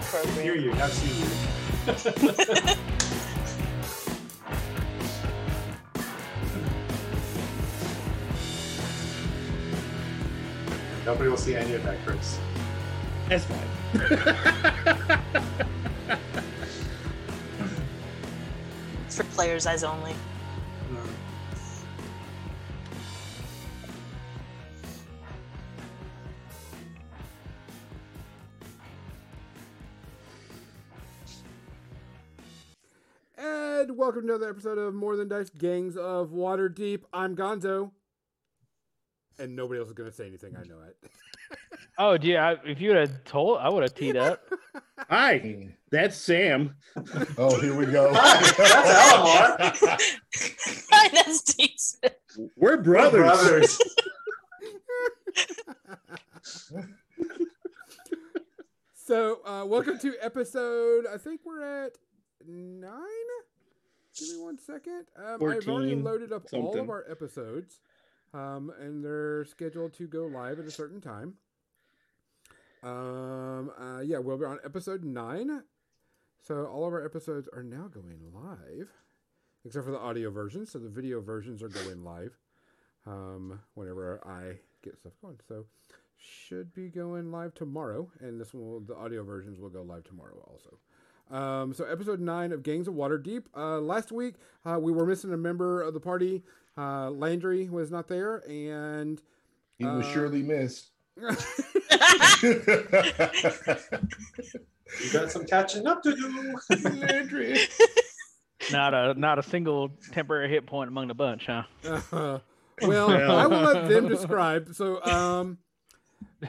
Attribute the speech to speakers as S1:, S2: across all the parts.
S1: appropriate.
S2: Hear you, not see you. Nobody will see any of that, Chris.
S3: That's fine.
S1: It's for players' eyes only.
S4: And welcome to another episode of More Than Dice Gangs of Water Deep. I'm Gonzo. And nobody else is going to say anything, I know it.
S5: Oh, dude, I, if you would have told, I would have teed up.
S3: Hi, that's Sam.
S6: Oh, here we go.
S2: That's
S1: That's decent.
S3: We're brothers.
S2: Brothers.
S4: So, uh, welcome to episode, I think we're at nine? Give me one second. Um, I've already
S3: 14,
S4: loaded up all of
S3: something.
S4: our episodes, um, and they're scheduled to go live at a certain time. Um, uh, yeah, we'll be on episode nine. So, all of our episodes are now going live, except for the audio version. So, the video versions are going live um, whenever I get stuff going. So, should be going live tomorrow, and this one will, the audio versions will go live tomorrow also. Um, so episode nine of Gangs of Water Deep. Uh, last week uh, we were missing a member of the party. Uh, Landry was not there, and
S6: He was
S4: Uh,
S6: surely missed.
S2: You got some catching up to do.
S6: Landry.
S5: Not a not a single temporary hit point among the bunch, huh?
S4: Uh, well, I will let them describe. So, um,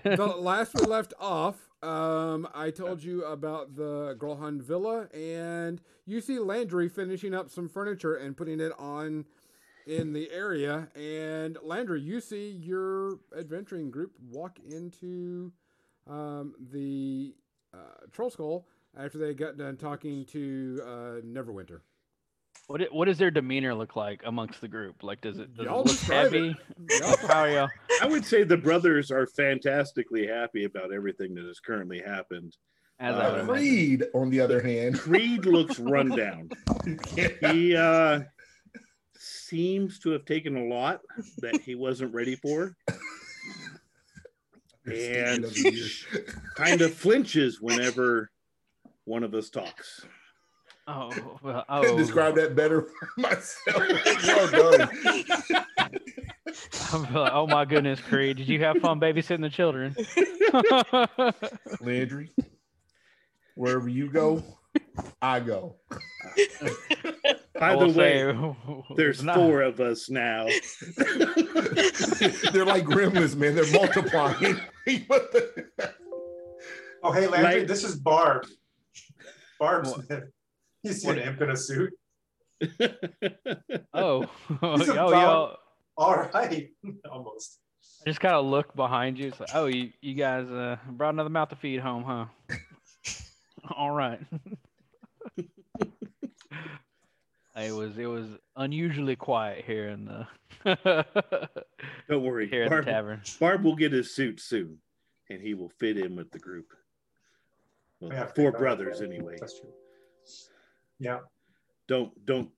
S4: the last we left off, um, I told you about the Grolhan Villa, and you see Landry finishing up some furniture and putting it on in the area. And Landry, you see your adventuring group walk into um, the uh, Troll Skull after they got done talking to uh, Neverwinter.
S5: What it, what does their demeanor look like amongst the group? Like, does it, does it
S4: Y'all
S5: look
S4: describe it.
S5: heavy? How are y'all?
S3: I would say the brothers are fantastically happy about everything that has currently happened.
S5: As I
S3: Uh,
S5: would imagine.
S6: Creed, on the other hand.
S3: Creed looks run down. He uh, seems to have taken a lot that he wasn't ready for. And kind of flinches whenever one of us talks.
S5: Oh, well,
S6: I couldn't
S5: oh,
S6: describe that better for myself. Well done.
S5: I'm like, oh my goodness, Creed, did you have fun babysitting the children?
S6: Landry, wherever you go, I go.
S3: By
S5: I
S3: the
S5: will
S3: way,
S5: say,
S3: there's
S5: not-
S3: four of us now.
S6: They're like gremlins, man. They're multiplying. What the-
S2: Oh, hey, Landry,
S3: Like-
S2: this is Barb. Barb
S5: What?
S2: Smith. You see an imp in a suit?
S5: Oh, oh,
S2: He's a
S5: y'all.
S2: bum. All right. Almost.
S5: I just gotta look behind you. It's like, oh, you, you guys uh, brought another mouth to feed home, huh? All right. it was it was unusually quiet here in the
S3: Don't worry.
S5: here in the
S3: Barb,
S5: tavern.
S3: Barb will get his suit soon and he will fit in with the group. Well,
S2: Yeah,
S3: four
S2: Barb.
S3: brothers anyway.
S2: That's true. Yeah.
S3: Don't don't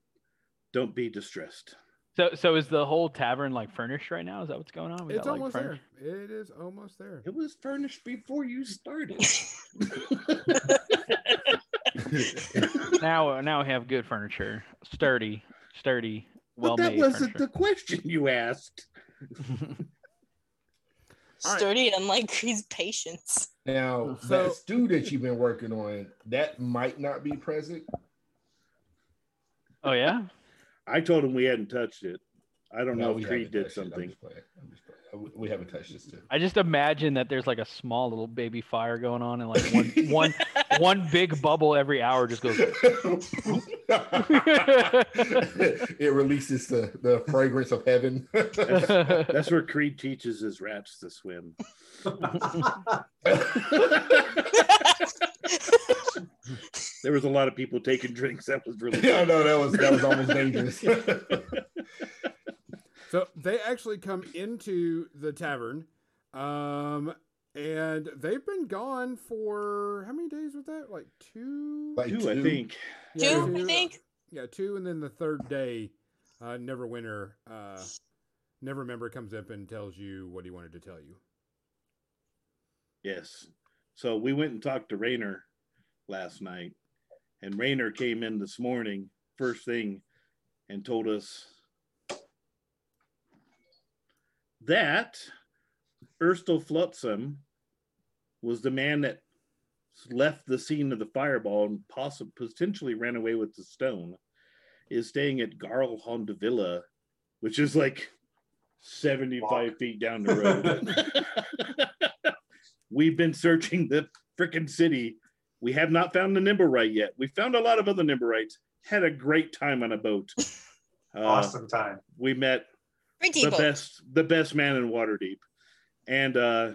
S3: don't be distressed.
S5: So so is the whole tavern like furnished right now? Is that what's going on? We
S4: It's
S5: got, like,
S4: almost
S5: furniture?
S4: there. It is almost there.
S3: It was furnished before you started.
S5: Now now we have good furniture, sturdy, sturdy, well
S3: but that
S5: made
S3: wasn't
S5: furniture.
S3: the question you asked.
S4: All right.
S1: Sturdy and like his patience.
S6: Now,
S4: So-
S6: that stew that you've been working on, that might not be present.
S5: oh yeah.
S3: I told him we hadn't touched it. I don't know
S6: we
S3: if Creed
S6: haven't
S3: did
S6: touched it. I'm
S3: something.
S6: just playing. I'm just playing. Uh, We- We haven't touched this too.
S5: I just imagine that there's like a small little baby fire going on, and like one one one big bubble every hour just goes.
S6: it releases the, the fragrance of heaven.
S3: That's where Creed teaches his rats to swim. there was a lot of people taking drinks. That was really
S6: Yeah, no, that was that was almost dangerous.
S4: So they actually come into the tavern, um, and they've been gone for how many days was that? Like two.
S6: Like
S3: Two, I think.
S4: Yeah,
S1: Two, I think.
S4: Yeah, two, and then the third day, uh, Neverwinter, uh, Nevermember comes up and tells you what he wanted to tell you.
S3: Yes. So we went and talked to Rayner last night, and Rayner came in this morning, first thing, and told us that Erstel Flotsam was the man that left the scene of the fireball and possibly potentially ran away with the stone, is staying at Garl Honda Villa, which is like 75 feet down the road. We've been searching the freaking city. We have not found the Nimberite yet. We found a lot of other Nimberites. Had a great time on a boat. Uh,
S2: awesome time.
S3: We met
S1: Pretty
S3: the
S1: people.
S3: best, the best man in Waterdeep, and uh,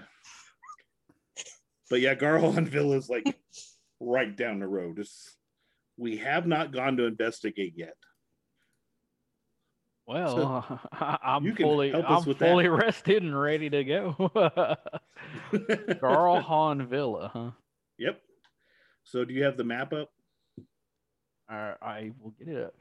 S3: but yeah, Garlandville is like right down the road. It's, we have not gone to investigate yet.
S5: Well, I'm
S3: you can
S5: fully,
S3: help us
S5: I'm
S3: with that.
S5: fully rested and ready to go. Carl Hahn Villa, huh?
S3: yep. So do you have the map up?
S5: All right, I will get it up.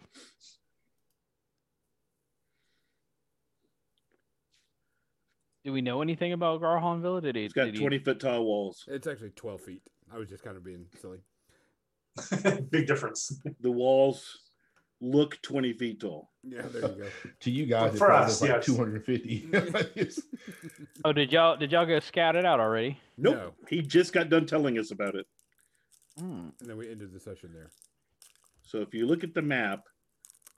S5: Do we know anything about Garhon Villa? Did he?
S3: It's got
S5: did he-
S3: twenty foot tall walls.
S4: It's actually twelve feet. I was just kind of being silly.
S2: Big difference.
S3: The walls look twenty feet tall.
S4: Yeah, there you go.
S6: To you guys,
S2: For
S6: it costs
S2: us,
S6: like
S2: yes.
S6: 250. It's-
S5: Oh, did y'all did y'all go scout it out already?
S3: Nope.
S4: No.
S3: He just got done telling us about it.
S5: Hmm.
S4: And then we ended the session there.
S3: So if you look at the map,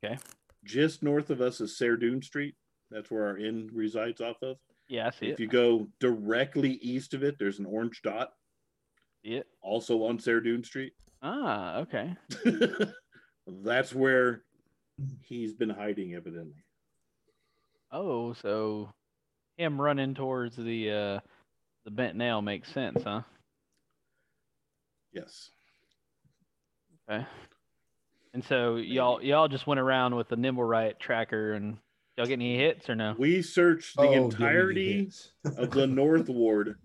S5: Okay.
S3: just north of us is Serdoon Street. That's where our inn resides off of.
S5: Yeah, I see it.
S3: If you go directly east of it, there's an orange dot,
S5: see it.
S3: also on Serdoon Street.
S5: Ah, okay.
S3: That's where he's been hiding, evidently.
S5: Oh, so him running towards the uh the bent nail makes sense, huh?
S3: Yes.
S5: Okay. And so y'all y'all just went around with the nimble right tracker and y'all get any hits or no?
S3: We searched
S6: Oh,
S3: the
S6: did we get
S3: entirety
S6: hits?
S3: of the North Ward,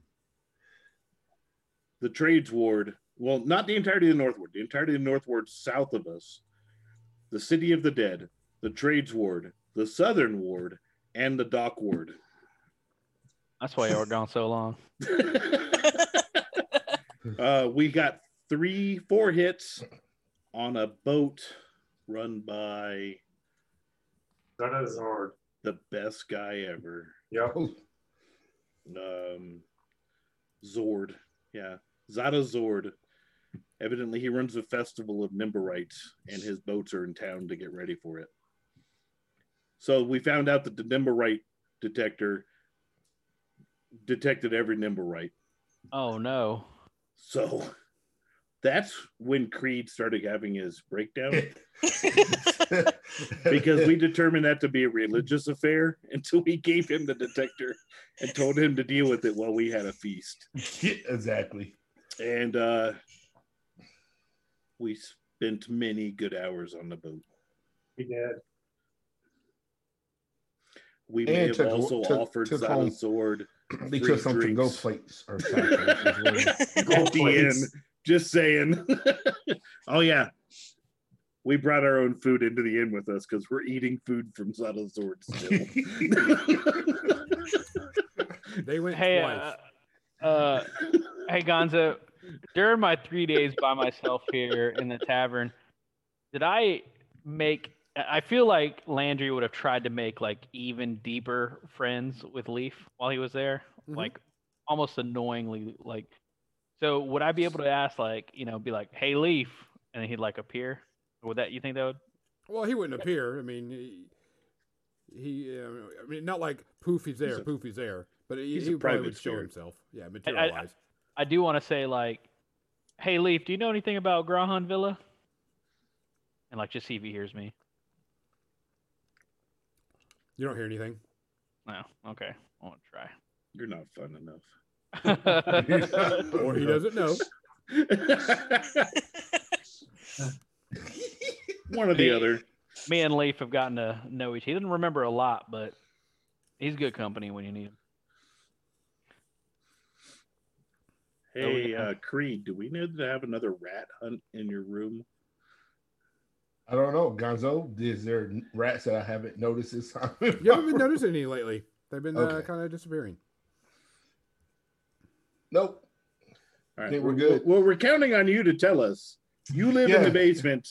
S3: the Trades Ward. Well, not the entirety of the North Ward, the entirety of the North Ward south of us, the City of the Dead, the Trades Ward, the Southern Ward, and the Dock Ward.
S5: That's why y'all were gone so long.
S3: uh, we got three, four hits on a boat run by
S2: That is hard.
S3: the best guy ever,
S2: Yep.
S6: Oh,
S3: um, Zord. Yeah, Zada Zord. Evidently, he runs a festival of Nimberites, and his boats are in town to get ready for it. So we found out that the Nimberite detector detected every Nimberite.
S5: Oh no.
S3: So that's when Creed started having his breakdown because we determined that to be a religious affair until we gave him the detector and told him to deal with it while we had a feast.
S6: Yeah, exactly.
S3: And uh, we spent many good hours on the boat.
S2: He did.
S3: We
S6: And
S3: may have
S6: took-
S3: also
S6: took-
S3: offered
S6: took
S3: Zada's
S6: home-
S3: sword
S6: They
S3: Three
S6: took some to go
S3: drinks.
S6: plates or something. is what-
S3: at the end. Just saying. oh, yeah. We brought our own food into the inn with us because we're eating food from Zada's sword still.
S4: They went
S5: Hey
S4: twice.
S5: uh, uh hey Gonzo, during my three days by myself here in the tavern, did I make I I feel like Landry would have tried to make like even deeper friends with Leaf while he was there.
S4: Mhm.
S5: Like almost annoyingly like so would I be able to ask like, you know, be like, Hey Leaf and then he'd like appear? Would that you think that would
S4: well, he wouldn't appear. I mean, he, he uh, I mean, not like poof, he's there,
S3: He's a-
S4: poof, he's there. But he,
S3: he's a
S4: he probably
S3: private
S4: would show
S3: spirit.
S4: himself. Yeah, materialize.
S5: I do want to say like, hey Leaf, do you know anything about Grahan Villa? And like, just see if he hears me.
S4: You don't hear anything.
S5: No, okay, I want to
S3: You're not fun enough.
S5: try.
S4: Or he doesn't know.
S3: One or the other.
S5: me and Leaf have gotten to know each. He doesn't remember a lot, but he's good company when you need him.
S3: Hey,
S5: yeah.
S3: uh, Creed, do we need to have another rat hunt in your room?
S6: I don't know, Gonzo. Is there rats that I haven't noticed this time?
S4: You haven't been noticing any lately. They've been uh,
S6: Okay.
S4: kind of disappearing.
S6: nope.
S3: All
S6: Think we're
S3: Well,
S6: good.
S3: Well, we're counting on you to tell us. You live in
S6: Yeah.
S3: the basement.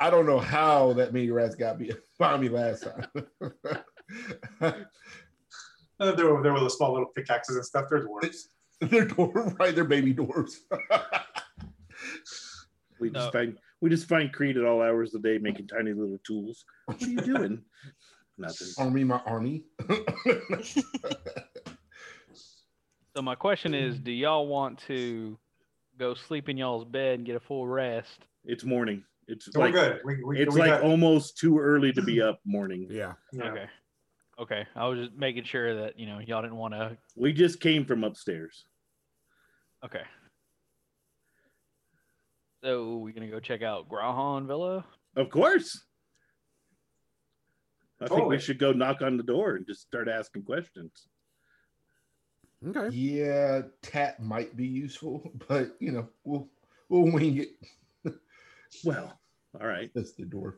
S6: I don't know how that many rats got me by me last time.
S2: Uh, there were there were those small little pickaxes and stuff. There's worms.
S6: they're dwarf, right? They're baby dwarves.
S3: We
S5: No.
S3: just find we just find Creed at all hours of the day making tiny little tools. What are you doing? Nothing.
S6: army, my army.
S5: So my question is, do y'all want to go sleep in y'all's bed and get a full rest?
S3: It's morning. It's
S2: So
S3: like
S2: we're Oh, good. We, we,
S3: it's
S2: we
S3: like
S2: got,
S3: almost too early to be up morning.
S4: Yeah.
S2: yeah.
S5: Okay. Okay. I was just making sure that, you know, y'all didn't want to
S3: We just came from upstairs.
S5: Okay. So we're gonna go check out Grahan Villa.
S3: Of course. I think
S2: Totally.
S3: we should go knock on the door and just start asking questions.
S4: Okay.
S6: yeah, tat might be useful, but you know, we'll we'll wing it.
S3: Well, all right.
S6: That's the dwarf.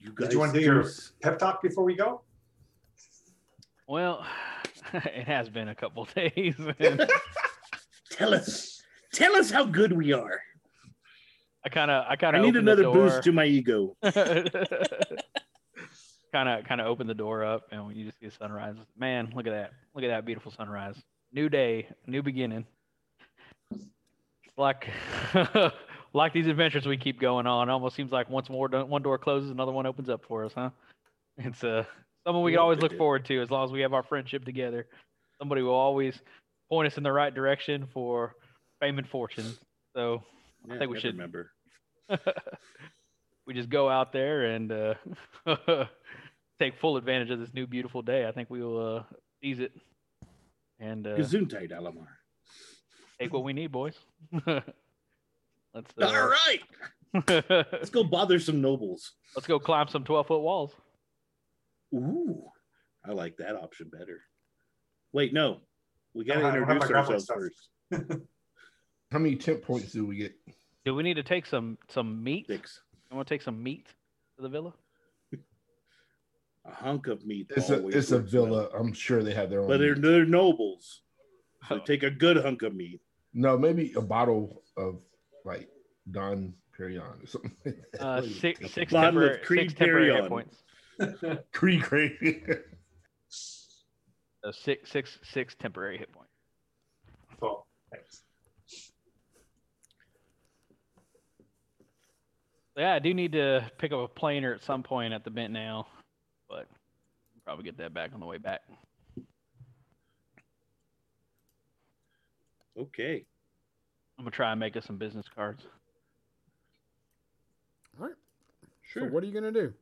S3: You guys
S2: Did you wanna do your-
S3: just-
S2: Pep talk before we go.
S5: Well, it has been a couple days. And
S3: tell us tell us how good we are.
S5: I kind of, I kind
S3: I
S5: of.
S3: need another boost to my ego.
S5: kind of, kind of open the door up, and you just get sunrise. Man, look at that! Look at that beautiful sunrise. New day, new beginning. It's like, like these adventures we keep going on. Almost seems like once more, do- one door closes, another one opens up for us, huh? It's uh, someone we can
S3: Yeah,
S5: always
S3: it
S5: look
S3: is.
S5: forward to as long as we have our friendship together. Somebody will always point us in the right direction for fame and fortune. So
S3: Yeah,
S5: think we should-
S3: remember.
S5: we just go out there and uh, take full advantage of this new beautiful day. I think we will uh, seize it and uh,
S3: Gesundheit, Alamar.
S5: take what we need, boys. let's uh,
S3: All right. Let's
S5: let's
S3: go bother some nobles.
S5: go climb some twelve foot walls.
S3: Ooh, I like that option better. Wait, no, we got to
S2: Uh, I don't have my
S3: introduce
S2: grappling
S3: ourselves
S2: stuff.
S3: first.
S6: How many temp points do we get?
S5: Do we need to take some some meat?
S3: Six,
S5: I want to take some meat to the villa.
S3: a hunk of meat.
S6: It's a
S3: always
S6: it's a
S3: works
S6: villa.
S3: well.
S6: I'm sure they have their own.
S3: but they're, they're nobles. So
S5: Oh.
S3: take a good hunk of meat.
S6: no, maybe a bottle of like Don Perignon or something. like that.
S5: Uh,
S6: Like,
S5: six
S6: temp-
S5: six,
S3: Bottom of
S5: temporary
S3: Creed
S5: six temporary hit
S3: Carrion.
S5: points.
S6: Cree cree.
S5: So Uh, six six six temporary hit points.
S2: Cool. Thanks.
S5: Yeah, I do need to pick up a planer at some point at the bent now, but probably get that back on the way back.
S3: Okay.
S5: I'm gonna try and make us some business cards.
S4: All right.
S3: Sure.
S4: So what are you gonna do?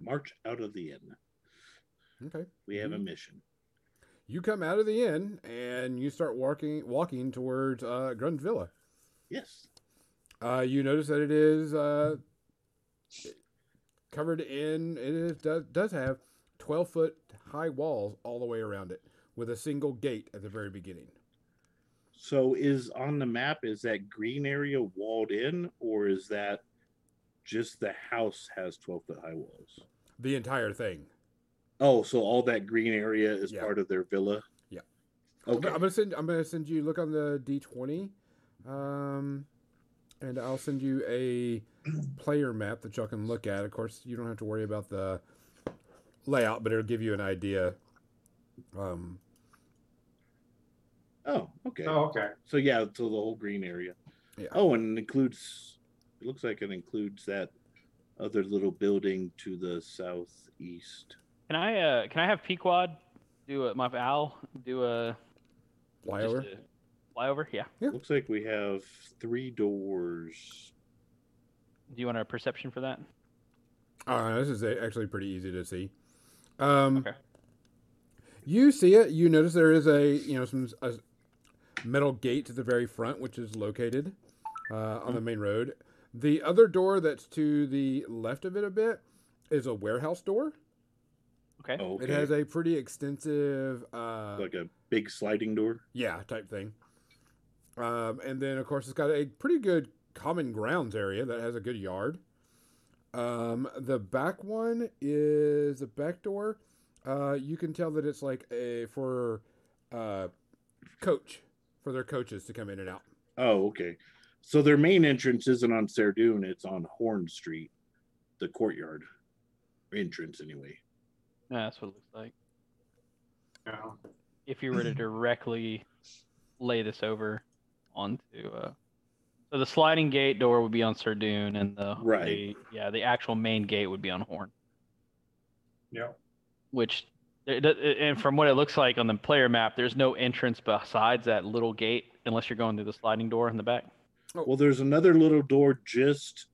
S3: March out of the inn.
S4: Okay.
S3: We have a
S4: Mhm.
S3: mission.
S4: You come out of the inn and you start walking walking towards uh, Grund Villa.
S3: Yes.
S4: Uh, you notice that it is uh, covered in. It is, does does have twelve foot high walls all the way around it, with a single gate at the very beginning.
S3: So is on the map, is that green area walled in or is that just the house has 12 foot high walls?
S4: The entire thing.
S3: Oh, so all that green area is
S4: Yeah.
S3: part of their villa?
S4: Yeah.
S3: Okay.
S4: I'm, gonna send. I'm gonna send you. Look on the D twenty, um, and I'll send you a player map that y'all can look at. Of course, you don't have to worry about the layout, but it'll give you an idea. Um,
S3: Oh, okay.
S2: Oh, okay.
S3: So yeah, so the whole green area.
S4: Yeah.
S3: Oh, and it includes. It looks like it includes that other little building to the southeast.
S5: Can I uh can I have Pequod do a my owl do a just
S4: flyover.
S5: a flyover? Yeah.
S4: Yeah.
S3: Looks like we have three doors.
S5: Do you want a perception for that?
S4: Uh, this is a- actually pretty easy to see. Um,
S5: Okay.
S4: You see it. You notice there is a you know some a metal gate to the very front, which is located uh, on the main road. The other door that's to the left of it a bit is a warehouse door,
S5: Okay.
S3: Oh,
S4: It
S3: okay.
S4: has a pretty extensive uh,
S3: like a big sliding door.
S4: yeah type thing. Um, and then of course it's got a pretty good common grounds area that has a good yard. Um, the back one is the back door. Uh, you can tell that it's like a for uh, coach for their coaches to come in and out.
S3: Oh, okay. So their main entrance isn't on Serdoon, it's on Horn Street, the courtyard entrance anyway.
S5: Yeah, that's what it looks like.
S2: No.
S5: If you were to directly lay this over onto, uh, so the sliding gate door would be on Serdoon, and the
S3: Right.
S5: the- yeah, the actual main gate would be on Horn.
S2: Yep.
S5: Which, it- it- and from what it looks like on the player map, there's no entrance besides that little gate, unless you're going through the sliding door in the back.
S3: Well, there's another little door just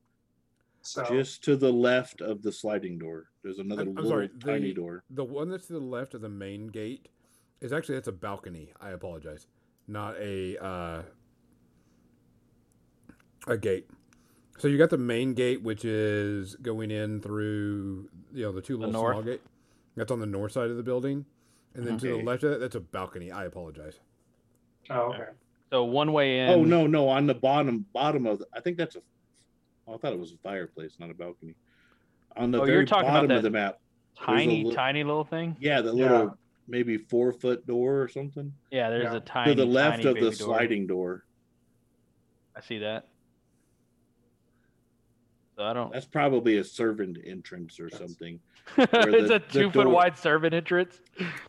S2: So
S3: just to the left of the sliding door. There's another
S4: I'm- I'm
S3: little
S4: sorry,
S3: tiny
S4: the-
S3: door.
S4: The one that's to the left of the main gate is actually that's a balcony. I apologize, not a uh, a gate. So you got the main gate, which is going in through you know the two
S5: The
S4: little small
S5: north.
S4: gate. That's on the north side of the building, and then to the
S3: Okay.
S4: left of that, that's a balcony. I apologize.
S2: oh, okay.
S5: So one way in.
S3: oh no, no, on the bottom bottom of the, I think that's a oh, I thought it was a fireplace, not a balcony. On the
S5: Oh, you're
S3: very
S5: talking about
S3: bottom
S5: that-
S3: of the map.
S5: tiny,
S3: little-
S5: tiny little thing.
S3: Yeah, the
S2: Yeah.
S3: little maybe four foot door or something.
S5: Yeah, there's
S2: Yeah.
S5: a tiny
S3: to the left
S5: tiny
S3: of the
S5: baby door.
S3: sliding door.
S5: I see that. So I don't.
S3: That's probably a servant entrance or
S2: That's-
S3: something.
S5: it's
S3: the-
S5: a
S3: the
S5: two foot
S3: door-
S5: wide servant entrance.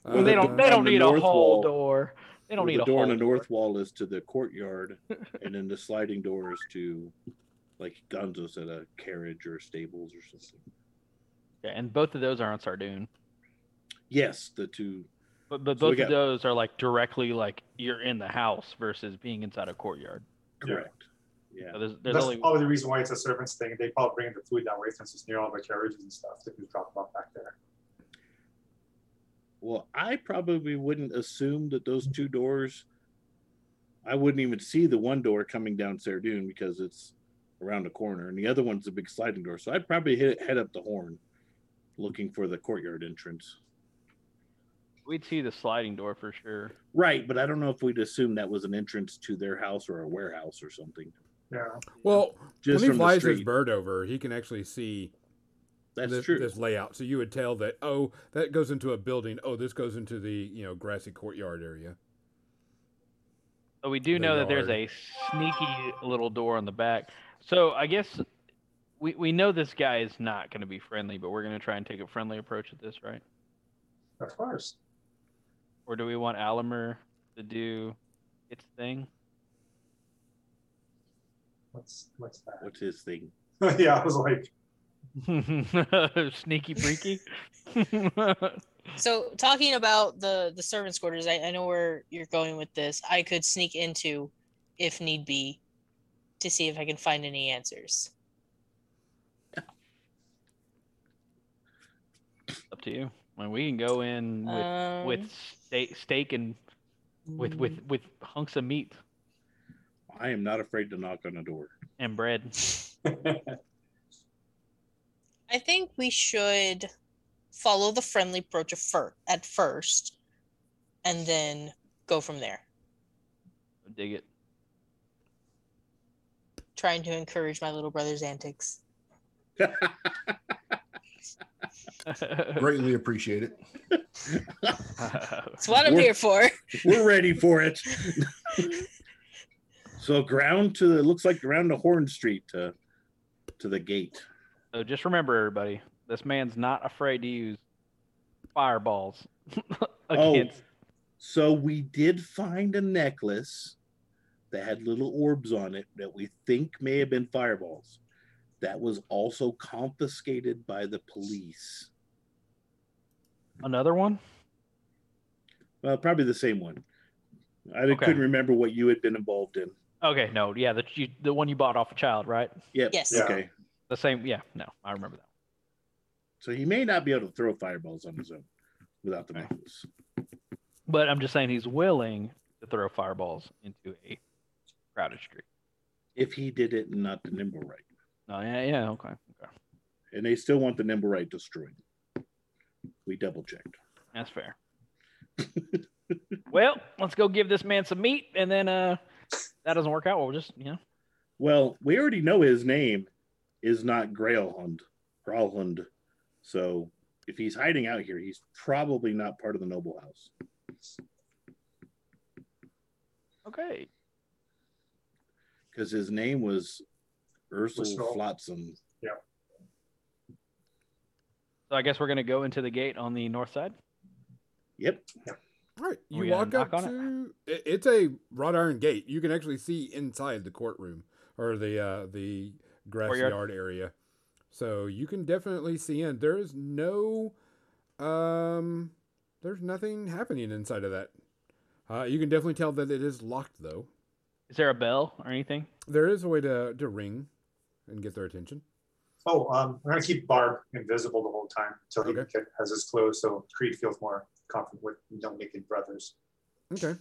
S3: Well,
S5: they
S3: the
S4: Uh,
S5: don't.
S3: door
S5: They
S3: on
S5: don't
S3: the
S5: need a
S3: north
S5: whole
S3: wall-
S5: door. They don't
S3: Well,
S5: need
S3: the
S5: a
S3: door
S5: whole
S3: on the north wall is to the courtyard, and then the sliding door is to, like Gonzo said, a carriage or stables or something.
S5: Yeah, and both of those are on Sardoon.
S3: Yes, the two.
S5: But but
S3: So we
S5: both
S3: got-
S5: of those are like directly like you're in the house versus being inside a courtyard.
S3: Correct. Yeah.
S5: So there's there's
S2: That's
S5: only
S2: probably the reason why it's a servants thing. They probably bring the food that way since it's near all the carriages and stuff. They can drop them off back there.
S3: Well, I probably wouldn't assume that those two doors. I wouldn't even see the one door coming down Saradoon because it's around the corner, and the other one's a big sliding door. So I'd probably hit, head up the horn, looking for the courtyard entrance.
S5: we'd see the sliding door for sure.
S3: Right, but I don't know if we'd assume that was an entrance to their house or a warehouse or something.
S2: Yeah.
S4: Well,
S3: Just
S4: when he
S3: from the
S4: flies his
S3: street.
S4: bird over, he can actually see
S3: That's
S4: this,
S3: true.
S4: this layout. So you would tell that oh, that goes into a building. Oh, this goes into the you know grassy courtyard area.
S5: So we do
S4: the
S5: know that there's a
S4: yard.
S5: sneaky little door on the back. So I guess we, we know this guy is not going to be friendly, but we're going to try and take a friendly approach at this, right?
S2: Of course.
S5: Or do we want Alamer to do its thing?
S2: What's what's that?
S3: What's his thing?
S2: yeah, I was like,
S5: Sneaky freaky.
S1: So talking about the the servants' quarters, I, I know where you're going with this. I could sneak into, if need be, to see if I can find any answers.
S5: Up to you. I mean, we can go in with, with
S1: Um,
S5: steak, steak and with, with, with hunks of meat
S3: I am not afraid to knock on a door.
S5: and bread.
S1: I think we should follow the friendly approach of fir- at first, and then go from there,
S5: Dig it.
S1: trying to encourage my little brother's antics.
S6: Greatly appreciate it.
S1: That's what I'm
S3: We're-
S1: here for.
S3: We're ready for it. so ground to it looks like around the Horn Street to to the gate.
S5: So just remember, everybody, this man's not afraid to use fireballs
S3: Oh.
S5: against.
S3: So we did find a necklace that had little orbs on it that we think may have been fireballs. That was also confiscated by the police.
S5: Another one?
S3: Well, probably the same one. I
S5: Okay.
S3: couldn't remember what you had been involved in.
S5: Okay, no, yeah, the you, the one you bought off a child, right?
S3: Yep.
S1: Yes.
S2: Yeah.
S3: Okay.
S5: The same, yeah, no, I remember that.
S3: So he may not be able to throw fireballs on his own without the necklace.
S5: But I'm just saying he's willing to throw fireballs into a crowded street.
S3: If he did it, and not the nimble right.
S5: No, Oh, yeah, yeah, okay, okay.
S3: and they still want the nimble right destroyed. We double checked.
S5: That's fair. well, let's go give this man some meat, and then uh, that doesn't work out. We'll just you know.
S3: Well, we already know his name is not Grailhund, Grauhund. So if he's hiding out here, he's probably not part of the noble house.
S5: Okay.
S3: because his name was Ursel
S2: Ursel.
S3: Flotsam.
S5: So I guess we're gonna go into the gate on the north side.
S3: Yep.
S4: All right, you
S5: We gonna
S4: walk up
S5: Oh, knock
S4: to it? it's a wrought iron gate. You can actually see inside the courtroom or the uh, the grass
S5: Courtyard.
S4: yard area, so you can definitely see in. There is no, um, there's nothing happening inside of that. Uh, you can definitely tell that it is locked though.
S5: Is there a bell or anything?
S4: There is a way to to ring and get their attention.
S2: Oh, um, I'm gonna keep Barb invisible the whole time until he
S4: Okay.
S2: can- has his clothes, so Creed feels more confident with no naked brothers.
S4: Okay.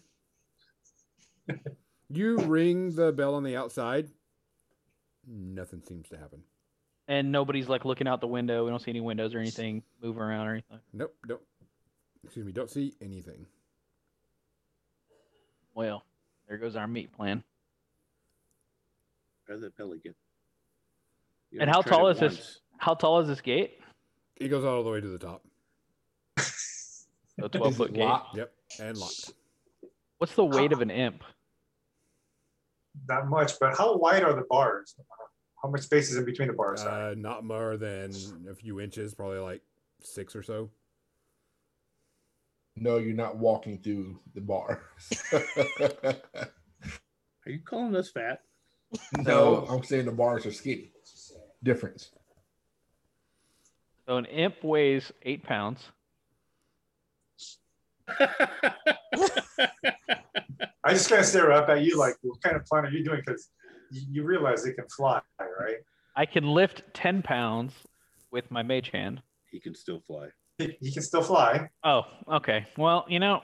S4: you ring the bell on the outside. Nothing seems to happen.
S5: And nobody's like looking out the window. We don't see any windows or anything moving around or anything.
S4: Nope, don't. Excuse me, don't see anything.
S5: Well, there goes our meat plan.
S3: Or the pelican. You
S5: And
S3: only
S5: how
S3: tried
S5: tall
S3: it
S5: is this?
S3: once.
S5: How tall is this gate?
S4: It goes all the way to the top.
S5: A twelve
S6: Is it
S5: foot gate.
S6: locked?
S4: Yep, and locked.
S5: What's the weight of an imp?
S2: Not much, but how wide are the bars? How much space is in between the bars? sorry?
S4: Uh, not more than a few inches, probably like six or so.
S6: No, you're not walking through the bars.
S3: Are you calling us fat?
S6: no, I'm saying the bars are skinny. Difference.
S5: So an imp weighs eight pounds.
S2: I just gotta stare up at you like, what kind of plan are you doing? Because you, you realize they can fly, right?
S5: I can lift ten pounds with my mage hand.
S3: he can still fly.
S2: He, he can still fly.
S5: Oh, okay. Well, you know,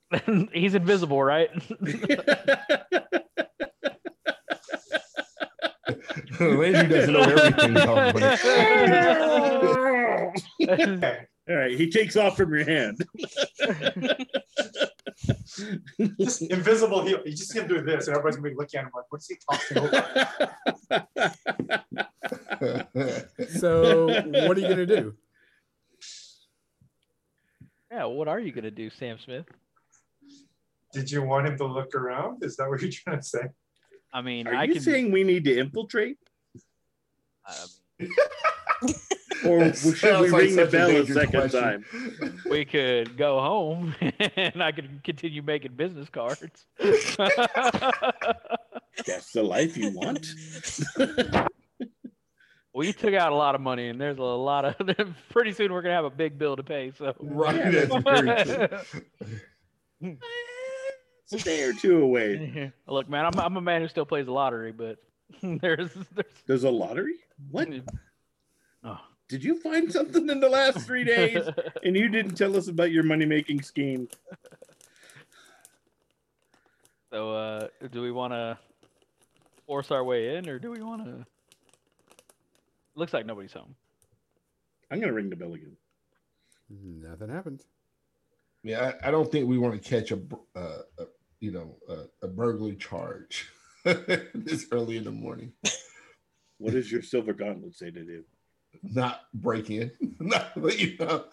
S5: he's invisible, right?
S6: Landry doesn't know everything. dog, but-
S2: Okay.
S3: All right, he takes off from your hand.
S2: Just invisible heel. You just see him doing this, and everybody's gonna be looking at him like, what's he talking about?
S4: So, what are you gonna do?
S5: yeah, what are you gonna do, Sam Smith?
S2: Did you want him to look around? Is that what you're trying to say?
S5: I mean,
S3: Are
S5: I
S3: you
S5: can.
S3: saying we need to infiltrate,
S5: I mean,
S3: or
S6: That
S3: should we
S6: sounds like
S3: ring the
S6: such a
S3: bell a
S6: dangerous
S3: second
S6: question.
S3: time?
S5: we could go home, and I could continue making business cards.
S3: That's the life you want.
S5: we took out a lot of money, and there's a lot of. pretty soon, we're gonna have a big bill to pay. So.
S6: Right. That's very true.
S3: It's a day or two away.
S5: Look, man, I'm, I'm a man who still plays the lottery, but there's there's
S3: There's a lottery. What
S5: Oh.
S3: did you find something in the last three days? and you didn't tell us about your money making scheme.
S5: So, uh, do we want to force our way in, or do we want to? Looks like nobody's home.
S3: I'm gonna ring the bell again.
S4: Nothing happens.
S6: Yeah, I, I don't think we want to catch a, br- uh, a you know, a, a burglary charge this early in the morning.
S3: What does your silver gauntlet say to do?
S6: Not break in, not you know,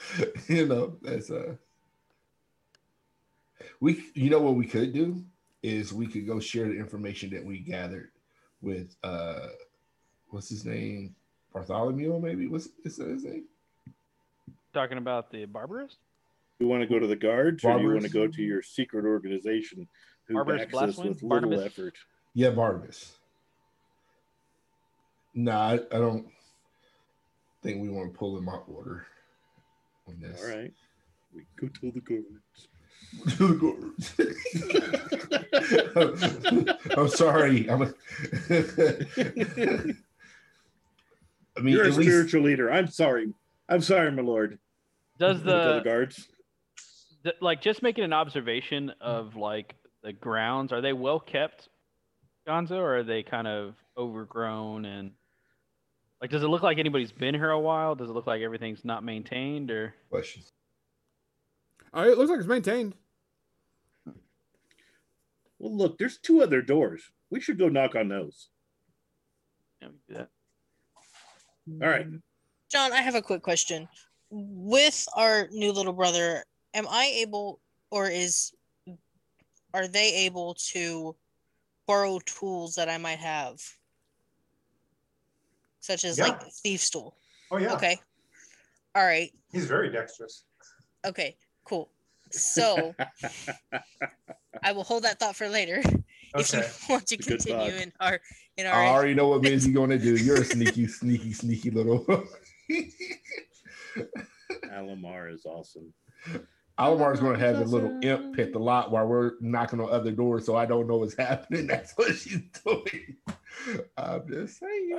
S6: you know. That's uh, we. You know what we could do is we could go share the information that we gathered with uh, what's his name, Bartholomew? Maybe what's is that his name?
S5: Talking about the barbarous,
S3: You want to go to the guards, or do you want to
S6: Barbarous.
S3: go to your secret organization who
S5: Barbarous
S3: backs us
S5: Blastwind?
S3: with little
S5: Barnabas?
S3: effort?
S6: Yeah, Barnabas. Nah, I, I don't think we want to pull him out order on this.
S3: All right, we go to the guards.
S6: I'm sorry. I'm a, I mean,
S3: You're a
S6: at least
S3: spiritual leader. I'm sorry. I'm sorry, my lord.
S5: does
S3: You wanna go to the
S5: the,
S3: guards?
S5: the like just making an observation of like the grounds? Are they well kept, Gonzo, or are they kind of overgrown and like? Does it look like anybody's been here a while? Does it look like everything's not maintained, or
S6: question.
S4: All right, it looks like it's maintained.
S3: Well, look, there's two other doors. We should go knock on those.
S5: Yeah, we can do that.
S3: All right.
S1: John, I have a quick question. With our new little brother, am I able or is are they able to borrow tools that I might have? Such as
S2: Yeah.
S1: like thief's tool.
S2: Oh yeah,
S1: Okay. All right.
S2: he's very dexterous.
S1: Okay. Cool. So I will hold that thought for later if you
S2: Okay.
S1: want to
S3: It's a good
S1: continue
S3: thought.
S1: in our in our
S6: I already know what Miz you're gonna do. You're a sneaky, sneaky, sneaky little.
S3: Alamar is awesome.
S6: Alamar's gonna have his little imp at the lot while we're knocking on other doors, so I don't know what's happening. That's what she's doing. I'm just saying.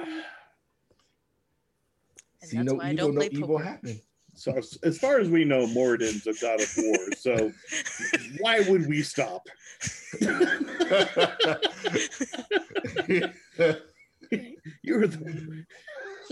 S1: And
S6: See,
S1: that's
S6: no
S1: why I
S6: evil,
S1: don't
S6: no
S1: play
S6: evil
S1: poker.
S6: happen.
S3: So as- as far as we know, Moradin's a god of war. So why would we stop? You're the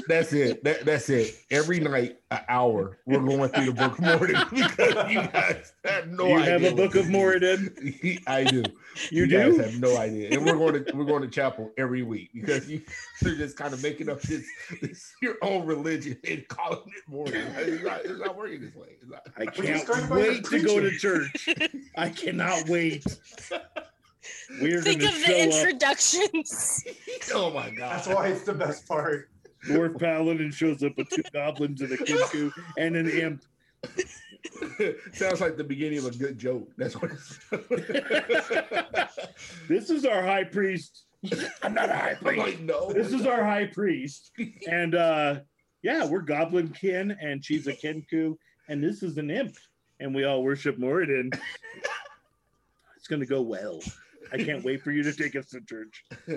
S6: that's it. That, that's it. Every night, an hour, we're going through the book of Mormon because you guys have no
S3: you
S6: idea.
S3: have a
S6: what
S3: book
S6: this
S3: of
S6: is.
S3: Moradin.
S6: I do.
S3: You,
S6: guys
S3: do.
S6: have no idea. And we're going to we're going to chapel every week because you, you're just kind of making up this, this your own religion and calling it Mormon. It's not, it's not working this way. It's not-
S3: I
S2: We just
S3: can't
S2: talked about your
S3: wait to go to
S2: creature.
S3: church. I cannot wait. We're going
S1: Think
S3: to
S1: of the
S3: show up.
S1: introductions.
S6: oh my god.
S2: That's why it's the best part.
S3: Dwarf Paladin shows up with two goblins and a kinku and an imp.
S6: Sounds like the beginning of a good joke. That's what. It's...
S3: This is our high priest.
S6: I'm not a high priest. Like, no,
S3: This is our high priest. And uh yeah, we're goblin kin and she's a kinku and this is an imp and we all worship Moradin. It's going to go well. I can't wait for you to take us to church.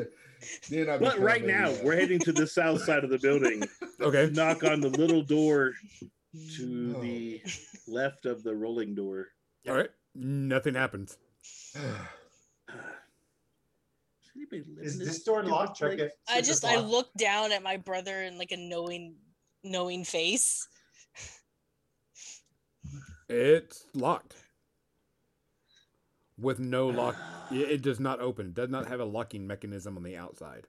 S6: Then I
S3: But
S6: become
S3: right
S6: a,
S3: now,
S6: uh,
S3: we're heading to the south side of the building.
S4: Okay.
S3: Knock on the little door to
S6: Oh.
S3: the left of the rolling door.
S4: All right. Nothing happens.
S3: Does Uh, anybody live
S2: Is
S3: in
S2: this door
S3: stupid
S2: locked? Check
S3: place?
S2: it.
S1: I
S2: Is it
S1: just I
S2: locked?
S1: looked down at my brother in like a knowing knowing face.
S4: It's locked. With no
S3: Ah,
S4: lock, it- it does not open. It does not have a locking mechanism on the outside.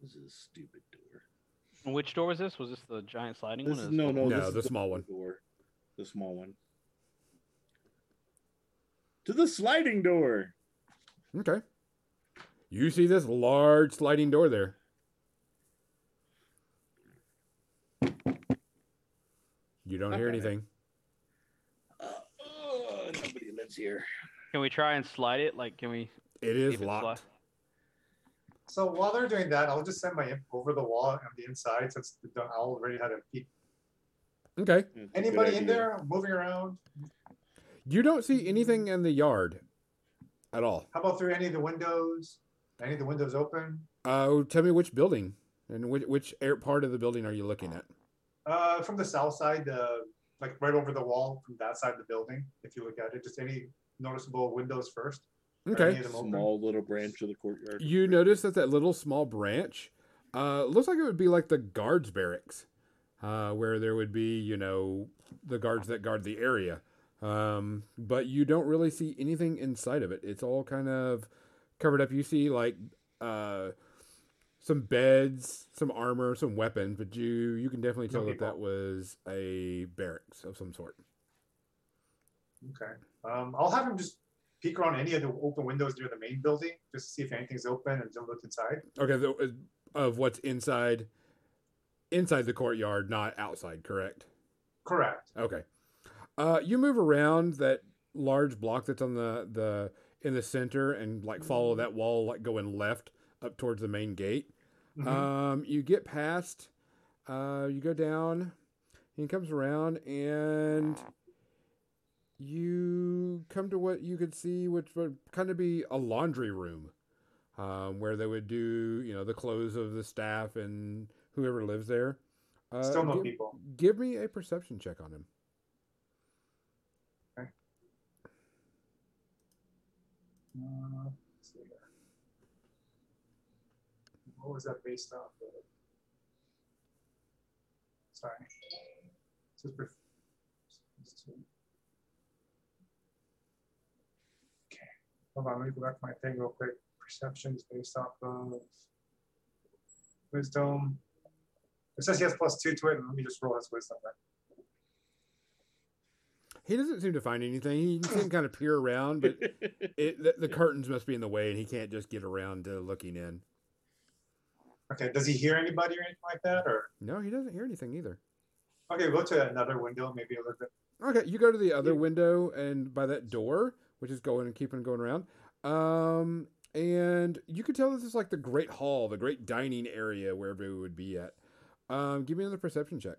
S3: This is a stupid door.
S5: And Which door was this? Was this the giant sliding
S3: This
S5: one?
S3: is,
S5: or
S3: no,
S5: this-
S4: No,
S3: no, this is
S4: the small one.
S3: Door. The small one. To the sliding door.
S4: Okay. You see this large sliding door there. You don't hear
S3: Okay.
S4: anything.
S3: Uh, oh, nobody lives here.
S5: Can we try and slide it? Like, can we?
S4: It is
S5: If it's
S4: locked.
S5: locked.
S2: So while they're doing that, I'll just send my imp over the wall on the inside since the I already had a peek.
S4: Okay.
S3: That's a good
S2: Anybody in
S3: idea.
S2: there moving around?
S4: You don't see anything in the yard at all.
S2: How about through any of the windows? Any of the windows open?
S4: Uh, tell me which building and which, which air part of the building are you looking at?
S2: Uh, from the south side, uh, like right over the wall from that side of the building. If you look at it, just any noticeable windows first. Are any
S4: Okay.
S2: of them open?
S3: Small little branch of the courtyard.
S4: You notice that that little small branch uh, looks like it would be like the guards barracks, uh, where there would be you know the guards that guard the area. Um, but you don't really see anything inside of it. It's all kind of covered up. You see like uh, some beds, some armor, some weapons, but you you can definitely
S2: No
S4: tell that
S2: people.
S4: that was a barracks of some sort.
S2: Okay. Um, I'll have him just peek around any of the open windows near the main building just to see if anything's open and don't look inside.
S4: Okay, the, of what's inside inside the courtyard, not outside, correct?
S2: Correct.
S4: Okay. Uh, you move around that large block that's on the, the in the center and like follow that wall, like going left up towards the main gate.
S2: Mhm.
S4: Um, you get past, uh, you go down, he comes around and you come to what you could see, which would kind of be a laundry room, um, where they would do, you know, the clothes of the staff and whoever lives there. Uh,
S2: Still no
S4: give-
S2: people.
S4: Give me a perception check on him.
S2: Uh, let's see here. What was that based off of? Sorry. This is per- Okay. Hold on, let me go back to my thing real quick. Perceptions based off of wisdom. It says he has plus two to it, and let me just roll his wisdom. Back.
S4: He doesn't seem to find anything. He can seem kind of peer around, but it, the, the curtains must be in the way, and he can't just get around to looking in.
S2: Okay, does he hear anybody or anything like that? Or
S4: No, he doesn't hear anything either.
S2: okay, go to another window, maybe a little bit.
S4: Okay, you go to the other
S2: Yeah.
S4: window and by that door, which is going and keeping going around. Um, and you could tell this is like the great hall, the great dining area where everybody would be at. Um, give me another perception check.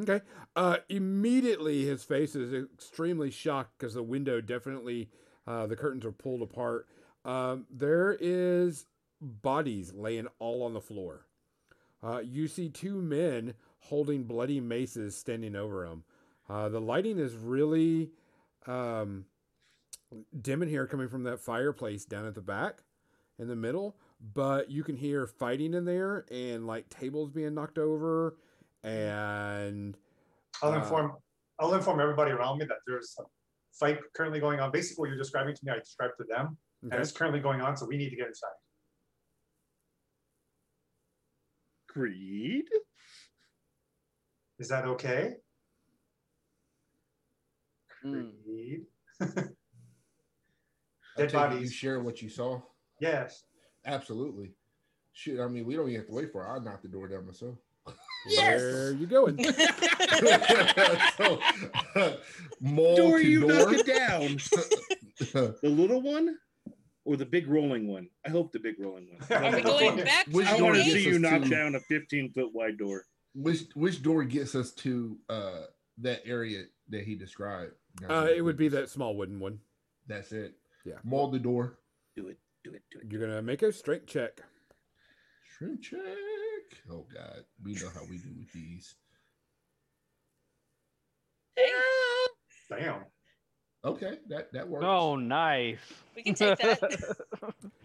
S4: Okay. Uh, immediately his face is extremely shocked because the window definitely, uh, the curtains are pulled apart. Um, there is bodies laying all on the floor. Uh, you see two men holding bloody maces standing over them. Uh, the lighting is really um, dim in here coming from that fireplace down at the back in the middle, but you can hear fighting in there and like tables being knocked over. And
S2: I'll
S4: Uh,
S2: inform. I'll inform everybody around me that there's a fight currently going on. Basically, what you're describing to me, I described to them, and it's currently going on. So we need to get inside.
S3: Creed?
S2: Is that okay?
S4: Hmm.
S2: Hmm.
S5: Mm.
S2: Creed. Dead
S6: I take it You
S2: bodies.
S6: share what you saw.
S2: Yes.
S6: Absolutely. Shoot, I mean, we don't even have to wait for. It. I knocked the door down myself.
S4: where you going?
S6: so, mole
S3: door
S6: to
S3: you knock
S6: door.
S3: it down. The little one or the big rolling one? I hope the big rolling one.
S1: Are we going back? to
S6: Which
S3: I
S1: the
S3: want to
S1: gate?
S6: is
S3: see you
S6: this
S3: knock
S6: to-
S3: down a 15 foot wide door.
S6: which which door gets us to uh that area that he described?
S4: Uh, it would be that small wooden one.
S6: That's it.
S4: Yeah.
S6: Maul the door.
S3: Do it, do it, do it.
S4: You're gonna make a strength check.
S6: Shrimp check. Oh God, we know how we do with these.
S2: Damn.
S6: Okay, that that works.
S5: Oh, nice.
S1: We can take that.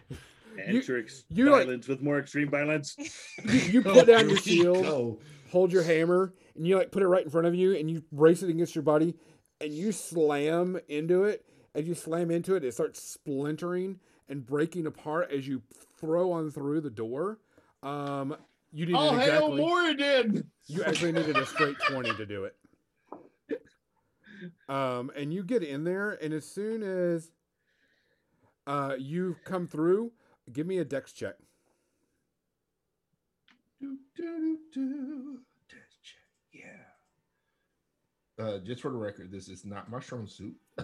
S4: You-
S3: Enter ex-
S4: you like-
S3: violence with more extreme violence.
S4: You, you
S6: Oh,
S4: put down
S6: here
S4: your
S6: we
S4: shield.
S6: go.
S4: hold your hammer and you like put it right in front of you and you brace it against your body and you slam into it as you slam into it it starts splintering and breaking apart as you throw on through the door um you didn't
S6: Oh, hail
S4: exactly
S6: Moradin!
S4: you actually needed a straight 20 to do it um and you get in there and as soon as uh you come through give me a dex check
S6: Do, do, do, do. Dex check. Yeah. Uh, just for the record, this is not my strong suit.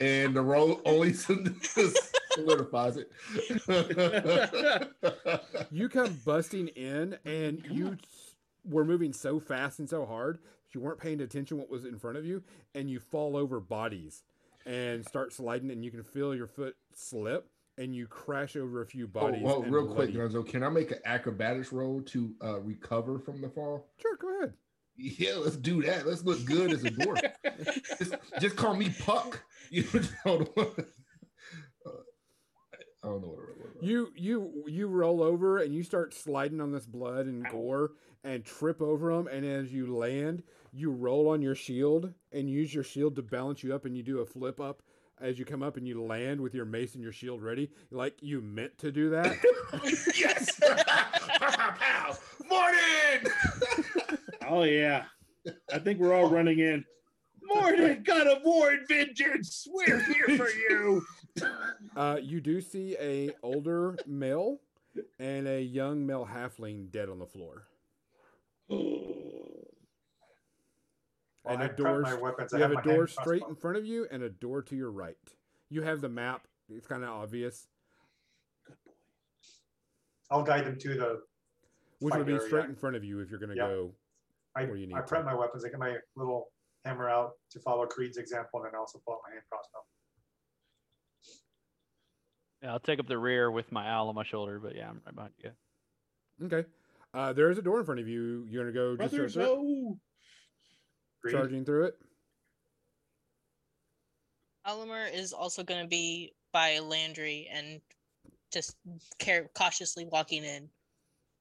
S6: and the roll only solidifies it.
S4: you come busting in and you s- were moving so fast and so hard that you weren't paying attention what was in front of you and you fall over bodies and start sliding and you can feel your foot slip and you crash over a few
S6: Oh,
S4: bodies
S6: well,
S4: and
S6: real quick,
S4: bloody-
S6: Gonzo, can I make an acrobatics roll to uh, recover from the fall?
S4: sure go ahead
S6: Yeah, let's do that. Let's look good as a dwarf. just, just call me Puck. You know, hold on. Uh, I don't know what it was.
S4: you you you roll over and you start sliding on this blood and
S3: Ow.
S4: gore and trip over them and as you land you roll on your shield and use your shield to balance you up and you do a flip up as you come up and you land with your mace and your shield ready like you meant to do that
S6: yes! Pow! Morning!
S3: Oh, yeah. I think we're all running in. Morden, God of War and Vengeance, we're here for you.
S4: Uh, you do see a older male and a young male halfling dead on the floor.
S3: Oh,
S2: Well,
S4: And
S2: Oh, I
S4: a
S2: prepped
S4: door
S2: my
S4: s-
S2: weapons. I
S4: You have a
S2: my
S4: door
S2: hand
S4: straight
S2: crossbow.
S4: in front of you and a door to your right. You have the map. It's kind of obvious,
S2: I'll guide them to the.
S4: which
S2: fight
S4: would be
S2: area.
S4: straight in front of you if you're going to
S2: Yeah.
S4: go.
S2: I,
S4: where you need
S2: I
S4: to.
S2: prep my weapons. I get my little hammer out to follow Creed's example, and then I also pull out my hand crossbow.
S5: Yeah, I'll take up the rear with my owl on my shoulder, but yeah, I'm right behind you.
S4: Okay. Uh, there is a door in front of you. You're going to go just
S3: Brother,
S4: start
S3: no.
S2: Creed,
S4: charging through it.
S1: Olimer is also going to be by Landry and just care cautiously walking in.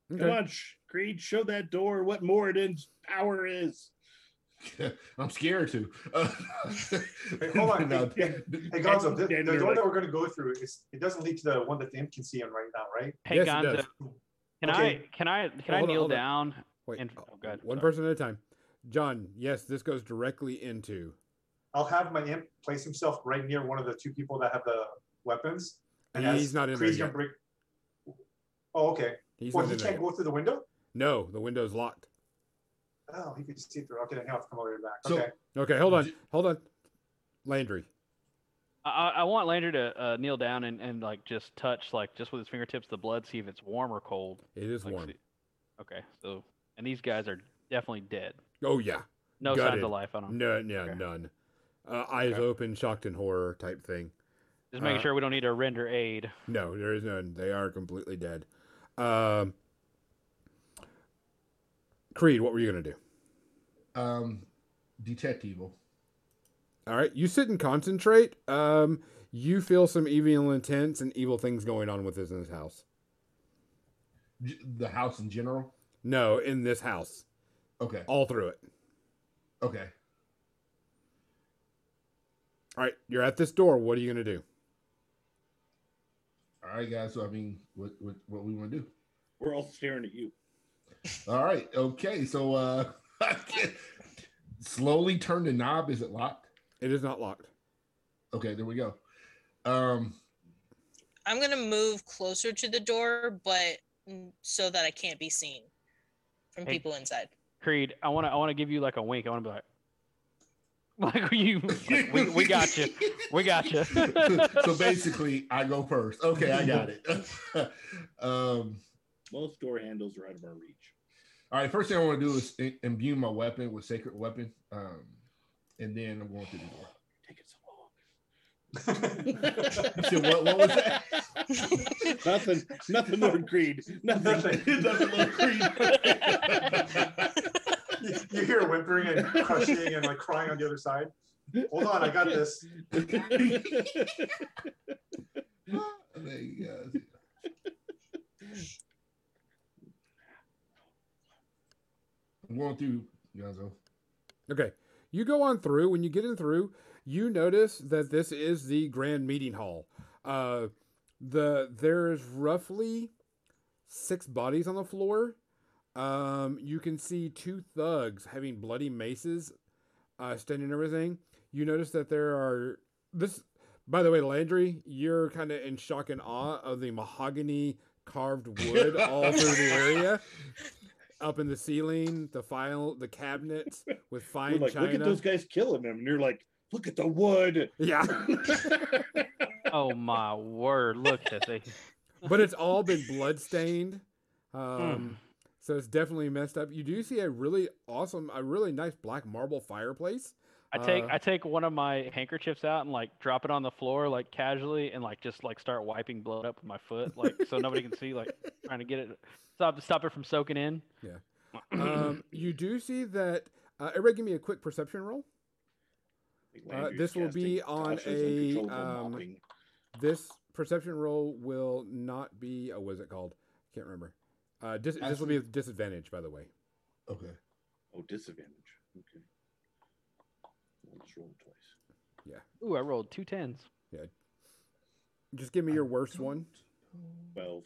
S3: Come on, Sh- Creed, show that door what Moradin's power is.
S6: I'm scared to.
S2: Wait, hold on.
S6: No,
S2: Hey, Hey, Gonzo, the,
S3: Then
S2: the
S3: they're
S2: door
S3: like-
S2: that we're gonna go through is, it doesn't lead to the one that the imp can see on right now, right?
S5: Hey
S4: Yes, it
S5: Gonzo,
S4: does.
S5: can
S2: Okay.
S5: I can I can I
S4: Hold on,
S5: kneel
S4: hold on.
S5: down?
S4: Wait,
S5: And-
S4: oh,
S5: oh, go ahead,
S4: one
S5: sorry.
S4: person at a time. John, yes, this goes directly into.
S2: I'll have my imp place himself right near one of the two people that have the weapons.
S4: And
S2: as
S4: he's not in there
S2: Kree's gonna
S4: yet.
S2: break. Oh, okay.
S4: He's
S2: well,
S4: not
S2: he
S4: in there.
S2: can't
S4: yet.
S2: go through the window.
S4: No, the window's locked.
S2: Oh, he could see through. Okay, then he'll have to come all the way back.
S6: So-
S2: okay.
S4: Okay, hold on, hold on. Landry,
S5: I, I- I want Landry to uh, kneel down and, and like just touch like just with his fingertips the blood, see if it's warm or cold.
S4: it is
S5: Like,
S4: warm.
S5: see- Okay, so and these guys are definitely dead.
S4: Oh yeah,
S5: No signs
S4: Gutted.
S5: of life on them.
S4: no, no,
S5: Okay.
S4: none. Uh, eyes open, shocked in horror type thing.
S5: Just making
S4: uh,
S5: sure we don't need to render aid.
S4: No, there is none. They are completely dead. Um, Creed, what were you gonna do?
S6: um, detect evil.
S4: All right, you sit and concentrate. Um, you feel some evil intents and evil things going on within this house.
S6: J- The house in general.
S4: No, in this house,
S6: Okay.
S4: all through it.
S6: Okay.
S4: All right, you're at this door. What are you gonna do?
S6: All right, guys. So I mean, what what, what we want to do?
S3: We're all staring at you.
S6: All right. Okay. So uh, slowly turn the knob. Is it locked?
S4: It is not locked.
S6: Okay. There we go. Um.
S1: I'm gonna move closer to the door, but mm, so that I can't be seen from
S5: Hey.
S1: people inside.
S5: Creed, I want to I want to give you like a wink. I want to be like, like you, like, we, we got you. We got you.
S6: so basically, I go first. Okay, I got it. um,
S3: Most door handles are out of our reach.
S6: all right, first thing I want to do is i- imbue my weapon with sacred weapon, um, and then I'm going through the door.
S3: Take it so long.
S6: You said, what, what was that?
S3: Nothing, nothing, Lord Creed. Nothing.
S2: Nothing.
S3: nothing, Lord Creed.
S2: you, you hear whimpering and crushing and like crying on the other side. Hold on, I got this.
S6: There you go. I'm going through, Gonzo.
S4: Okay. You go on through. When you get in through, you notice that this is the grand meeting hall. Uh, the there is roughly six bodies on the floor. Um, you can see two thugs having bloody maces, uh, standing and everything. You notice that there are this. By the way, Landry, you're kind of in shock and awe of the mahogany carved wood all through the area, up in the ceiling, the file, the cabinets with
S3: We're
S4: fine
S3: like,
S4: china.
S3: look at those guys killing him, and you're like, look at the wood.
S4: Yeah,
S5: oh my word! Look at that.
S4: but it's all been blood stained. Um,
S3: Hmm.
S5: Mm.
S4: So it's definitely messed up. You do see a really awesome, a really nice black marble fireplace.
S5: I take
S4: Uh,
S5: I take one of my handkerchiefs out and like drop it on the floor like casually and like just like start wiping blood up with my foot like so nobody can see like trying to get it stop stop it from soaking in.
S4: Yeah. Um, you do see that. Uh, everybody, give me a quick perception roll.
S3: Landry's
S4: Uh, this will be
S3: casting
S4: on
S3: cautious,
S4: a,
S3: uncontrollable
S4: um,
S3: mopping.
S4: This perception roll will not be. Oh, what is it called? I can't remember. Uh, dis- this will be with disadvantage, by the way.
S6: Okay.
S3: Oh, disadvantage. Okay. Let's roll twice.
S5: Ooh, I rolled two tens.
S4: Just give me your worst one.
S3: Twelve.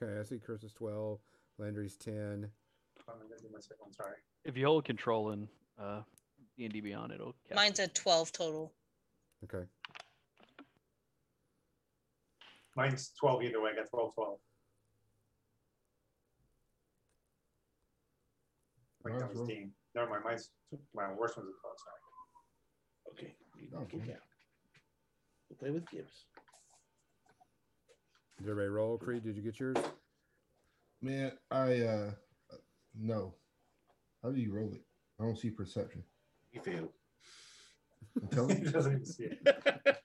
S4: Okay, I see Chris is 12, Landry's 10.
S2: I'm gonna do my second one, sorry.
S5: If you hold control in uh D and D Beyond, it'll. Catch
S1: Mine's at twelve total.
S4: Okay.
S2: Mine's 12 either way. I got 12, 12. Wait, that
S6: Mine's
S2: was
S6: wrong.
S2: Dean. Never mind. Mine's my worst one's a 12, sorry.
S3: Okay. You
S6: Oh, okay.
S3: can get down. We'll play with Gibbs.
S4: Did everybody roll? Creed, did you get yours?
S6: Man, I uh no. How do you roll it? I don't see perception.
S3: You failed.
S6: I'm telling
S2: He
S6: you.
S2: doesn't even see it.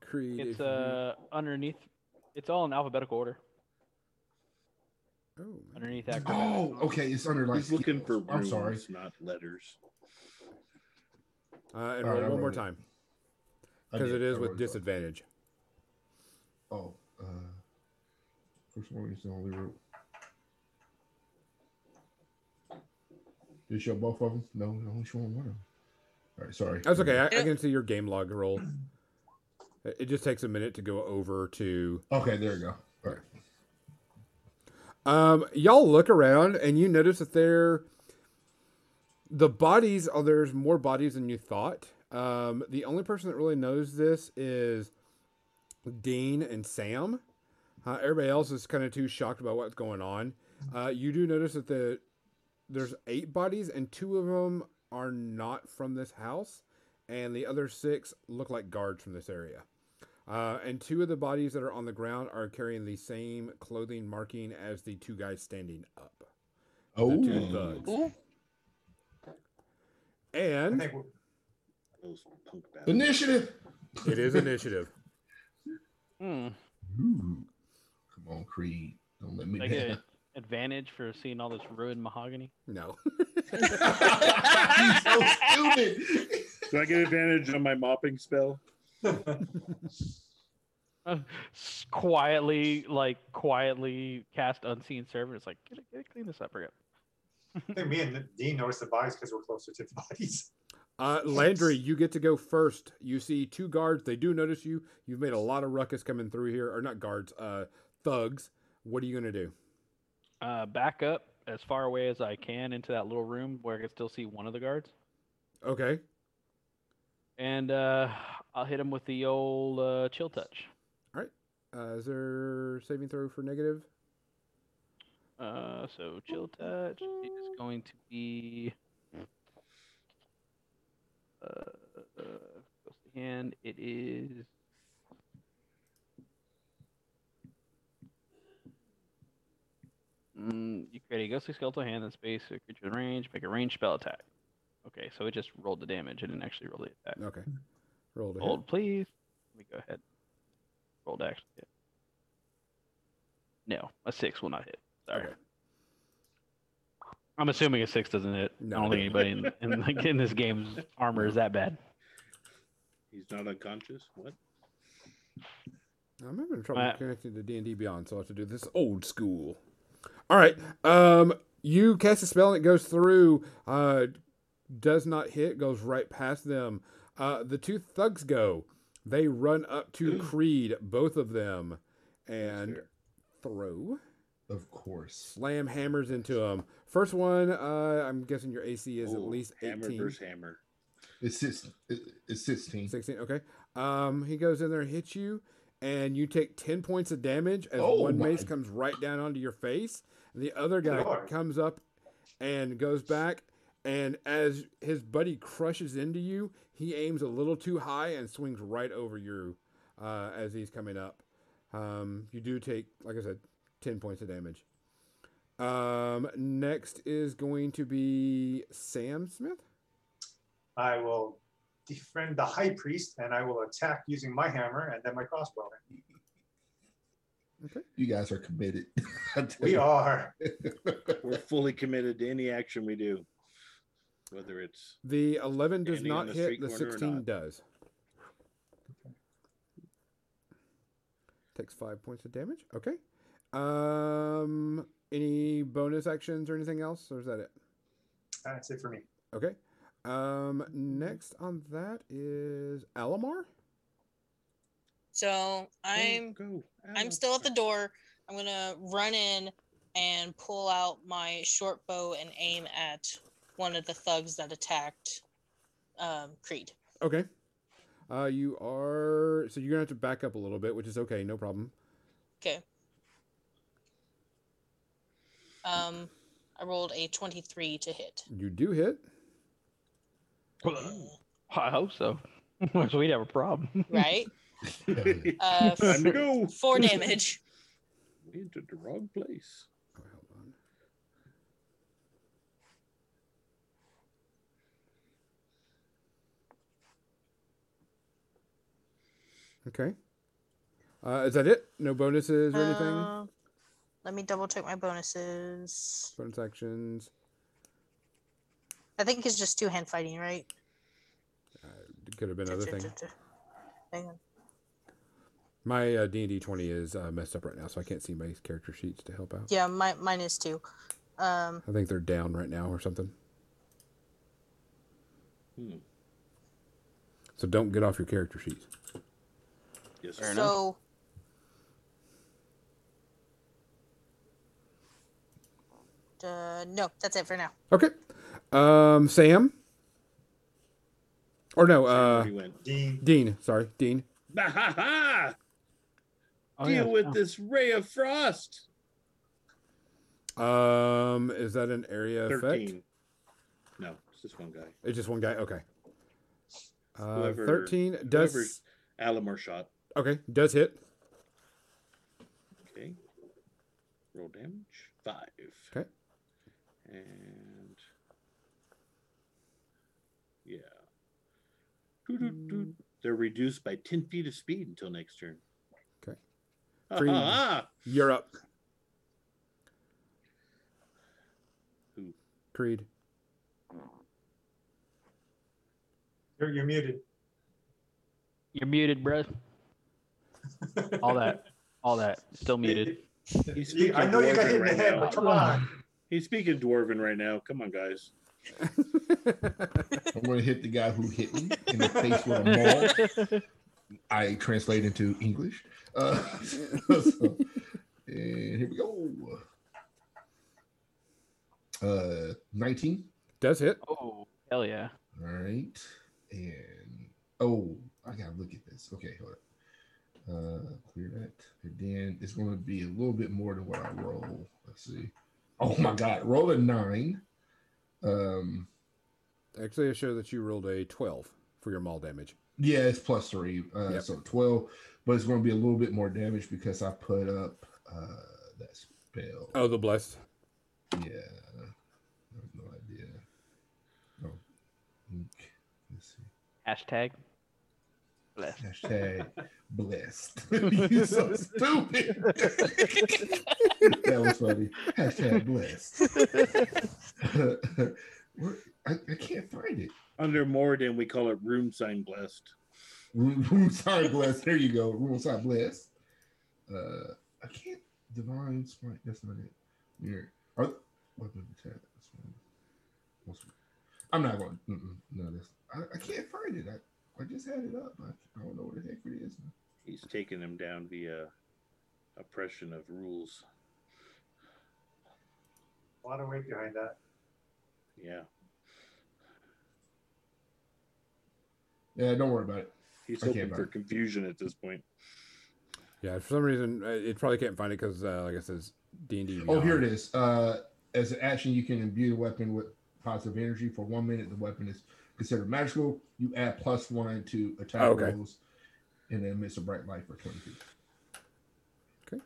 S4: Creed. if
S5: It's
S4: you-
S5: uh underneath. It's all in alphabetical order.
S4: Oh, man.
S5: Underneath acrobatics.
S6: Oh, okay. It's under like.
S3: He's looking for
S6: I'm
S3: rooms,
S6: sorry.
S3: not letters.
S4: Uh, and
S6: All right,
S4: roll
S6: I
S4: one more
S6: rolled it.
S4: time
S6: I
S4: because
S6: did.
S4: it is
S6: I
S4: with
S6: rolled it.
S4: disadvantage.
S6: Oh, uh, For some reason, only route. Did it show both of them? No, it only showing one of them. All right, sorry.
S4: That's okay. I, I can see your game log roll. It it just takes a minute to go over to.
S6: Okay, there you go. All right.
S4: Um, y'all look around and you notice that there, the bodies. Oh, there's more bodies than you thought. Um, the only person that really knows this is Dean and Sam. Uh, everybody else is kind of too shocked about what's going on. Uh, you do notice that the there's eight bodies and two of them are not from this house, and the other six look like guards from this area. Uh, and two of the bodies that are on the ground are carrying the same clothing marking as the two guys standing up. The
S6: Oh,
S4: two thugs.
S1: Ooh.
S2: I
S4: And
S2: think we're-
S3: Those punk bastards.
S6: initiative.
S4: it is initiative.
S5: Hmm.
S6: Ooh. Come on, Creed. Don't let me
S5: Like
S6: down.
S5: a advantage for seeing all this ruined mahogany.
S4: No.
S6: He's so stupid.
S3: Do I get advantage on my mopping spell?
S5: Uh, s- quietly, like quietly cast unseen servant. It's like get, it- get, it- clean this up, hurry up.
S2: I think me and Dean noticed the bodies because we're closer to the bodies.
S4: Uh, Landry, you get to go first. You see two guards. They do notice you. You've made a lot of ruckus coming through here, or not guards, uh, thugs. What are you gonna do?
S5: Uh, back up as far away as I can into that little room where I can still see one of the guards,
S4: Okay.
S5: and uh, I'll hit him with the old uh, chill touch.
S4: Uh, is there saving throw for negative?
S5: Uh, so chill touch is going to be. Uh, uh, and it is. Mm, you create a ghostly skeletal hand in space, a creature in range, make a range spell attack. Okay, so it just rolled the damage. It didn't actually roll the attack.
S4: Okay. Roll to hit.
S5: Hold, please. Let me go ahead. Rolled actually hit. No, a six will not hit. Sorry.
S4: Okay.
S5: I'm assuming a six doesn't hit. I
S4: No.
S5: don't think anybody in, in, like, in this game's armor is that bad.
S3: He's not unconscious. What?
S4: I'm having trouble
S5: Uh,
S4: connecting to D and D Beyond, so I have to do this old school. All right. Um, you cast a spell and it goes through. Uh, does not hit. Goes right past them. Uh, the two thugs go. They run up to Creed, both of them, and
S3: Sure.
S4: throw
S6: Of course.
S4: slam hammers into them. First one, uh, I'm guessing your AC is at
S3: Ooh,
S4: least
S3: Oh, hammer
S4: 18.
S3: versus hammer.
S6: It's six. it- It's sixteen.
S4: 16, okay. Um, he goes in there and hits you, and you take 10 points of damage as
S6: Oh
S4: one mace
S6: my-
S4: comes right down onto your face. And the other guy
S2: Lord.
S4: comes up and goes back, and as his buddy crushes into you, he aims a little too high and swings right over you uh, as he's coming up. Um, you do take, like I said, 10 points of damage. Um, next is going to be Sam Smith.
S2: I will defriend the high priest and I will attack using my hammer and then my crossbow.
S6: You guys are committed. I tell
S2: We
S6: you.
S2: are.
S3: We're fully committed to any action we do, whether it's
S4: The 11 does
S3: Standing on
S4: not
S3: the
S4: hit,
S3: street
S4: the
S3: corner or
S4: 16
S3: not.
S4: does. Takes five points of damage. Okay. Um, any bonus actions or anything else, or is that it?
S2: That's it for me.
S4: Okay. Um, next on that is Alamar.
S1: So I'm
S3: Go, go,
S1: I'm still at the door. I'm gonna run in and pull out my short bow and aim at one of the thugs that attacked um, Creed.
S4: Okay. Uh, you are so you're gonna have to back up a little bit, which is okay, no problem.
S1: Okay. Um, I rolled a 23 to hit.
S4: You do hit.
S5: I hope so. Otherwise, We'd have a problem.
S1: Right?
S6: Hell yeah.
S1: Uh,
S3: Time to go.
S1: Four damage.
S3: We entered the wrong place.
S4: Oh, hold on. Okay. Uh, is that it? No bonuses or anything?
S1: Uh, let me double check my bonuses.
S4: Bonus actions.
S1: I think it's just two hand fighting, right?
S4: Could have been other thing.
S1: Hang on.
S4: My uh, D&D 20 is uh, messed up right now, so I can't see my character sheets to help out.
S1: Yeah, my, mine is too. Um,
S4: I think they're down right now or something.
S3: Hmm.
S4: So don't get off your character sheets.
S3: Yes.
S5: Fair enough.
S1: so uh, no, that's it for now.
S4: Okay. Um, Sam? Or no,
S3: Uh,
S4: uh,
S3: he went.
S2: Dean,
S4: Dean. Sorry, Dean.
S3: "Bah, ha, ha!
S5: Oh,
S3: Deal
S5: yeah.
S3: with
S5: Oh.
S3: this ray of frost.
S4: Um, is that an area effect?
S3: Thirteen. No, it's just one guy.
S4: It's just one guy. Okay. Uh,
S3: Whoever-
S4: thirteen does.
S3: whoever's- Alamar shot.
S4: Okay, does hit.
S3: Okay. Roll damage. Five.
S4: Okay.
S3: And yeah.
S2: Hmm.
S3: Doo-doo-doo. They're reduced by ten feet of speed until next turn.
S4: Okay.
S3: Ah,
S4: Three.
S3: ah, ah.
S4: You're up.
S3: Who?
S4: Creed.
S2: you're, you're muted.
S5: You're muted, bruh. All that. All that. Still muted.
S3: He's
S2: You- I
S3: speaking
S2: know you got
S3: dwarven
S2: hit in the
S3: right
S2: head,
S3: now.
S2: but come on.
S3: He's speaking dwarven right now. Come on, guys.
S6: I'm going to hit the guy who hit me in the face with a ball. I translate into English. Uh, so, and here we go. Uh, 19.
S4: does hit.
S5: oh, hell yeah.
S6: All right. And oh, I gotta look at this. Okay, hold on. Uh, clear that. And then it's gonna be a little bit more than what I roll. Let's see. Oh my god, roll a nine. Um,
S4: Actually, I show that you rolled a twelve for your maul damage.
S6: yeah, it's plus three, uh,
S4: Yep.
S6: so 12, but it's gonna be a little bit more damage because I put up uh that spell.
S4: Oh, the blessed.
S6: Yeah, I have no idea. Oh, link. let's see.
S5: Hashtag. Blessed.
S6: Hashtag blessed. you so stupid. that was funny. Hashtag blessed. Where- I, I can't find it.
S3: Under Moradin, we call it room sign blessed.
S6: Room, room side blessed. There you go. Room side blessed. Uh, I can't divine smite. That's not it. Weird. Are, weapon attack. That's one. What's- I'm not going. Mm-mm, no, this. I, I can't find it. I, I just had it up. I, I don't know where the heck it is.
S3: He's taking him down via oppression of rules.
S2: A lot of weight behind that.
S3: Yeah.
S6: Yeah, don't worry about it.
S3: He's
S6: I can't
S3: hoping for
S6: find-
S3: confusion at this point.
S4: Yeah, for some reason uh, it probably can't find it because, uh, like I said, D and D.
S6: Oh, here it is. Uh, as an action, you can imbue the weapon with positive energy for one minute. The weapon is considered magical. You add plus one to attack
S4: Oh, okay.
S6: rolls, and then miss a bright light for twenty feet.
S4: Okay.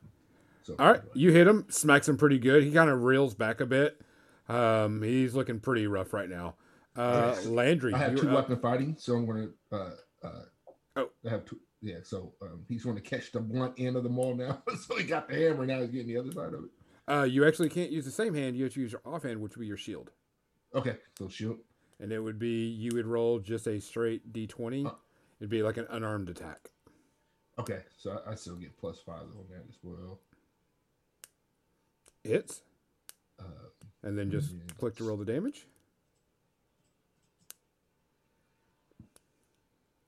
S6: So,
S4: All right, you hit him. Smacks him pretty good. He kind of reels back a bit. Um, he's looking pretty rough right now. Uh,
S6: Okay.
S4: Landry,
S6: I have
S4: you're
S6: two
S4: up.
S6: weapon fighting, so I'm gonna. Uh, uh,
S4: Oh.
S6: I have two. Yeah, so um, he's going to catch the blunt end of the maul now. so he got the hammer. Now he's getting the other side of it.
S4: Uh, you actually can't use the same hand. You have to use your offhand, which would be your shield,
S6: Okay, so shoot.
S4: and it would be you would roll just a straight D twenty.
S6: Uh.
S4: It'd be like an unarmed attack.
S6: Okay, so I, I still get plus five on that as well.
S4: Hits,
S6: Uh,
S4: and then just
S6: Yeah.
S4: click to roll the damage.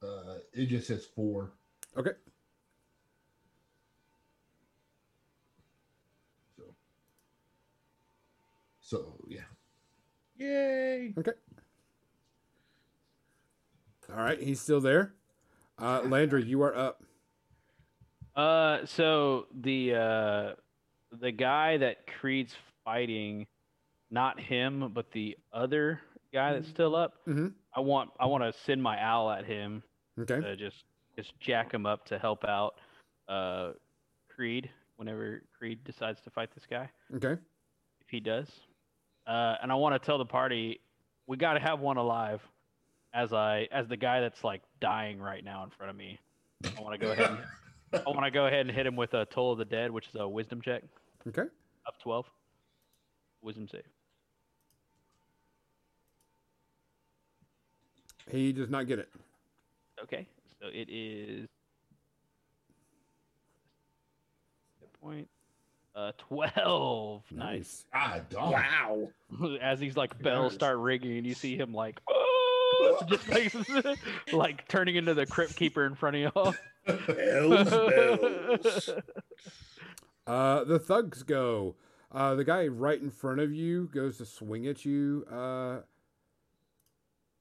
S6: uh, it just says four.
S4: Okay,
S6: So, so yeah.
S3: Yay!
S4: okay. All right, he's still there. Uh, Landry, you are up.
S5: Uh, so the uh, the guy that Creed's fighting, not him, but the other guy that's still up.
S4: Mhm.
S5: I want I want to send my owl at him
S4: Okay,
S5: to just just jack him up to help out uh, Creed whenever Creed decides to fight this guy
S4: okay.
S5: if he does. Uh, and I want to tell the party we got to have one alive as I as the guy that's like dying right now in front of me. I want to go ahead. And, I want to go ahead and hit him with a toll of the dead, which is a wisdom check
S4: Okay.
S5: up twelve. Wisdom save.
S4: He does not get it.
S5: Okay, so it is point. Uh, twelve. Nice.
S6: Ah, dog.
S3: Wow.
S5: As these like bells
S6: Nice.
S5: start ringing, and you see him like, "Oh," just like, like turning into the crypt keeper in front of y'all.
S6: Oh,
S3: Bells, bells.
S4: Uh, the thugs go. Uh, the guy right in front of you goes to swing at you, uh,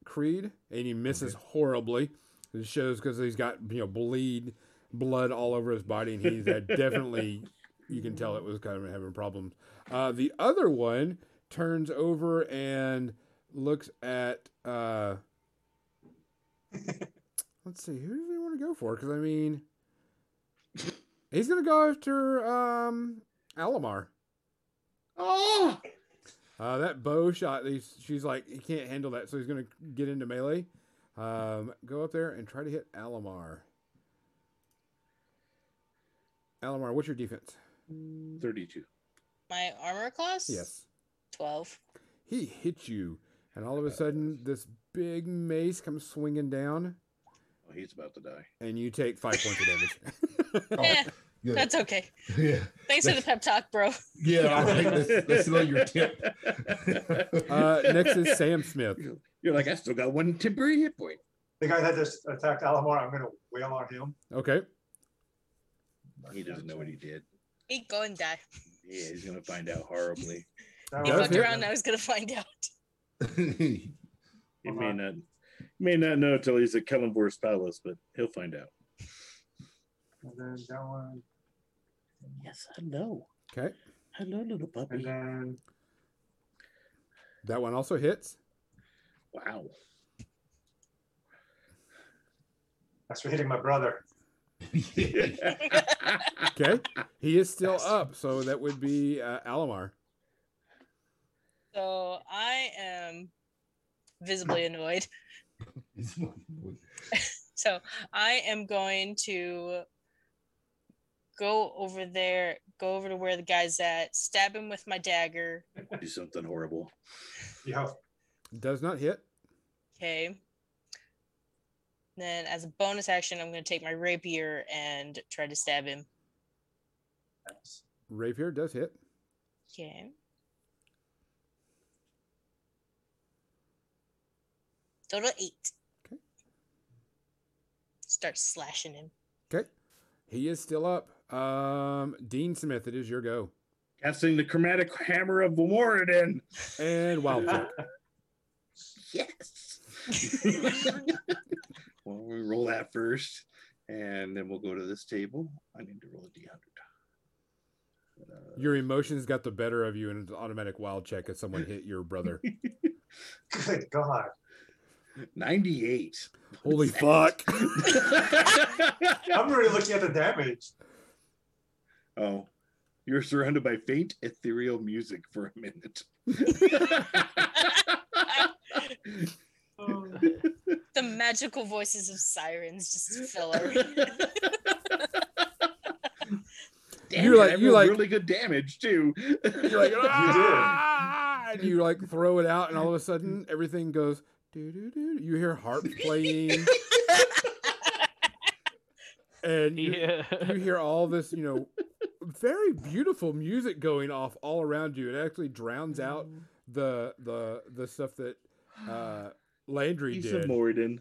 S4: Creed, and he misses horribly. It shows because he's got you know bleed, blood all over his body, and he's had definitely you can tell it was kind of having problems. Uh, the other one turns over and looks at. Uh, let's see, who does he want to go for? Because I mean, he's gonna go after um, Alamar.
S3: Oh,
S4: Uh, that bow shot, he's, she's like, he can't handle that, so he's going to get into melee. Um, go up there and try to hit Alamar. Alamar, what's your defense?
S3: 32.
S1: My armor class? Twelve.
S4: He hits you, and all of a sudden, this big mace comes swinging down,
S3: Oh, he's about to die.
S4: and you take five points of damage.
S6: Oh,
S1: Eh,
S6: good.
S1: that's okay.
S6: yeah.
S1: Thanks for the pep talk, bro.
S6: Yeah. All right. That's, that's not your tip.
S4: uh, next is Sam Smith.
S3: You're like, I still got one temporary hit point.
S2: The guy that just attacked Alamar, I'm gonna wail on him.
S4: Okay.
S3: He doesn't know what he did.
S1: He go and die.
S3: Yeah, he's gonna find out horribly.
S2: That
S1: He
S4: Does
S2: was-
S1: fucked
S4: it?
S1: around. I was gonna find out.
S3: He
S2: Hold
S3: may
S2: on.
S3: not he may not know until he's at Kellenbor's palace, but he'll find out.
S2: And then that one,
S3: Yes, I know.
S4: Okay.
S3: Hello, little
S2: and
S4: uh,
S3: puppy.
S2: then
S4: That one also hits.
S3: Wow.
S2: that's for hitting my brother.
S4: Okay. He is still
S2: Yes.
S4: up, so that would be uh, Alamar.
S1: So I am visibly annoyed. So I am going to go over there, go over to where the guy's at, stab him with my dagger.
S3: Do something horrible.
S2: Yeah,
S4: Does not hit.
S1: Okay. Then, as a bonus action, I'm going to take my rapier and try to stab him.
S4: Rapier does hit.
S1: Okay. Total eight.
S4: Okay.
S1: Start slashing him.
S4: Okay. He is still up. Um, Dean Smith, it is your go.
S3: Casting the chromatic hammer of Moradin.
S4: And wild check.
S3: Yes. well, we roll that first, and then we'll go to this table. I need to roll a d100. Uh,
S4: Your emotions got the better of you, and it's an automatic wild check if someone hit your brother.
S2: good God.
S3: Uh, 98.
S4: Holy fuck.
S2: I'm really looking at the damage.
S3: oh, you're surrounded by faint ethereal music for a minute.
S1: The magical voices of sirens just fill our
S3: Damn
S4: You're
S3: it,
S4: like-
S3: I
S4: you're
S3: rolled
S4: like-
S3: really good damage too.
S4: You're like,
S2: You did.
S4: ah! And you like throw it out, and all of a sudden everything goes doo doo doo. You hear harp playing. and you,
S5: Yeah.
S4: you hear all this, you know, very beautiful music going off all around you. It actually drowns out the the the stuff that uh Landry
S3: Piece of
S4: did.
S3: Moradin.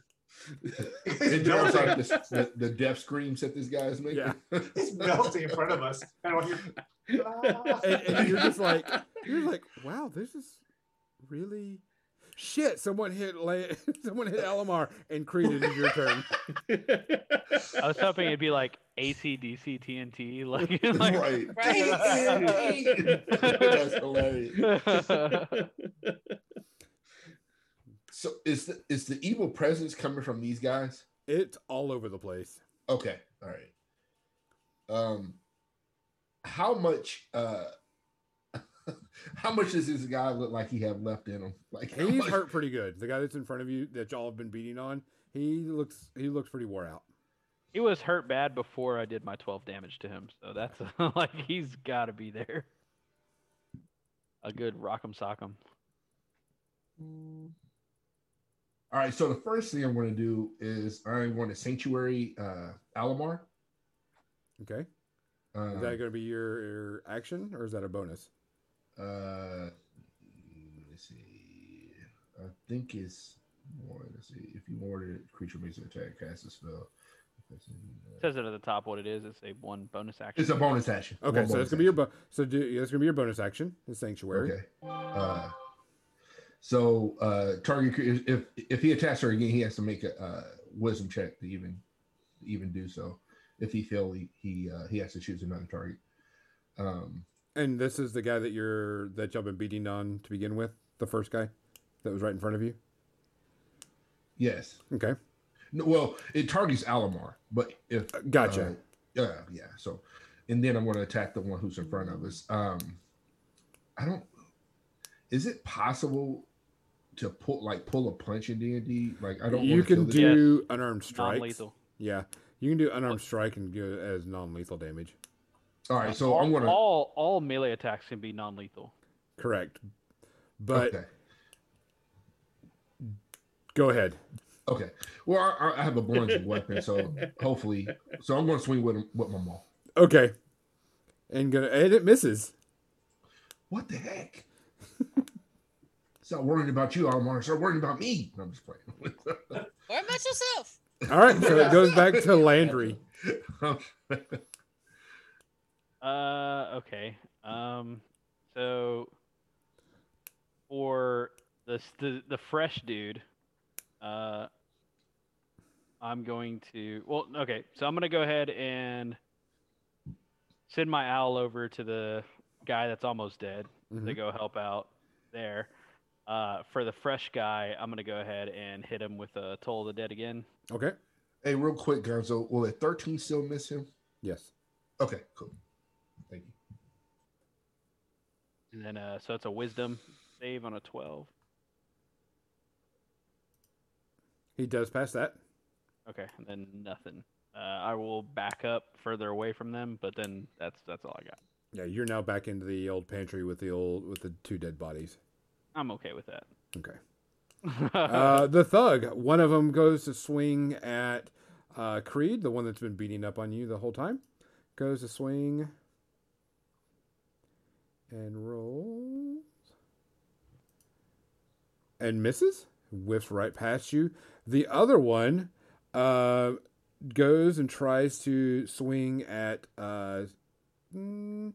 S6: And John's like the, the, the deaf screams that this guy is making.
S2: He's melting in front of us. And I'm here, "Ah."
S4: And, and you're just like you're like, wow, this is really shit. Someone hit La- someone hit Alamar and Creed it is your turn.
S5: I was hoping it'd be like ACDC TNT, like, like
S6: right.
S1: Right?
S6: That's hilarious. So is the is the evil presence coming from these guys?
S4: It's all over the place.
S6: Okay, all right. Um, how much? uh How much does this guy look like he have left in him? Like how
S4: He's
S6: much-
S4: hurt pretty good. The guy that's in front of you that y'all have been beating on, he looks he looks pretty wore out.
S5: he was hurt bad before I did my 12 damage to him, so that's like he's got to be there. A good rock'em sock'em.
S6: All right. So the first thing I'm going to do is I want to sanctuary uh Alamar.
S4: Okay.
S6: Um,
S4: Is that going to be your, your action or is that a bonus?
S6: Uh, let's see. I think it's one. Let's see. If you order creature makes an attack, cast a spell.
S5: It says it at the top what it is. It's a one bonus action.
S6: It's a bonus action.
S4: Okay,
S6: One
S4: so
S6: bonus
S4: that's gonna be your bo- so do yeah, that's gonna be your bonus action. The sanctuary.
S6: Okay. Uh, so uh, target cre- if if he attacks her again, he has to make a uh, wisdom check to even to even do so. If he fails, he he, uh, he has to choose another target. Um,
S4: And this is the guy that you're that y'all been beating on to begin with. The first guy that was right in front of you.
S6: yes.
S4: Okay,
S6: No, well, it targets Alamar, but if
S4: gotcha.
S6: uh, yeah, yeah. So, and then I'm going to attack the one who's in front of us. Um, I don't. Is it possible to pull like pull a punch in D and D? Like I don't.
S4: you
S6: wanna kill
S4: can
S6: this-
S5: Yes.
S4: do unarmed strike.
S5: non lethal.
S4: Yeah, you can do unarmed strike and do it as non-lethal damage.
S6: All right, so I'm going to.
S5: all all melee attacks can be non lethal.
S4: Correct, but
S6: okay.
S4: go ahead.
S6: Okay. Well, I, I- I have a blunted weapon, so hopefully, so I'm going to swing with with my maul.
S4: Okay, and gonna and it misses.
S6: What the heck? Stop worrying about you, Alamar. Start worrying about me. No, I'm just playing.
S1: What about yourself?
S4: All right, so it goes back to Landry.
S6: Um,
S5: Uh, okay. Um, so for the s- the, the fresh dude, uh, I'm going to. Well, okay. So I'm gonna go ahead and send my owl over to the guy that's almost dead to
S4: Mhm.
S5: go help out there. Uh, for the fresh guy, I'm gonna go ahead and hit him with a toll of the dead again.
S4: Okay.
S6: hey, real quick, Gonzo. Will at 13 still miss him?
S4: Yes.
S6: Okay, cool. Thank you.
S5: And then, uh, so it's a wisdom save on a 12.
S4: He does pass that.
S5: Okay, and then nothing. Uh, I will back up further away from them, but then that's that's all I got.
S4: Yeah, you're now back into the old pantry with the old with the two dead bodies.
S5: I'm okay with that.
S4: Okay. Uh, the thug. One of them goes to swing at uh, Creed, the one that's been beating up on you the whole time. Goes to swing and rolls and misses. Whiffs right past you. The other one uh, goes and tries to swing at. Uh, mm,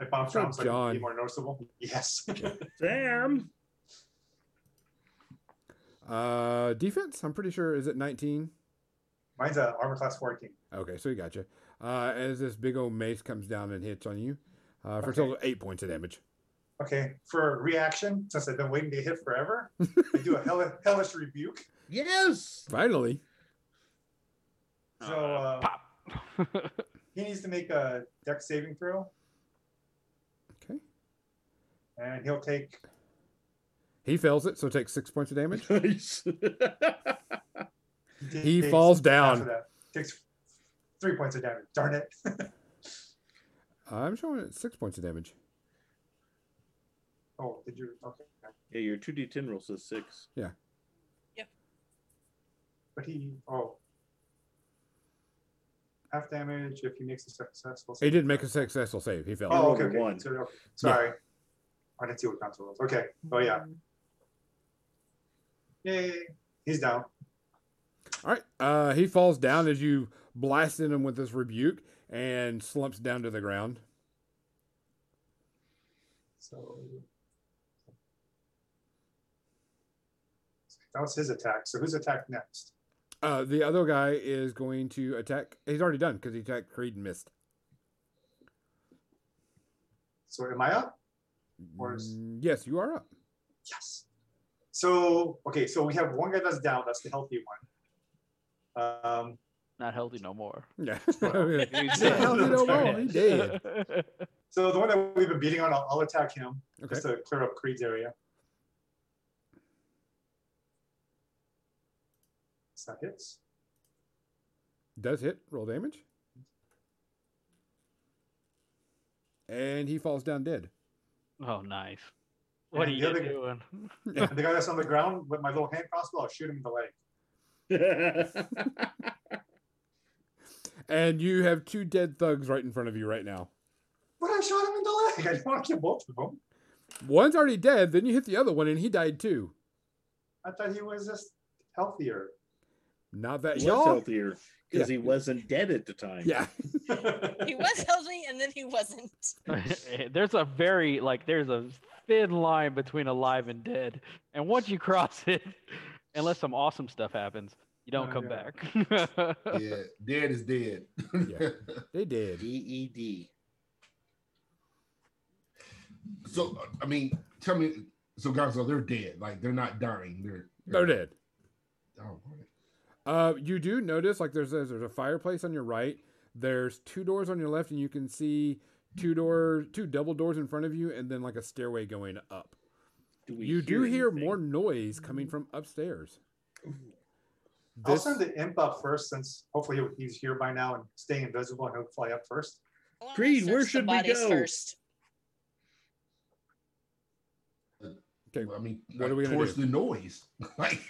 S2: If I'm
S4: Good
S2: trying to
S4: John.
S2: be more noticeable, yes.
S3: Sam.
S4: uh, defense. I'm pretty sure. Is it 19?
S2: Mine's a armor class 14.
S4: Okay, so you gotcha. Uh, as this big old mace comes down and hits on you, uh, for a
S2: Okay.
S4: total of eight points of damage.
S2: Okay, for reaction, since I've been waiting to hit forever, I do a hell- hellish rebuke.
S3: Yes.
S4: Finally,
S2: So uh,
S5: pop.
S2: he needs to make a deck saving throw,
S4: okay,
S2: and he'll take
S4: he fails it, so takes six points of damage.
S3: Nice.
S4: He
S2: takes
S4: falls
S2: half
S4: down.
S2: of that. Takes three points of damage. Darn it!
S4: I'm showing it six points of damage.
S2: oh, did you? Okay,
S3: yeah, your two D ten roll says six.
S2: but he oh half damage if he makes a successful.
S4: He did make a successful save. He failed.
S2: Oh, okay,
S3: Rolled a
S2: okay.
S3: one.
S2: So, okay. Sorry, I didn't see what console was. Okay, oh yeah, yay! He's down.
S4: All right, uh, he falls down as you blasted him with this rebuke and slumps down to the ground.
S2: So that was his attack. So who's attacked next?
S4: Uh, the other guy is going to attack. He's already done because he attacked Creed and missed.
S2: So am I up? Worse.
S4: Mm, Yes, you are up.
S2: Yes. So okay, so we have one guy that's down. That's the healthy one. Um,
S5: Not healthy no more.
S4: Yeah.
S5: He's
S2: Yeah,
S5: dead.
S2: hell, he don't
S5: Sorry.
S2: roll,
S4: he dead.
S2: so the one that we've been beating on, I'll, I'll attack him
S4: okay.
S2: just to clear up Creed's area. So that hits.
S4: Does hit. Roll damage. And he falls down dead.
S5: oh, nice. What
S2: And
S5: are
S2: the
S5: you
S2: other-
S5: doing?
S2: And the guy that's on the ground with my little hand crossbow, I'll shoot him in the leg.
S4: and you have two dead thugs right in front of you right now.
S2: But I shot him in the leg. I didn't want to kill both of them.
S4: One's already dead. Then you hit the other one, and he died too.
S2: I thought he was just healthier.
S4: Not that
S3: was
S4: y'all.
S3: healthier because
S4: Yeah.
S3: he wasn't dead at the time.
S4: Yeah.
S1: He was healthy and then he wasn't.
S5: there's a very like there's a thin line between alive and dead, and once you cross it, unless some awesome stuff happens, you don't
S2: Oh,
S5: come
S2: yeah.
S5: back.
S6: Yeah, dead is dead.
S4: They did.
S3: D E D.
S6: so I mean, tell me. So guys, so they're dead. Like they're not dying. They're
S4: They're dead.
S6: Oh, boy.
S4: Uh, you do notice like there's a, there's a fireplace on your right. There's two doors on your left, and you can see two doors, two double doors in front of you, and then like a stairway going up.
S3: Do we
S4: you do hear
S3: anything?
S4: more noise coming from upstairs.
S2: I'll
S4: This,
S2: send the imp up first, since hopefully he's here by now and staying invisible, and he'll fly up first.
S1: I wanna
S3: Creed, where
S1: search the
S3: should we
S1: bodies
S3: go?
S1: First.
S4: okay,
S6: I mean,
S4: What are we gonna
S6: towards
S4: do?
S6: the noise? like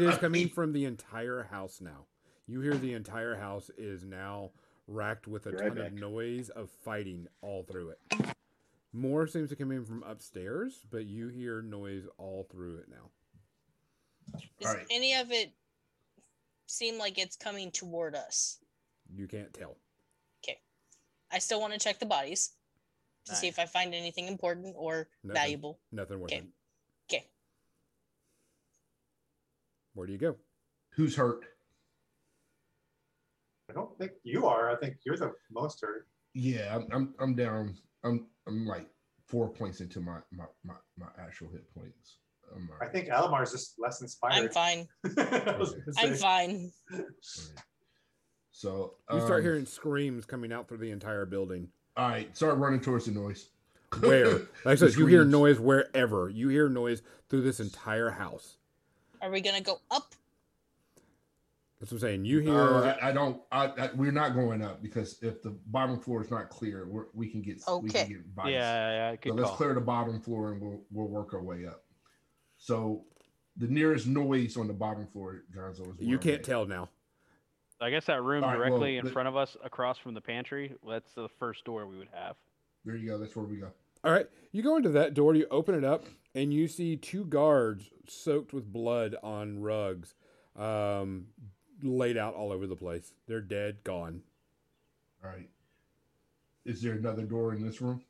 S4: is coming from the entire house now. You hear the entire house is now racked with a
S3: Be right
S4: ton
S3: back.
S4: of noise of fighting all through it. More seems to come in from upstairs, but you hear noise all through it now.
S1: Does
S6: Alright.
S1: any of it seem like it's coming toward us?
S4: You can't tell.
S1: I still want to check the bodies to see
S5: Nice.
S1: if I find anything important or
S4: Nothing.
S1: valuable.
S4: Nothing worth
S1: Okay.
S4: it.
S1: Okay.
S4: Where do you go?
S6: Who's hurt?
S2: I don't think you are. I think you're the most hurt.
S6: Yeah, I'm, I'm I'm down. I'm I'm like four points into my my my, my actual hit points. I'm all
S2: I
S6: right.
S2: think Almar is just less
S1: I'm
S2: inspired.
S1: fine.
S2: I was gonna
S1: I'm
S2: say,
S1: fine.
S6: All right. So
S4: You start
S6: um,
S4: hearing screams coming out through the entire building.
S6: All right, start running towards the noise. Uh,
S4: Where? Like I said, you hear
S6: Screams.
S4: noise wherever. You hear noise through this entire house.
S1: Are we gonna go up?
S4: That's what I'm saying. You hear.
S6: Uh, I, I don't. I, I we're not going up because if the bottom floor is not clear, we're, we can get we
S1: Okay.
S6: can get
S5: yeah,
S6: bodies.
S5: yeah, yeah,
S6: So
S5: good
S6: let's
S5: call.
S6: clear the bottom floor and we'll we'll work our way up. So the nearest noise on the bottom floor, Gonzo, is where
S4: you
S6: I'm
S4: can't
S6: at.
S4: tell now.
S5: I guess that room
S6: Alright, well,
S5: directly in
S6: let-
S5: front of us, across from the pantry, that's the first door we would have.
S6: There you go. That's where we go.
S4: All right. You go into that door, you open it up, and you see two guards soaked with blood on rugs, um, laid out all over the place. They're dead, gone.
S6: All right. Is there another door in this room?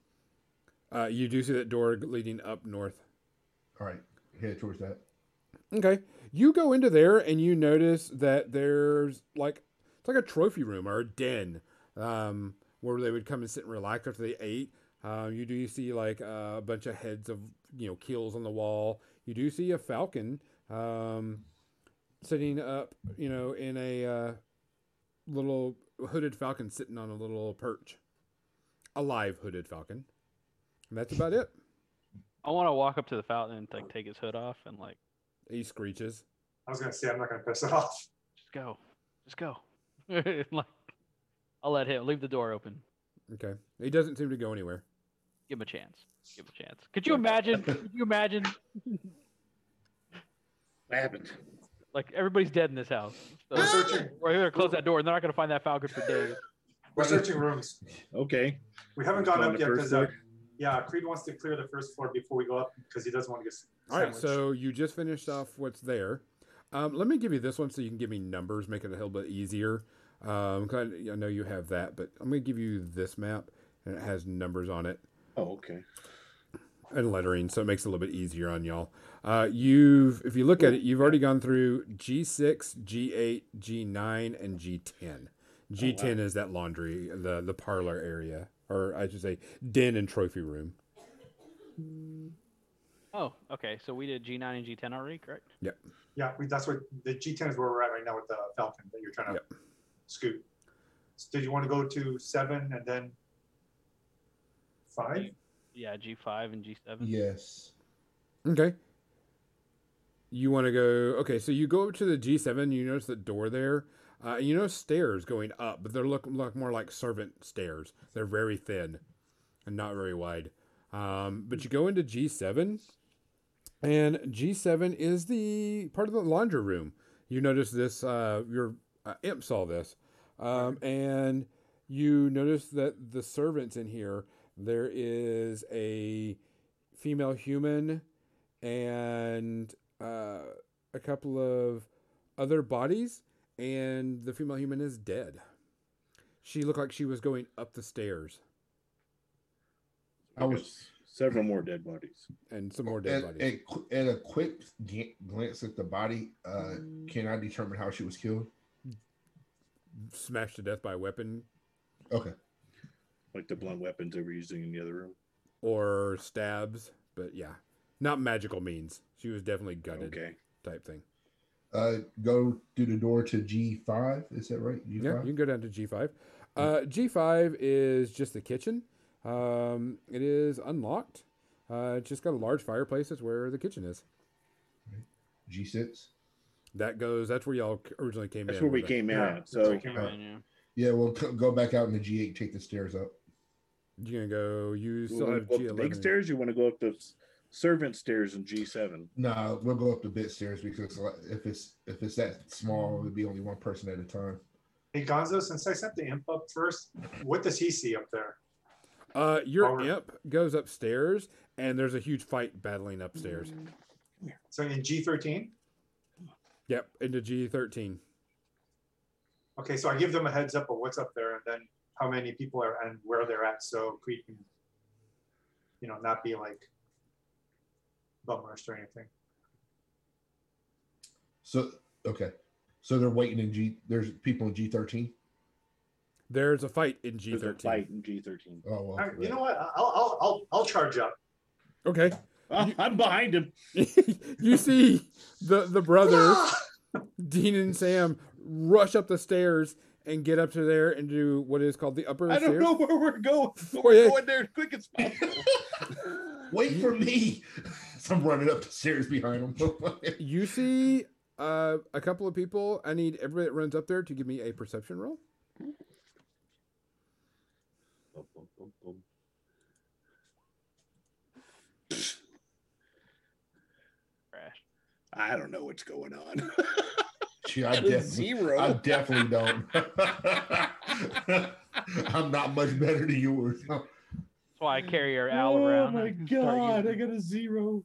S4: Uh, you do see that door leading up north.
S6: All right, head towards that.
S4: Okay. You go into there and you notice that there's like it's like a trophy room or a den um, where they would come and sit and relax after they ate. Um, you do see like uh, a bunch of heads of you know keels on the wall. You do see a falcon um, sitting up, you know, in a uh, little hooded falcon sitting on a little perch, a live hooded falcon. And that's about it.
S5: I want to walk up to the fountain and like take his hood off and like
S4: He screeches.
S2: I was gonna say I'm not gonna piss it off.
S5: just go, just go. like I'll let him leave the door open.
S4: Okay, he doesn't seem to go anywhere.
S5: Give him a chance. Give him a chance. Could you imagine? could you imagine?
S3: What happened?
S5: Like everybody's dead in this house.
S2: We're
S3: Ah!
S5: So
S2: searching.
S5: we're gonna close that door, and they're not gonna find that falcon for days.
S2: We're searching rooms.
S3: Okay.
S2: We haven't
S3: Going
S2: gone up
S3: to
S2: yet
S3: first
S2: because uh,
S3: floor?
S2: yeah, Creed wants to clear the first floor before we go up because he doesn't want to get. s-
S4: All right,
S2: sandwiched.
S4: so you just finished off what's there. Um, let me give you this one so you can give me numbers, make it a little bit easier. Um, 'cause I, I know you have that, but I'm going to give you this map, and it has numbers on it
S3: Oh, okay.
S4: and lettering, so it makes it a little bit easier on y'all. Uh, you've, if you look at it, you've already gone through G6, G8, G9, and G10. G10 is that laundry, the the parlor area, or I should say, den and trophy room.
S5: Oh, okay. So we did G9 and G10 already, correct?
S2: yeah, we, that's what the G10 is where we're at right now with the Falcon that you're trying to scoop. So did you want to go to seven and then five?
S5: Yeah, G5 and G7.
S6: Yes.
S4: Okay. You want to go? Okay, so you go up to the G7. You notice the door there. Uh, you notice stairs going up, but they're look look more like servant stairs. They're very thin and not very wide. Um, but you go into G7, and G7 is the part of the laundry room. You notice this. Uh, your uh, imp saw this. Um, and you notice that the servants in here, there is a female human and uh, a couple of other bodies, and the female human is dead. She looked like she was going up the stairs,
S6: I was
S3: Several more dead bodies.
S4: and some more dead
S6: at,
S4: bodies.
S6: at qu- at a quick g- glance at the body. Uh, can I determine how she was killed?
S4: Smashed to death by a weapon
S6: Okay.
S3: Like the blunt weapons they were using in the other room.
S4: or stabs, but yeah, not magical means. She was definitely gutted
S3: Okay.
S4: type thing.
S6: Uh, go through the door to G five. Is that right? G
S4: Yeah, you can go down to G5. Uh, G5 is just the kitchen. Um, it is unlocked. Uh, it's just got a large fireplace. That's where the kitchen is.
S6: G six.
S4: That goes. That's where y'all c- originally came
S3: That's
S4: in.
S3: where we
S4: with it.
S3: came in
S2: Yeah,
S3: at.
S2: that's where
S3: So
S2: we came
S6: Alright.
S2: in.
S5: Yeah.
S6: Yeah, we'll c- go back out in the G eight. Take the stairs up.
S4: You're gonna go. You
S3: you
S4: still
S3: wanna
S4: have
S3: go up the big
S4: G11.
S3: stairs, you want to go up the s- servant stairs in G7.
S6: Nah, we'll go up the bit stairs because like, if it's if it's that small, it'd be only one person at a time.
S2: Hey Gonzo, since I sent the imp up first, what does he see up there?
S4: Uh, your
S2: Alright.
S4: imp goes upstairs, and there's a huge fight battling upstairs.
S2: So in G thirteen.
S4: Yep, into G13.
S2: Okay, so I give them a heads up of what's up there, and then how many people are and where they're at, so Creed can, you know, not be like bum rushed or anything.
S6: So okay, so they're waiting in G. There's people in G thirteen.
S4: There's a fight in
S3: There's a
S4: G13.
S3: fight in G13.
S6: Oh well,
S2: All right, you know what? I'll I'll I'll, I'll charge up.
S4: Okay.
S3: Oh, I'm behind him.
S4: you see the the brother. Dean and Sam rush up the stairs and get up to there and do what is called the upper
S3: I don't
S4: stairs.
S3: know where we're going. but
S4: Oh, yeah.
S3: We're going there as quick as possible.
S6: Wait for me. So I'm running up the stairs behind them.
S4: You see uh, a couple of people. I need everybody that runs up there to give me a perception roll.
S3: Bum, bum, bum, bum.
S5: Crash.
S3: I don't know what's going on.
S6: Gee, I, definitely, I
S3: Zero.
S6: definitely don't. I'm not much better than yours.
S5: That's why I carry her owl around.
S3: Oh my
S5: and start
S3: god, I
S5: using-
S3: got a zero.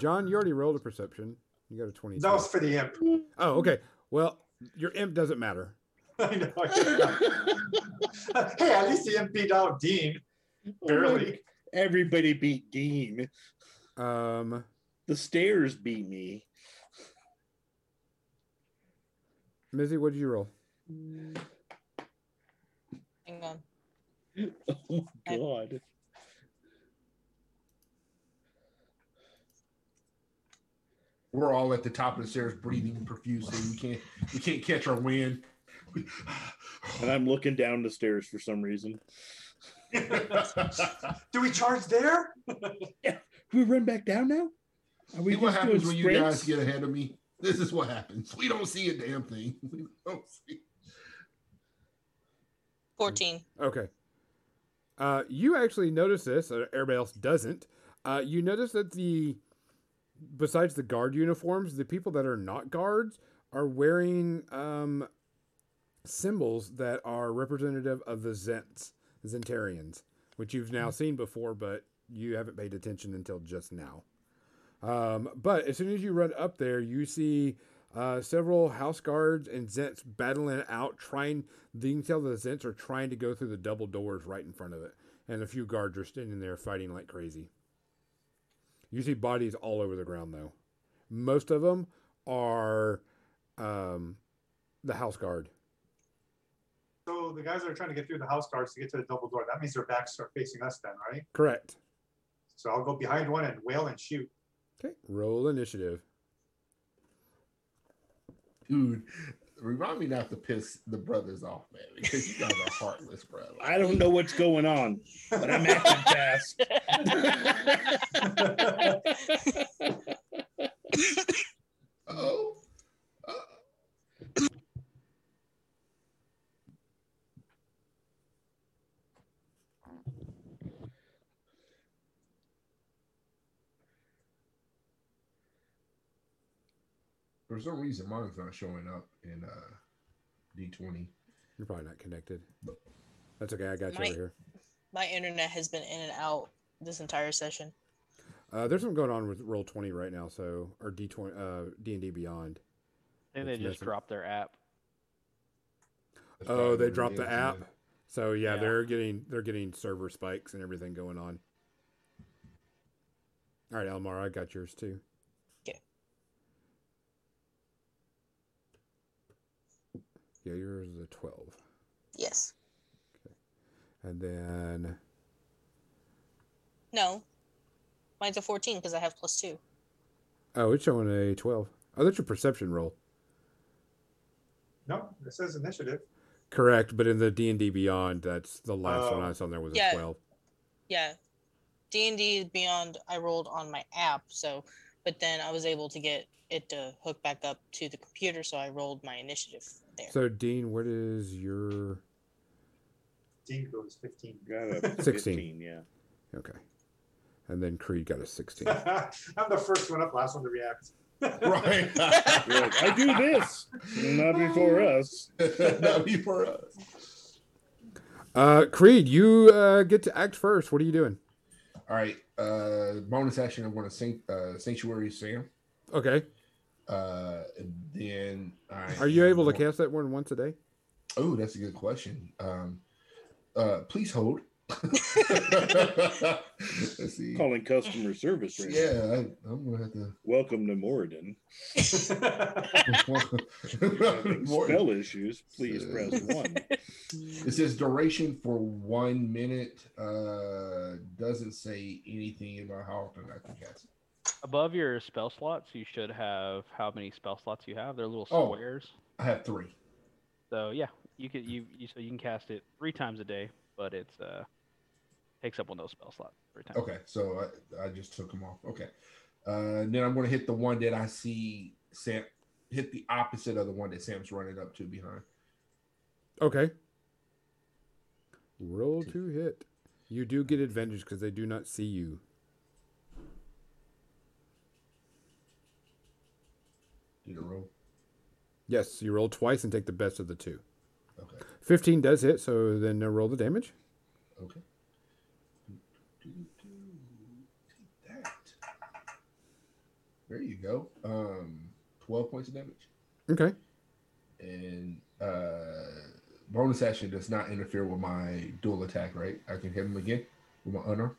S4: John, you already rolled a perception. You got a 20.
S2: that was for the imp.
S4: Oh, okay. Well, your imp doesn't matter.
S2: I know. hey, at least the imp beat out Dean. Barely.
S3: Oh, Everybody beat Dean.
S4: Um,
S3: The stairs beat me.
S4: Mizzy, what did you roll?
S1: Hang on.
S3: Oh my god.
S6: We're all at the top of the stairs, breathing profusely. We can't we can't catch our wind.
S3: And I'm looking down the stairs for some reason.
S2: Do we charge there?
S3: Do we run back down now? Are we
S6: See what
S3: just doing
S6: happens when you guys
S3: sprints?
S6: get ahead of me? This is what happens. We don't see a damn thing. We don't see.
S1: 14.
S4: Okay. Uh, you actually notice this. uh, Everybody else doesn't. Uh, you notice that the, besides the guard uniforms, the people that are not guards are wearing um, symbols that are representative of the Zents, Zentarians, which you've now seen before, but you haven't paid attention until just now. Um, but as soon as you run up there, you see uh, several house guards and Zents battling it out, trying you can tell the Zents are trying to go through the double doors right in front of it, and a few guards are standing there fighting like crazy. You see bodies all over the ground, though. Most of them are um, the house guard.
S2: So the guys that are trying to get through the house guards to get to the double door. That means their backs are facing us then, right?
S4: Correct.
S2: So I'll go behind one and wail and shoot.
S4: Okay. Roll initiative.
S6: Dude, remind me not to piss the brothers off, man, because you guys are heartless, bro.
S3: I don't know what's going on, but I'm acting fast.
S6: Oh. For some reason, mine's not showing up in uh, D20.
S4: You're probably not connected. That's okay. I got you
S1: Might-
S4: over here.
S1: My internet has been in and out this entire session.
S4: Uh, there's something going on with Roll Twenty right now, so or D twenty, uh, D and D Beyond.
S5: And they
S4: That's
S5: just
S4: messy.
S5: dropped their app.
S6: That's
S4: Oh,
S6: probably
S4: they
S6: what it
S4: dropped
S6: is,
S4: the app?
S6: yeah.
S4: So yeah,
S5: Yeah.
S4: they're getting they're getting server spikes and everything going on. All right, Elmar, I got yours too.
S1: Okay.
S4: Yeah, yours is a twelve,
S1: Yes.
S4: and then
S1: No. Mine's a 14 because I have plus two.
S4: oh, it's showing a twelve. Oh, that's your perception roll.
S2: No, it says initiative.
S4: Correct, but in the D and D Beyond, that's the last one
S2: Oh.
S4: I saw there was
S1: Yeah.
S4: a twelve.
S1: Yeah. D&D Beyond I rolled on my app, so but then I was able to get it to hook back up to the computer, so I rolled my initiative there.
S4: So Dean, what is your
S2: Dean goes 15.
S3: Got a
S4: 16.
S3: 15, yeah.
S4: okay? And then Creed got a sixteen.
S2: I'm the first one up, last one to react.
S6: Right.
S3: You're like, I do this. Not before us.
S6: Not before us.
S4: Uh, Creed, you uh, get to act first. What are you doing?
S6: All right. Uh, bonus action. I'm going to sanct- uh, sanctuary Sam.
S4: Okay.
S6: Uh, and then I
S4: Are you able to cast that more than once a day?
S6: Oh, that's a good question. Um, uh, please hold. Let's see.
S3: Calling customer service right now.
S6: Yeah, I, I'm gonna have
S3: Welcome to Moradin.
S6: to.
S3: Having spell issues, please
S6: Uh,
S3: press one.
S6: It says duration for one minute. Uh, doesn't say anything about how often I can cast. it.
S5: Above your spell slots, you should have how many spell slots you have. They're little
S6: Oh.
S5: squares.
S6: I have three.
S5: So yeah, you could you, you so you can cast it three times a day, but it's uh takes up one of those spell slots three times.
S6: Okay, so I, I just took them off. Okay, uh, then I'm gonna hit the one that I see Sam hit the opposite of the one that Sam's running up to behind.
S4: Okay. Roll to hit. You do get advantage because they do not see you.
S6: Did it roll?
S4: Yes, you roll twice and take the best of the two.
S6: Okay,
S4: 15 does hit, so then uh, roll the damage.
S6: okay. Take that. There you go. Um, twelve points of damage,
S4: Okay.
S6: and uh, bonus action does not interfere with my dual attack. Right, I can hit him again with my unarmed.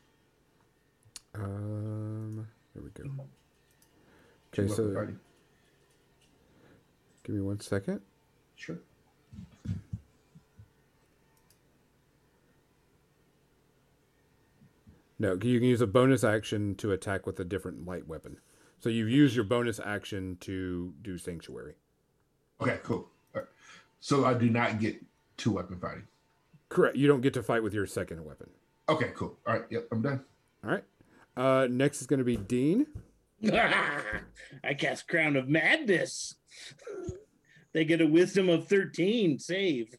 S4: Um, there we go. Okay,
S6: Welcome,
S4: so
S6: buddy.
S4: give me one second.
S6: sure.
S4: No, you can use a bonus action to attack with a different light weapon. So you use your bonus action to do sanctuary.
S6: Okay, cool. All right. So I do not get two weapon fighting.
S4: Correct. You don't get to fight with your second weapon.
S6: Okay, cool. All right, yep, I'm done.
S4: All right. Uh, next is going to be Dean.
S3: I cast Crown of Madness. They get a wisdom of 13 save.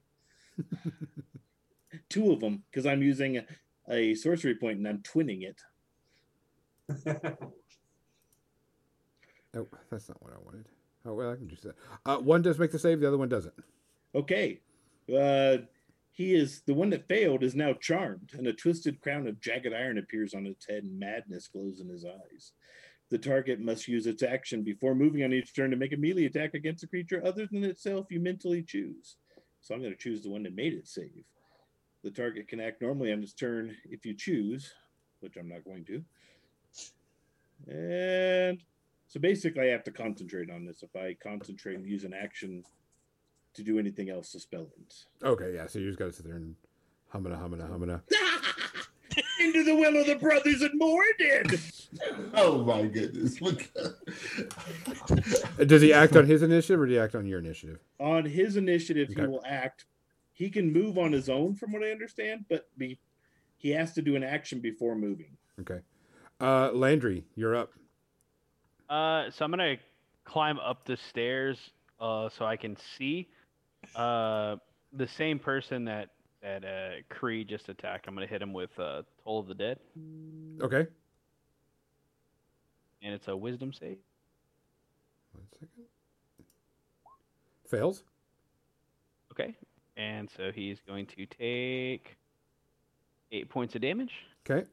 S3: Two of them, because I'm using a, a sorcery point and I'm twinning it.
S4: Oh, that's not what I wanted. Oh well, I can do that. Uh, one does make the save, the other one doesn't.
S3: Okay. Uh, he is the one that failed is now charmed, and a twisted crown of jagged iron appears on its head, and madness glows in his eyes. The target must use its action before moving on each turn to make a melee attack against a creature other than itself you mentally choose. So I'm going to choose the one that made it save. The target can act normally on its turn if you choose, which I'm not going to. And so basically, I have to concentrate on this. If I concentrate and use an action to do anything else to spell it.
S4: Okay, yeah. So you just got to sit there and humana humana humana.
S3: Into the will of the brothers and Morden.
S6: Oh my goodness. Look.
S4: Uh, Does he act on his initiative or do he act on your initiative?
S3: on his initiative,
S4: Okay.
S3: he will act. He can move on his own, from what I understand, but be, he has to do an action before moving.
S4: Okay. Uh, Landry, you're up.
S5: Uh, so I'm gonna climb up the stairs, uh, so I can see, uh, the same person that that uh Cree just attacked. I'm gonna hit him with uh Toll of the Dead,
S4: Okay.
S5: and it's a Wisdom save.
S4: One second. Fails.
S5: Okay. And so he's going to take eight points of damage.
S4: Okay.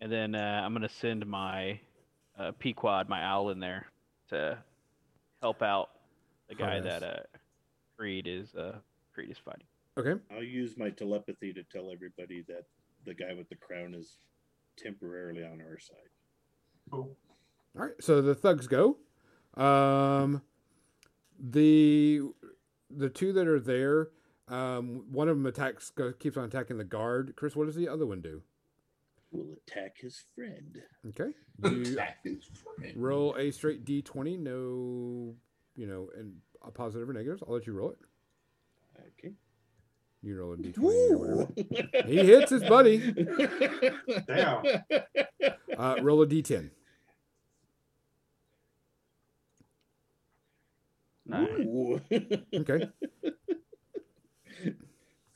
S5: And then uh, I'm going to send my uh, Pequod, my owl, in there to help out the guy
S4: Nice.
S5: that uh, Creed is uh, Creed is fighting.
S4: Okay.
S3: I'll use my telepathy to tell everybody that the guy with the crown is temporarily on our side.
S2: Cool.
S4: All right. So the thugs go. Um, the the two that are there, um, one of them attacks, go, keeps on attacking the guard. Chris, what does the other one do?
S3: Will attack his friend.
S4: Okay. You
S6: Attack his friend.
S4: roll a straight d20. No, you know, and a positive or negatives. I'll let you roll it.
S3: Okay.
S4: You roll a d20 or whatever. He hits his buddy.
S2: Damn.
S4: Uh, roll a d10.
S5: Nine.
S3: Ooh.
S4: Okay.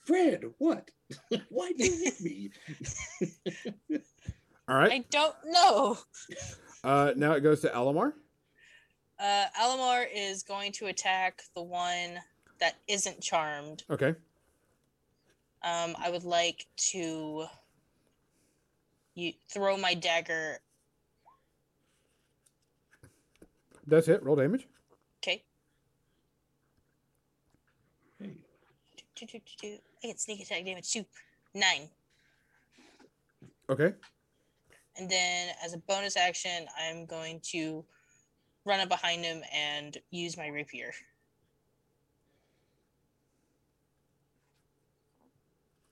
S3: Fred, what? Why did you hit me?
S4: All right.
S1: I don't know.
S4: Uh, now it goes to Alamar.
S1: Uh, Alamar is going to attack the one that isn't charmed.
S4: Okay.
S1: Um, I would like to you throw my dagger.
S4: That's it. Roll damage.
S1: Okay.
S3: Hey.
S1: Do, do, do, do, do. I get sneak attack damage too. Nine.
S4: Okay.
S1: And then as a bonus action, I'm going to run up behind him and use my rapier.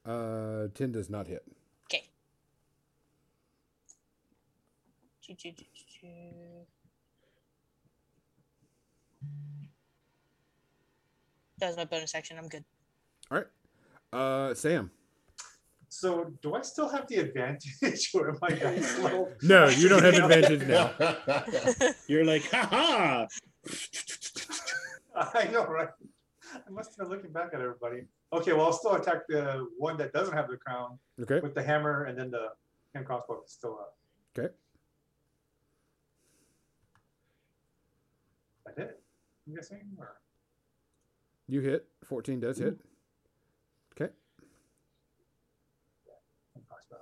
S4: Uh, 10 does not hit.
S1: Okay. Do, do, do, do, do. That was my bonus action. I'm good.
S4: All right. Uh, Sam.
S2: So do I still have the advantage or am I that slow?
S4: No, you don't have
S2: Yeah.
S4: advantage now.
S6: Uh,
S3: You're like, ha ha!
S2: I know, right? I must have been looking back at everybody. Okay, well, I'll still attack the one that doesn't have the crown
S4: Okay.
S2: with the hammer, and then the hand crossbow is still up.
S4: Okay.
S2: That it? I'm guessing. Or...
S4: You hit. 14 does hit. Okay.
S2: hand crossbow.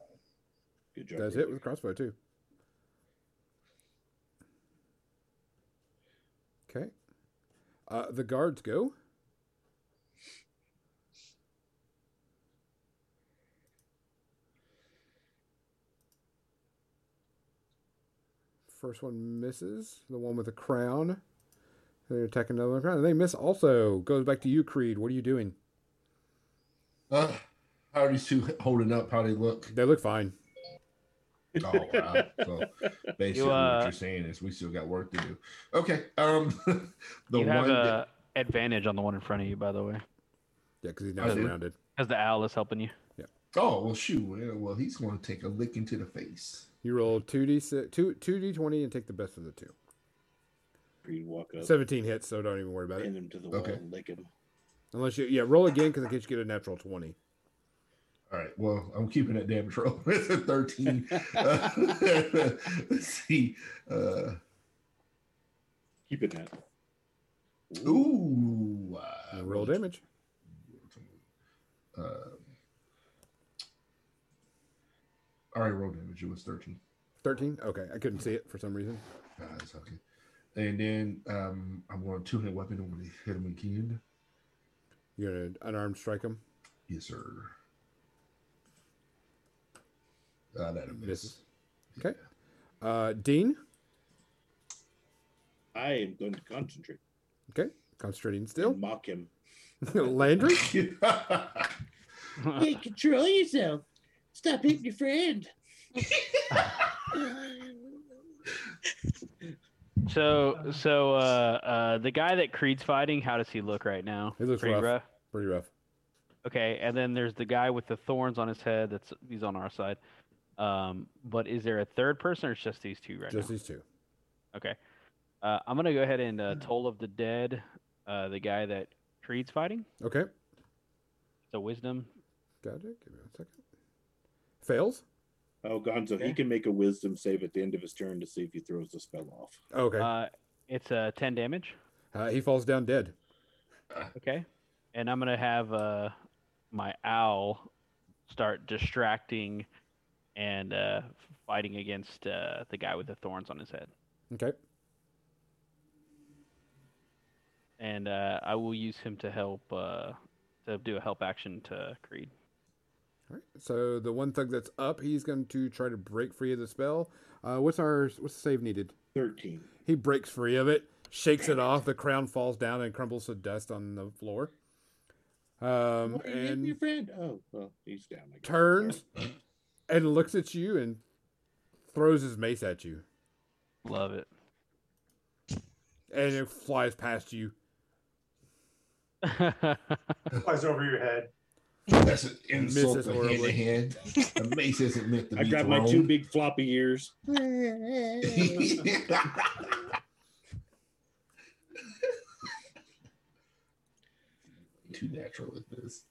S3: Good job.
S4: Does hit with crossbow, too. Okay. Uh, the guards go. First one misses. The one with the crown. They attack another one with a crown. They miss also. Goes back to you, Creed. What are you doing?
S6: Uh, how are these two holding up? How they look?
S4: They look fine.
S6: Oh wow! So basically,
S5: uh,
S6: what you're saying is we still got work to do. Okay. Um, the
S5: you
S6: one
S5: have uh,
S6: that
S5: a advantage on the one in front of you, by the way,
S4: Yeah, because he's
S6: I
S4: now
S6: do.
S4: surrounded.
S5: because the owl is helping you.
S6: Oh well, shoot. Well, well, he's going to take a lick into the face.
S4: You roll 2d, two, 2d20 and take the best of the two.
S3: Creed walk up,
S4: 17 hits, so don't even worry about
S3: pin
S4: it.
S3: him to the wall,
S6: Okay.
S3: lick him.
S4: Unless you, yeah, roll again because in case you get a natural 20.
S6: All right. Well, I'm keeping that damage roll. It's a thirteen. Uh, let's see. Uh,
S3: Keep it that.
S6: ooh. Uh,
S4: And roll damage.
S6: Uh, all right, roll damage. It was thirteen.
S4: 13? Okay, I couldn't see it for some reason.
S6: Uh, it's okay. And then um, I'm going two hand weapon. I'm going to hit him again.
S4: You're going to unarmed strike him.
S6: Yes, sir. Uh, that misses.
S4: Misses. Okay. Uh, Dean,
S3: I am going to concentrate
S4: concentrating
S3: and
S4: still.
S3: mock him.
S4: Landry,
S3: Hey, control yourself. Stop hitting your friend.
S5: So, so uh, uh, the guy that Creed's fighting, how does he look right now?
S4: He looks
S5: Pretty
S4: rough.
S5: rough.
S4: pretty rough.
S5: Okay, and then there's the guy with the thorns on his head. That's he's on our side. Um, but is there a third person, or it's just these two right
S4: Just
S5: now?
S4: these two.
S5: Okay, uh, I'm gonna go ahead and uh, toll of the dead, uh, the guy that Creed's fighting.
S4: Okay.
S5: It's a wisdom.
S4: Got it. Give me a second. Fails?
S3: Oh, Gonzo, he
S5: Okay.
S3: can make a wisdom save at the end of his turn to see if he throws the spell off.
S4: Okay.
S5: Uh, it's uh, ten damage.
S4: Uh, he falls down dead.
S5: Okay. And I'm gonna have uh my owl start distracting and uh fighting against uh the guy with the thorns on his head.
S4: Okay.
S5: And uh I will use him to help uh to do a help action to Creed.
S4: All right. So the one thug that's up, he's going to try to break free of the spell. Uh, what's our what's the save needed?
S3: 13.
S4: He breaks free of it, shakes it off. The crown falls down and crumbles to dust on the floor. Um,
S3: What, you hit
S4: and
S3: your friend? Oh, well, he's down. I guess.
S4: turns and looks at you and throws his mace at you,
S5: Love it.
S4: and it flies past you.
S2: Flies over your head.
S6: That's an insult
S4: Misses
S6: to hand to
S4: horribly.
S6: hand. A mace isn't meant to be
S3: I grabbed my
S6: thrown.
S3: two big floppy ears.
S6: Too natural with this.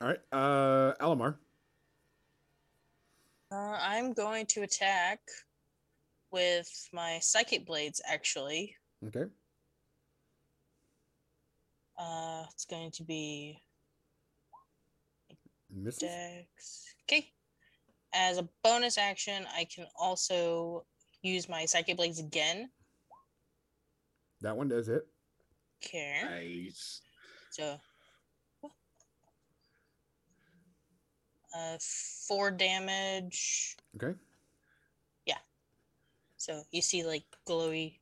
S4: All right, uh, Alamar.
S1: Uh, I'm going to attack with my psychic blades, actually.
S4: Okay.
S1: Uh, it's going to be
S4: Misses.
S1: dex. Okay. As a bonus action, I can also use my psychic blades again.
S4: That one does hit.
S1: Okay.
S3: nice.
S1: So, uh, four damage.
S4: Okay.
S1: Yeah. So you see like glowy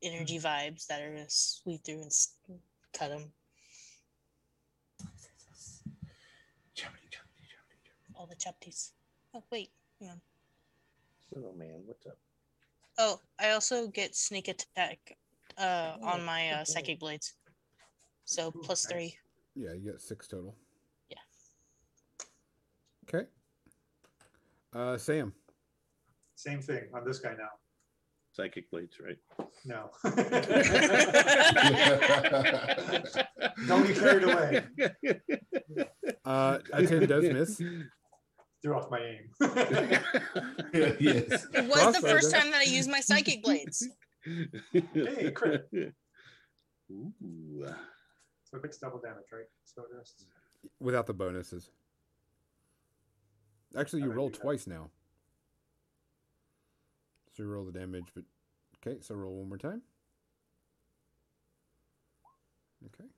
S1: energy vibes that are gonna sweep through and s- cut them. All the chapties. Oh wait, hang on.
S3: Oh, man, what's up?
S1: Oh, I also get sneak attack uh, on my uh, psychic blades. So
S2: Ooh,
S1: plus
S2: nice.
S1: three.
S4: Yeah, you got six total.
S1: Yeah.
S4: Okay. Uh, Sam.
S2: Same thing on this guy now.
S3: Psychic blades, right?
S2: No.
S6: Don't
S2: Don't be carried away.
S4: Uh, a ten does miss.
S2: Threw off my aim.
S6: yes.
S1: It was the
S4: Crossbow,
S1: first
S4: doesn't it?
S1: time that I used my psychic blades.
S3: hey,
S2: crit.
S3: Ooh.
S2: so it takes double damage, right? So just
S4: without the bonuses. Actually, you
S2: Alright,
S4: roll
S2: do that.
S4: twice now. So you roll the damage, but okay. So roll one more time. Okay.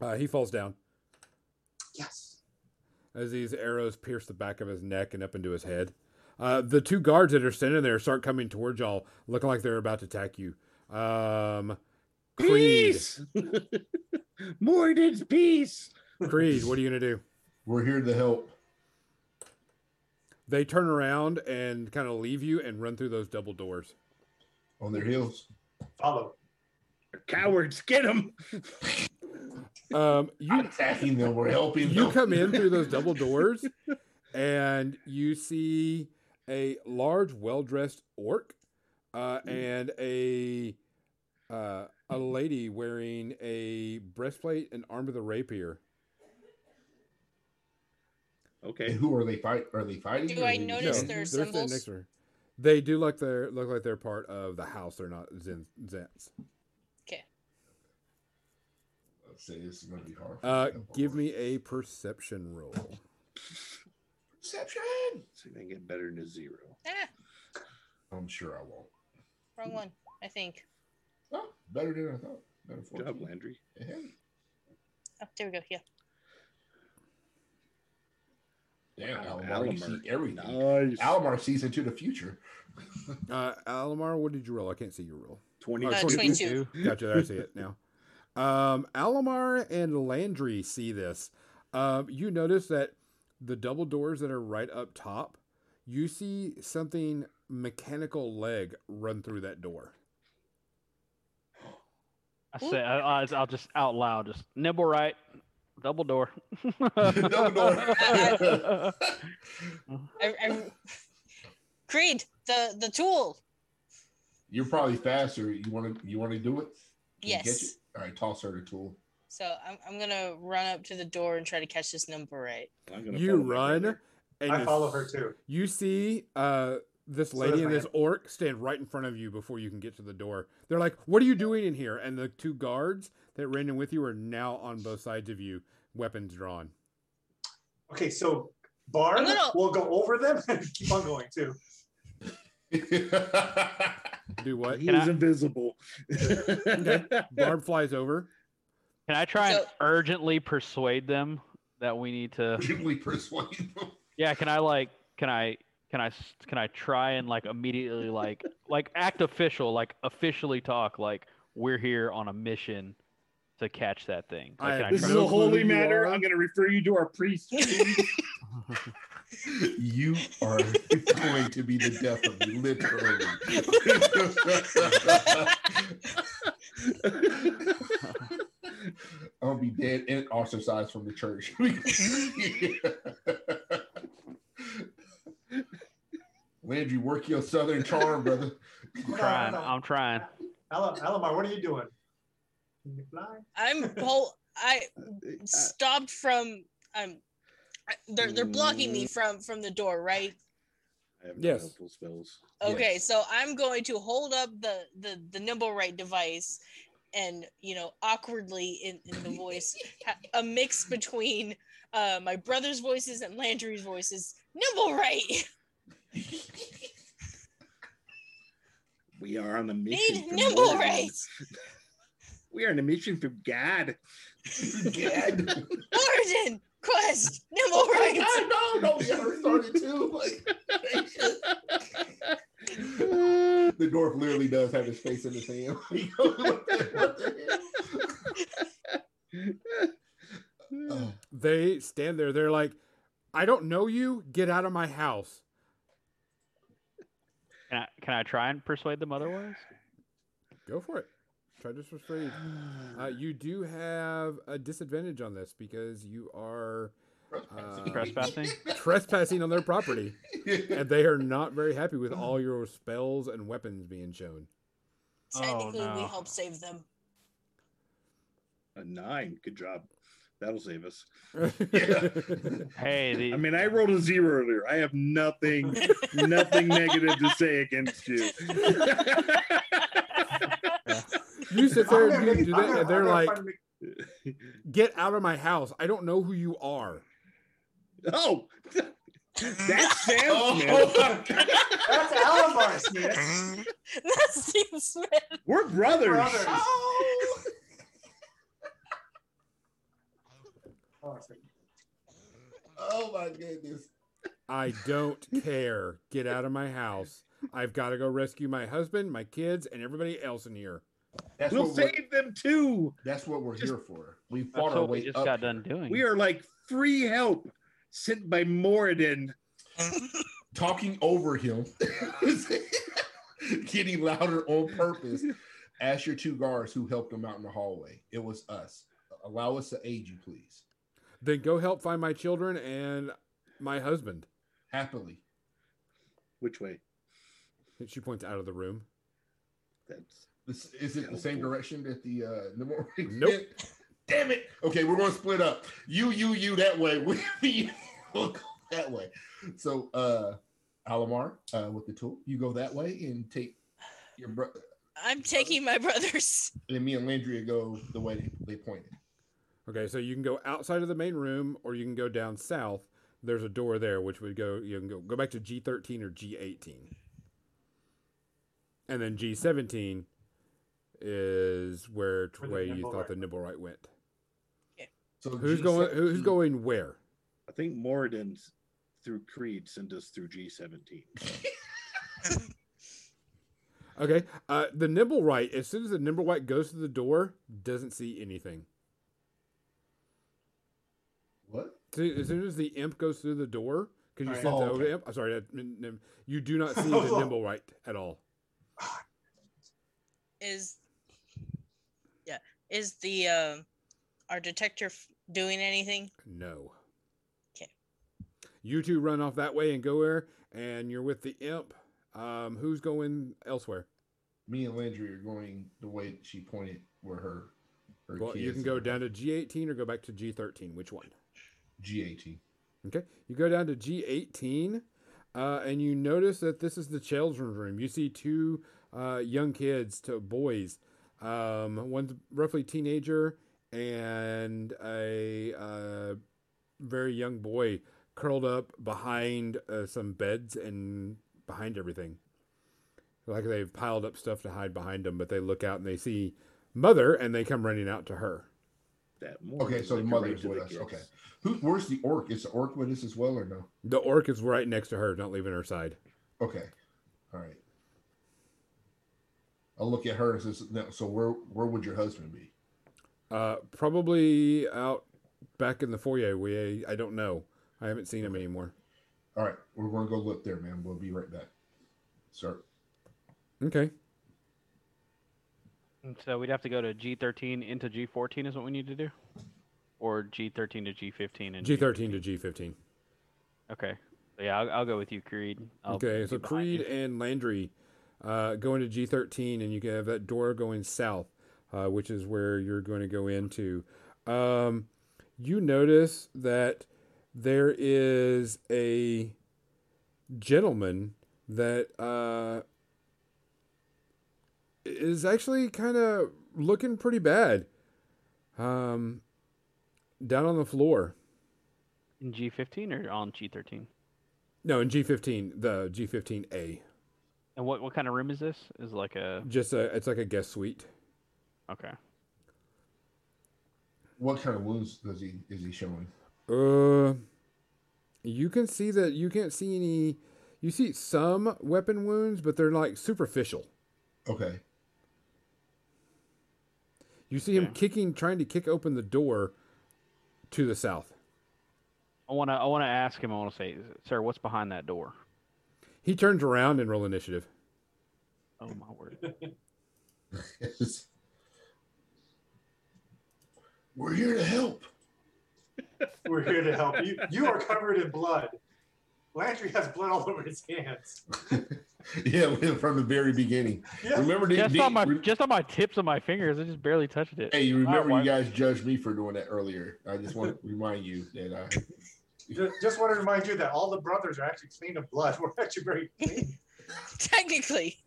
S4: Uh, he falls down
S2: yes.
S4: as these arrows pierce the back of his neck and up into his head. Uh, the two guards that are standing there start coming towards y'all, looking like they're about to attack you. Um, Creed,
S3: Peace! Morden's peace!
S4: Creed, what are you gonna do?
S6: We're here to help.
S4: They turn around and kind of leave you and run through those double doors.
S6: On their heels.
S2: Follow.
S3: They're cowards, get them!
S4: Um,
S6: Not
S4: you
S6: attacking them. We're helping
S4: you
S6: them.
S4: come in through those double doors and you see a large well-dressed orc uh, and a uh, a lady wearing a breastplate and armed with a rapier
S6: And
S3: Okay.
S6: who are they fight? Are they fighting?
S1: Do
S6: or
S1: I
S6: are they-
S1: notice
S4: No,
S1: their
S4: they're standing
S1: symbols?
S4: next to her. they do like they're look like they're part of the house they're not zen, zens
S6: Let's say this is gonna be hard. for
S4: uh,
S6: them.
S4: give me a perception roll
S6: perception.
S3: See if they can get better than a zero.
S1: Ah,
S6: I'm sure I won't.
S1: wrong one. I think.
S6: Oh, better than I thought. Better
S3: Good job,
S6: 14.
S3: Landry.
S6: Hey,
S1: Oh, there we go. Yeah.
S6: Damn,
S3: Oh,
S6: Alamar, you
S3: Alamar.
S6: see everything.
S3: Nice.
S6: Alamar sees into the future.
S4: uh, Alamar what did you roll I can't see your roll
S3: 20.
S4: Uh,
S1: 22.
S4: Gotcha. There, I see it now. Um, Alomar and Landry see this. Um, you notice that the double doors that are right up top, you see something mechanical leg run through that door.
S5: I say, I, I, I'll just out loud, just nibble right, double door.
S6: Double door.
S1: I, I... Creed, the the tool.
S6: You're probably faster. You want to? You want to do it? Can you catch
S1: Yes.
S6: it? All right, toss her the tool.
S1: So I'm, I'm gonna run up to the door and try to catch this number right.
S3: I'm gonna
S4: You
S3: follow my
S4: run.
S3: brother.
S4: And
S2: I
S4: you
S2: follow
S4: s-
S2: her too.
S4: You see uh, this
S2: So
S4: lady
S2: does
S4: and
S2: my
S4: this orc stand right in front of you before you can get to the door. They're like, "What are you doing in here?" And the two guards that ran in with you are now on both sides of you, weapons drawn.
S2: Okay, so Barn
S1: I'm gonna-
S2: will go over them and keep on going too.
S4: Do what?
S3: He
S5: Can
S3: was
S5: I-
S3: invisible.
S4: Barb flies over.
S5: Can I try and
S1: So-
S5: urgently persuade them that we need to?
S6: Originally persuaded them.
S5: Yeah, can I like? Can I? Can I? s- Can I try and like immediately like like act official, like officially talk like we're here on a mission to catch that thing. Like,
S4: I-
S5: can I
S3: this
S5: try
S3: is
S4: No
S3: a holy
S4: clue who you
S3: matter.
S4: are.
S3: I'm gonna refer you to our priest.
S6: You are going to be the death of me, literally. I'll be dead and ostracized from the church. Landry, work your southern charm, brother.
S2: No, no,
S5: trying.
S2: no.
S5: I'm trying.
S2: Ala- Alamar, what are you doing? Can you fly?
S1: I'm pol- I stopped from um I- they're they're blocking
S6: Mm.
S1: me from from the door, right?
S3: I have no
S4: Yes.
S3: helpful spells.
S1: Okay, so I'm going to hold up the the the nimble right device and you know awkwardly in, in the voice ha- a mix between uh my brother's voices and Landry's voices. Nimble right.
S3: We are on a mission.
S1: Need
S3: from
S1: nimble
S3: Lord.
S1: right.
S3: We are on a mission from God.
S6: God.
S1: Origin quest. Nimble right.
S6: I know, no, we already started too. Like, the dwarf literally does have his face in his hand. What the- what the hell? Uh,
S4: They stand there. They're like, "I don't know you. Get out of my house."
S5: Can I? Can I try and persuade them otherwise?
S4: Go for it. Try to persuade. Uh, you do have a disadvantage on this because you are Uh,
S5: Trespassing.
S4: trespassing on their property,
S6: Yeah.
S4: and they are not very happy with all your spells and weapons being shown.
S5: Oh,
S1: Technically we
S5: no.
S1: help save them.
S3: a nine. Good job. That'll save us.
S5: Hey, the,
S3: I mean, I rolled a zero earlier. I have nothing, nothing negative to say against you.
S4: you sit
S2: I'm
S4: there
S2: gonna make-
S4: and you do
S2: I'm
S4: that,
S2: gonna-
S4: and
S2: I'm
S4: they're
S2: gonna
S4: like,
S2: find me-
S4: "Get out of my house! I don't know who you are."
S3: oh, that's Sam Smith.
S6: Oh,
S2: That's Alamar, Smith.
S1: That's Steve Smith.
S3: We're brothers.
S2: Brothers.
S6: oh.
S2: Oh, sorry.
S6: Oh, my goodness.
S4: I don't care. Get out of my house. I've got to go rescue my husband, my kids, and everybody else in here.
S6: That's,
S3: We'll
S6: what we're,
S3: save them too.
S6: that's what we're here for. We
S5: that's
S6: fought our
S5: what
S6: way
S5: we just
S6: up.
S5: got done doing.
S3: We are like free help sent by Moradin.
S6: talking over him, getting louder on purpose. Ask your two guards who helped him out in the hallway. It was us. Allow us to aid you, please.
S4: Then go help find my children and my husband.
S6: Happily.
S3: Which way?
S4: And she points out of the room.
S3: That's
S6: This, is it the same direction that the uh the more
S4: Oh, Nope.
S6: Damn it. Okay, we're gonna split up. You, you, you that way. We you we'll go that way. So uh Alamar, uh with the tool, you go that way and take your brother
S1: I'm taking my brother's.
S6: and me and Landria go the way they, they pointed.
S4: Okay, so you can go outside of the main room, or you can go down south. There's a door there, which would go. You can go go back to G thirteen or G eighteen, and then G seventeen is where t-
S2: Where the
S4: way you
S2: nimble
S4: thought
S2: right
S4: the nimble right went.
S6: So
S4: Who's going? Who, who's going where?
S3: I think Moradin through Creed sent us through G17.
S4: Okay, uh, the nimble right. As soon as the nimble right goes to the door, doesn't see anything.
S6: what?
S4: So, as soon as the imp goes through the door, because you
S2: Alright.
S4: sent
S6: Oh,
S4: the over
S6: okay.
S4: to imp. I'm sorry, that- nim- nim- you do not see the nimble right at all.
S1: Is yeah. Is the um our detector f- doing anything?
S4: No.
S1: 'Kay.
S4: You two run off that way and go where, and you're with the imp. Um, who's going elsewhere?
S6: me and Landry are going the way she pointed where her or
S4: Well, you
S6: kids.
S4: can go down to G18 or go back to G13. Which one?
S6: G18.
S4: Okay. You go down to G18, uh, and you notice that this is the children's room. You see two uh, young kids, two boys. Um, one's roughly teenager, and a uh, very young boy curled up behind uh, some beds and behind everything. Like they've piled up stuff to hide behind them, but they look out and they see mother, and they come running out to her.
S3: That morning.
S6: Okay, so the
S3: like,
S6: mother's
S3: right
S6: with
S3: to
S6: us.
S3: the
S6: Okay.
S3: kids.
S6: Who? Where's the orc? Is the orc with us as well or no?
S4: The orc is right next to her, not leaving her side.
S6: Okay. All right. I'll look at her and says, no, so where where would your husband be?
S4: Uh, probably out back in the foyer. We I don't know. I haven't seen him anymore.
S6: All right, we're going to go look there, man. We'll be right back. Sir,
S4: Okay.
S5: And so we'd have to go to G13 into G14 is what we need to do, or G13 to G15 and
S4: G thirteen to G fifteen.
S5: Okay. So yeah, I'll, I'll go with you, Creed. I'll
S4: Okay,
S5: be
S4: so
S5: behind you.
S4: Creed and Landry uh, go into G thirteen, and you can have that door going south, uh, which is where you're going to go into. Um, you notice that there is a gentleman that uh, is actually kind of looking pretty bad um, down on the floor.
S5: in G15 or on G13.
S4: No, in G fifteen, the G fifteen A.
S5: And what what kind of room is this? Is it like a
S4: Just a, it's like a guest suite.
S5: okay.
S6: what kind of wounds does he is he showing?
S4: Uh, you can see that you can't see any. You see some weapon wounds, but they're like superficial.
S6: Okay.
S4: You see him
S5: Okay.
S4: kicking, trying to kick open the door to the south.
S5: I wanna I wanna ask him. I wanna say, sir, what's behind that door?
S4: He turns around and roll initiative.
S5: Oh my word.
S6: we're here to help.
S2: We're here to help you. You are covered in blood. Landry has blood all over his hands.
S6: yeah, from the very beginning.
S2: Yeah.
S6: Remember, the,
S5: just
S6: the-
S5: on my
S6: re-
S5: just on my tips of my fingers, I just barely touched it.
S6: hey, you remember
S5: Alright,
S6: you guys judged me for doing that earlier. I just want to remind you that I
S2: Ju- Just want to remind you that all the brothers are actually clean of blood. We're actually very clean.
S1: Technically,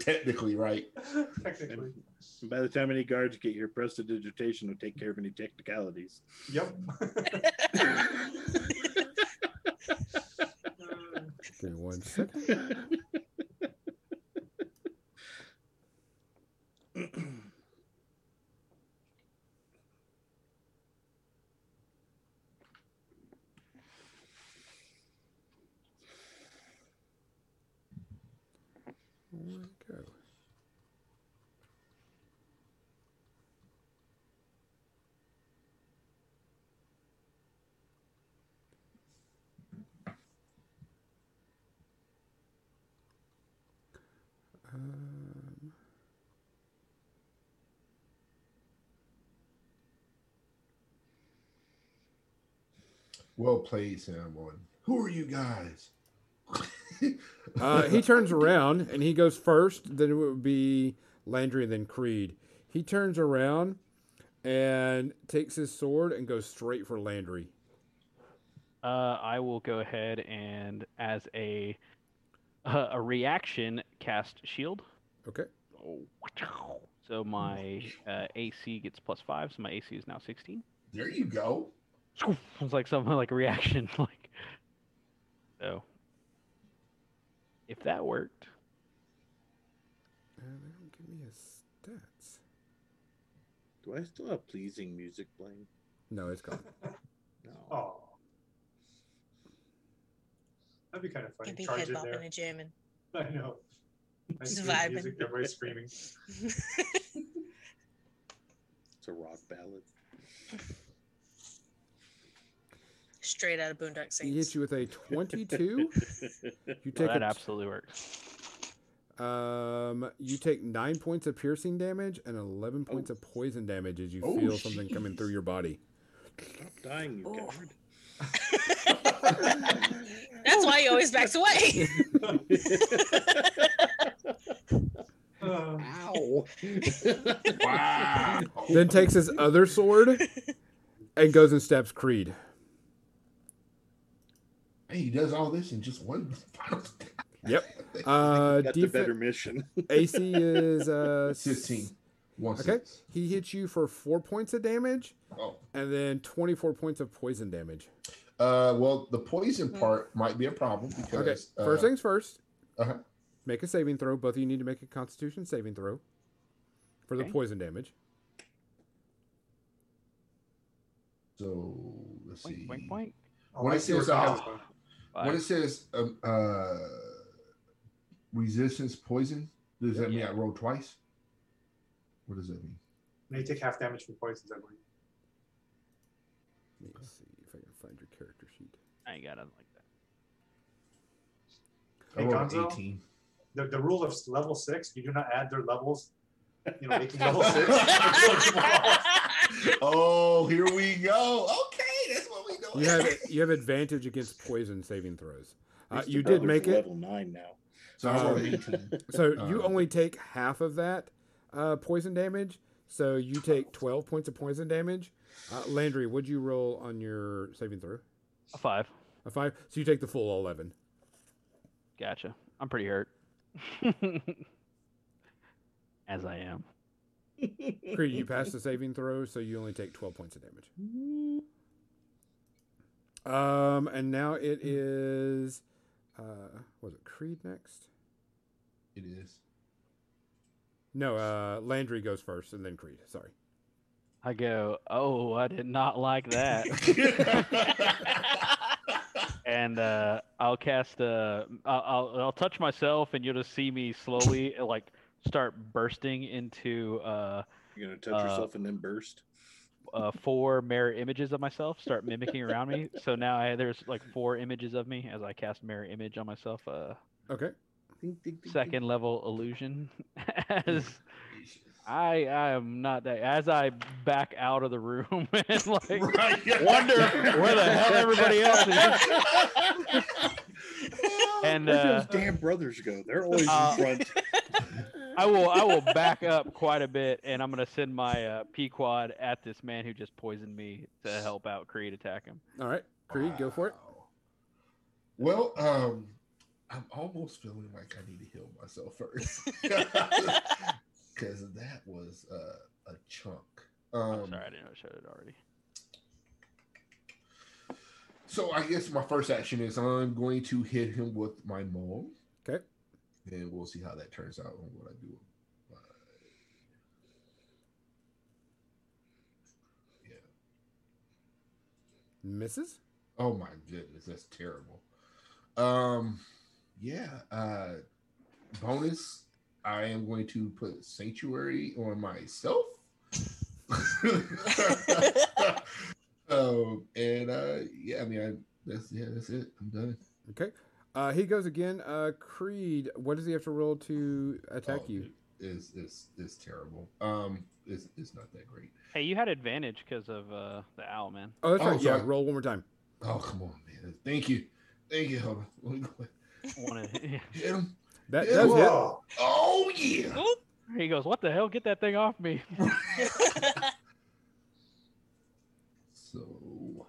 S6: technically right.
S2: Technically.
S3: And By the time any guards get here, prestidigitation will take care of any technicalities.
S2: Yep.
S1: Mm,
S4: Give me one second. Where'd it go? Um,
S6: Well played, Sam One. Who are you guys?
S4: uh, he turns around and he goes first. Then it would be Landry, then Creed. He turns around and takes his sword and goes straight for Landry.
S5: Uh, I will go ahead and as a uh, a reaction cast shield.
S4: Okay.
S5: So my uh, AC gets plus five, so my AC is now sixteen.
S6: there you go.
S5: It's like something like a reaction, like so. If that worked,
S4: Uh, they don't give me his stats.
S3: Do I still have pleasing music playing?
S4: No, it's gone.
S3: No.
S2: Oh. That'd be kind of
S1: you'd
S2: funny.
S1: be
S2: Charge
S1: head
S2: in
S1: bopping
S2: there.
S1: and jamming.
S2: I know. Nice
S1: Just
S2: good
S1: vibing.
S2: music, everybody screaming.
S3: It's a rock ballad.
S1: Straight out of Boondock
S4: He
S1: Saints.
S4: hits you with a 22. You
S5: well,
S4: take
S5: that
S4: a-
S5: absolutely works.
S4: um, you take nine points of piercing damage and 11 points of poison damage as you
S6: Oh,
S4: feel something coming through
S6: jeez.
S4: your body.
S3: Stop dying, you
S1: Oh.
S3: coward.
S1: That's why he always backs away.
S2: Uh,
S3: Ow. Wow.
S6: Wow.
S4: Then takes his other sword and goes and stabs Creed.
S6: Hey, he does all this in just one final step.
S4: Yep. Uh,
S3: That's a
S4: defe-
S3: better mission.
S4: AC is uh, s-
S6: 15. One
S4: Okay.
S6: six.
S4: He hits you for four points of damage
S6: Oh.
S4: and then 24 points of poison damage.
S6: Uh, well, the poison
S5: Hmm.
S6: part might be a problem because.
S4: Okay. First
S6: uh,
S4: things first,
S6: Uh-huh.
S4: make a saving throw. Both of you need to make a constitution saving throw for the
S5: Okay.
S4: poison damage.
S6: So let's see.
S5: Boink, boink, boink.
S2: Oh,
S6: When
S2: I
S6: it
S2: see where
S6: says,
S2: Kyle
S6: uh,
S2: is going.
S6: When
S5: Five.
S6: it says um, uh, resistance poison, does that mean
S5: Yeah.
S6: I roll twice? What does that mean?
S2: And you take half damage from poisons, I believe.
S4: Let me see if I can find your character sheet.
S5: I ain't got nothing like that.
S6: I
S2: Hey,
S6: rolled an
S2: Gonzo?
S6: 18.
S2: The, the rule of level six, you do not add their levels. You know, making level six.
S6: Oh, here we go. Okay, that's what we do.
S4: You have you have advantage against poison saving throws. Uh,
S3: Mr.
S4: you did
S3: Brother's
S4: make it,
S3: level nine now.
S6: so I rolled
S4: Um,
S6: an 18.
S4: so
S6: Uh,
S4: you only take half of that uh, poison damage. So you take 12 points of poison damage. Uh, Landry, would you roll on your saving throw?
S5: A five.
S4: A five. So you take the full eleven.
S5: Gotcha. I'm pretty hurt. As I am.
S4: Creed, you pass the saving throw, so you only take twelve points of damage. Um, and now
S6: Hmm.
S4: it is, uh, was it Creed next?
S6: It is.
S4: No, uh, Landry goes first, and then Creed. Sorry.
S5: I go, oh, I did not like that. and uh, I'll cast uh, I'll, I'll I'll touch myself, and you'll just see me slowly uh, like start bursting into uh,
S3: You're gonna
S5: Uh,
S3: touch yourself and then burst.
S5: uh, four mirror images of myself, start mimicking around me. So now I, there's like four images of me as I cast mirror image on myself. Uh,
S4: Okay.
S3: Ding, ding, ding,
S5: second level illusion. as I I am not that. As I back out of the room and like. Wonder where the hell everybody else
S3: is.
S5: And
S3: Where
S5: uh,
S3: those damn brothers go? They're always
S5: Uh,
S3: in front.
S5: I will I will back up quite a bit, and I'm gonna send my uh, Pequod at this man who just poisoned me to help out Creed attack him.
S4: All right. Creed, go for it.
S6: Wow. Well, um, I'm almost feeling like I need to heal myself first because that was uh, a chunk. Um,
S5: I'm sorry, I didn't know I showed it already.
S6: So I guess my first action is I'm going to hit him with my maul.
S4: Okay.
S6: And we'll see how that turns out on what I do. Uh, yeah.
S4: Misses.
S6: Oh my goodness, that's terrible. Um, yeah. Uh, bonus. I am going to put sanctuary on myself. um, and uh, yeah, I mean, I, that's yeah, that's it. I'm done.
S4: Okay. Uh, he goes again. Uh, Creed, what does he have to roll to attack
S6: Oh,
S4: you?
S6: dude, It's it's it's terrible. Um, it's it's not that great.
S5: Hey, you had advantage because of uh, the owl, man.
S4: Oh, that's
S6: Oh,
S4: right. Yeah.
S6: sorry.
S4: Roll one more time.
S6: Oh come on, man. Thank you, thank you. Hold on. Let me go
S5: Wanna-
S6: hit him.
S4: That
S6: Yeah.
S4: does hit.
S2: Whoa.
S6: Oh yeah.
S5: he goes, "What the hell? Get that thing off me!"
S6: So,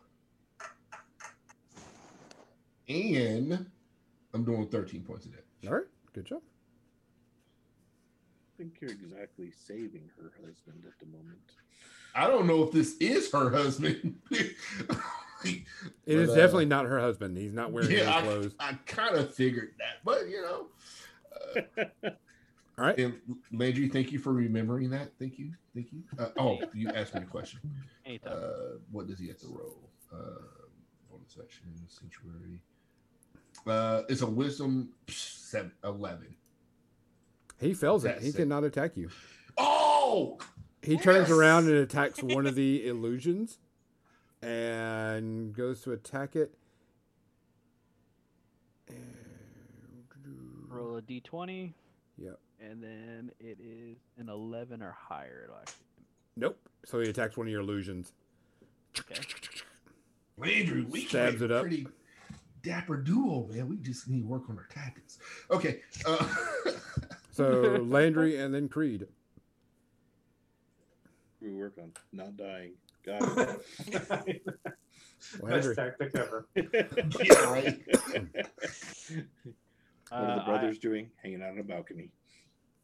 S6: and I'm doing 13 points of damage.
S4: All right. Good job.
S3: I think you're exactly saving her husband at the moment.
S6: I don't know if this is her husband. It is
S4: It is definitely not her husband. He's not wearing
S6: uh, Yeah,
S4: any clothes.
S6: I kind of figured that, but you know. uh,
S4: All right.
S6: And Landry, thank you for remembering that. Thank you, thank you. Uh, oh, you asked me a question.
S5: Anytime.
S6: Uh, what does he have to roll? Uh, bonus action, sanctuary. Uh, it's a wisdom seven, 11.
S4: He fails it.
S6: That's
S4: He
S6: it.
S4: cannot attack you.
S6: Oh,
S4: He turns
S6: Yes!
S4: around and attacks one of the illusions and goes to attack it.
S5: Roll a d20,
S4: Yep.
S5: and then it is an 11 or higher. It'll actually.
S4: Nope. So he attacks one of your illusions.
S6: Landry, we
S4: Stabs
S6: play
S4: it up.
S6: Pretty dapper duo, man. We just need to work on our tactics. Okay. Uh,
S4: So Landry and then Creed.
S3: we work on not dying. Got
S2: Best
S4: Landry.
S2: tactic ever.
S3: it. what are
S5: Uh,
S3: the brothers doing? Hanging out on a balcony.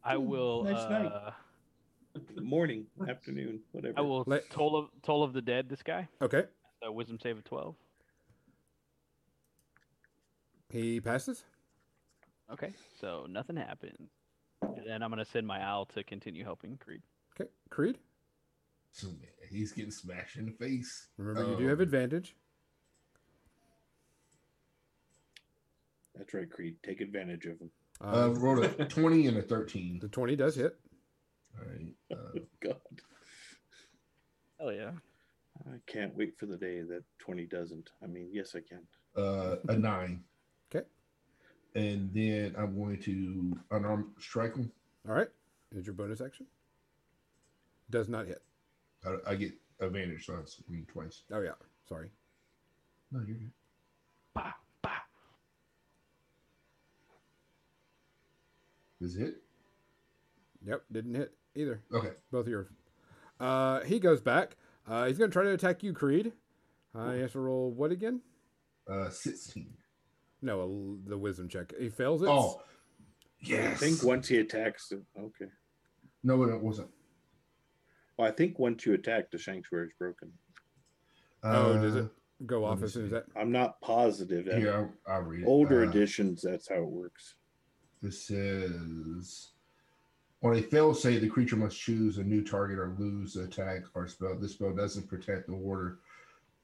S5: I, I will.
S3: Nice
S5: uh,
S3: night. Morning, afternoon, whatever.
S5: I will
S4: Let-
S5: toll of toll of the dead. This guy.
S4: Okay.
S5: So wisdom save of twelve.
S4: He passes.
S5: Okay. So nothing happened. And then I'm gonna send my owl to continue helping Creed.
S4: Okay. Creed,
S6: So, man, he's getting smashed in the face.
S4: remember you do have
S6: Um,
S4: advantage.
S3: That's right, Creed. Take advantage of him.
S6: Uh,
S4: Uh,
S6: rolled a 20 and a 13.
S4: the 20 does hit.
S6: All right. Uh,
S3: God,
S5: Oh yeah.
S3: I can't wait for the day that 20 doesn't. I mean, yes, I can.
S6: uh, a nine.
S4: Okay.
S6: And then I'm going to unarmed strike him.
S4: All right. Is your bonus action? Does not hit.
S6: I, I get advantage, so I swing twice.
S4: Oh, yeah. Sorry.
S6: No, you're good.
S5: Bah, bah.
S6: Is it?
S4: Yep. Didn't hit either.
S6: Okay.
S4: Both of yours. Uh, he goes back. Uh, he's going to try to attack you, Creed. Uh, he has to roll what again?
S6: Uh, 16.
S4: No, a- the wisdom check. He fails it.
S6: Oh,
S3: I
S6: yes.
S3: think once he attacks, the- okay.
S6: No, it wasn't.
S3: Well, I think once you attack, the sanctuary is broken.
S4: Oh,
S6: Uh,
S4: does it go
S6: let
S4: off
S6: me
S4: as soon as
S6: see.
S4: that?
S3: I'm not positive. That
S6: Here, I'll, I'll read it.
S3: Older
S6: Uh,
S3: editions, that's how it works.
S6: This says on a fail save, the creature must choose a new target or lose the attack or spell. This spell doesn't protect the water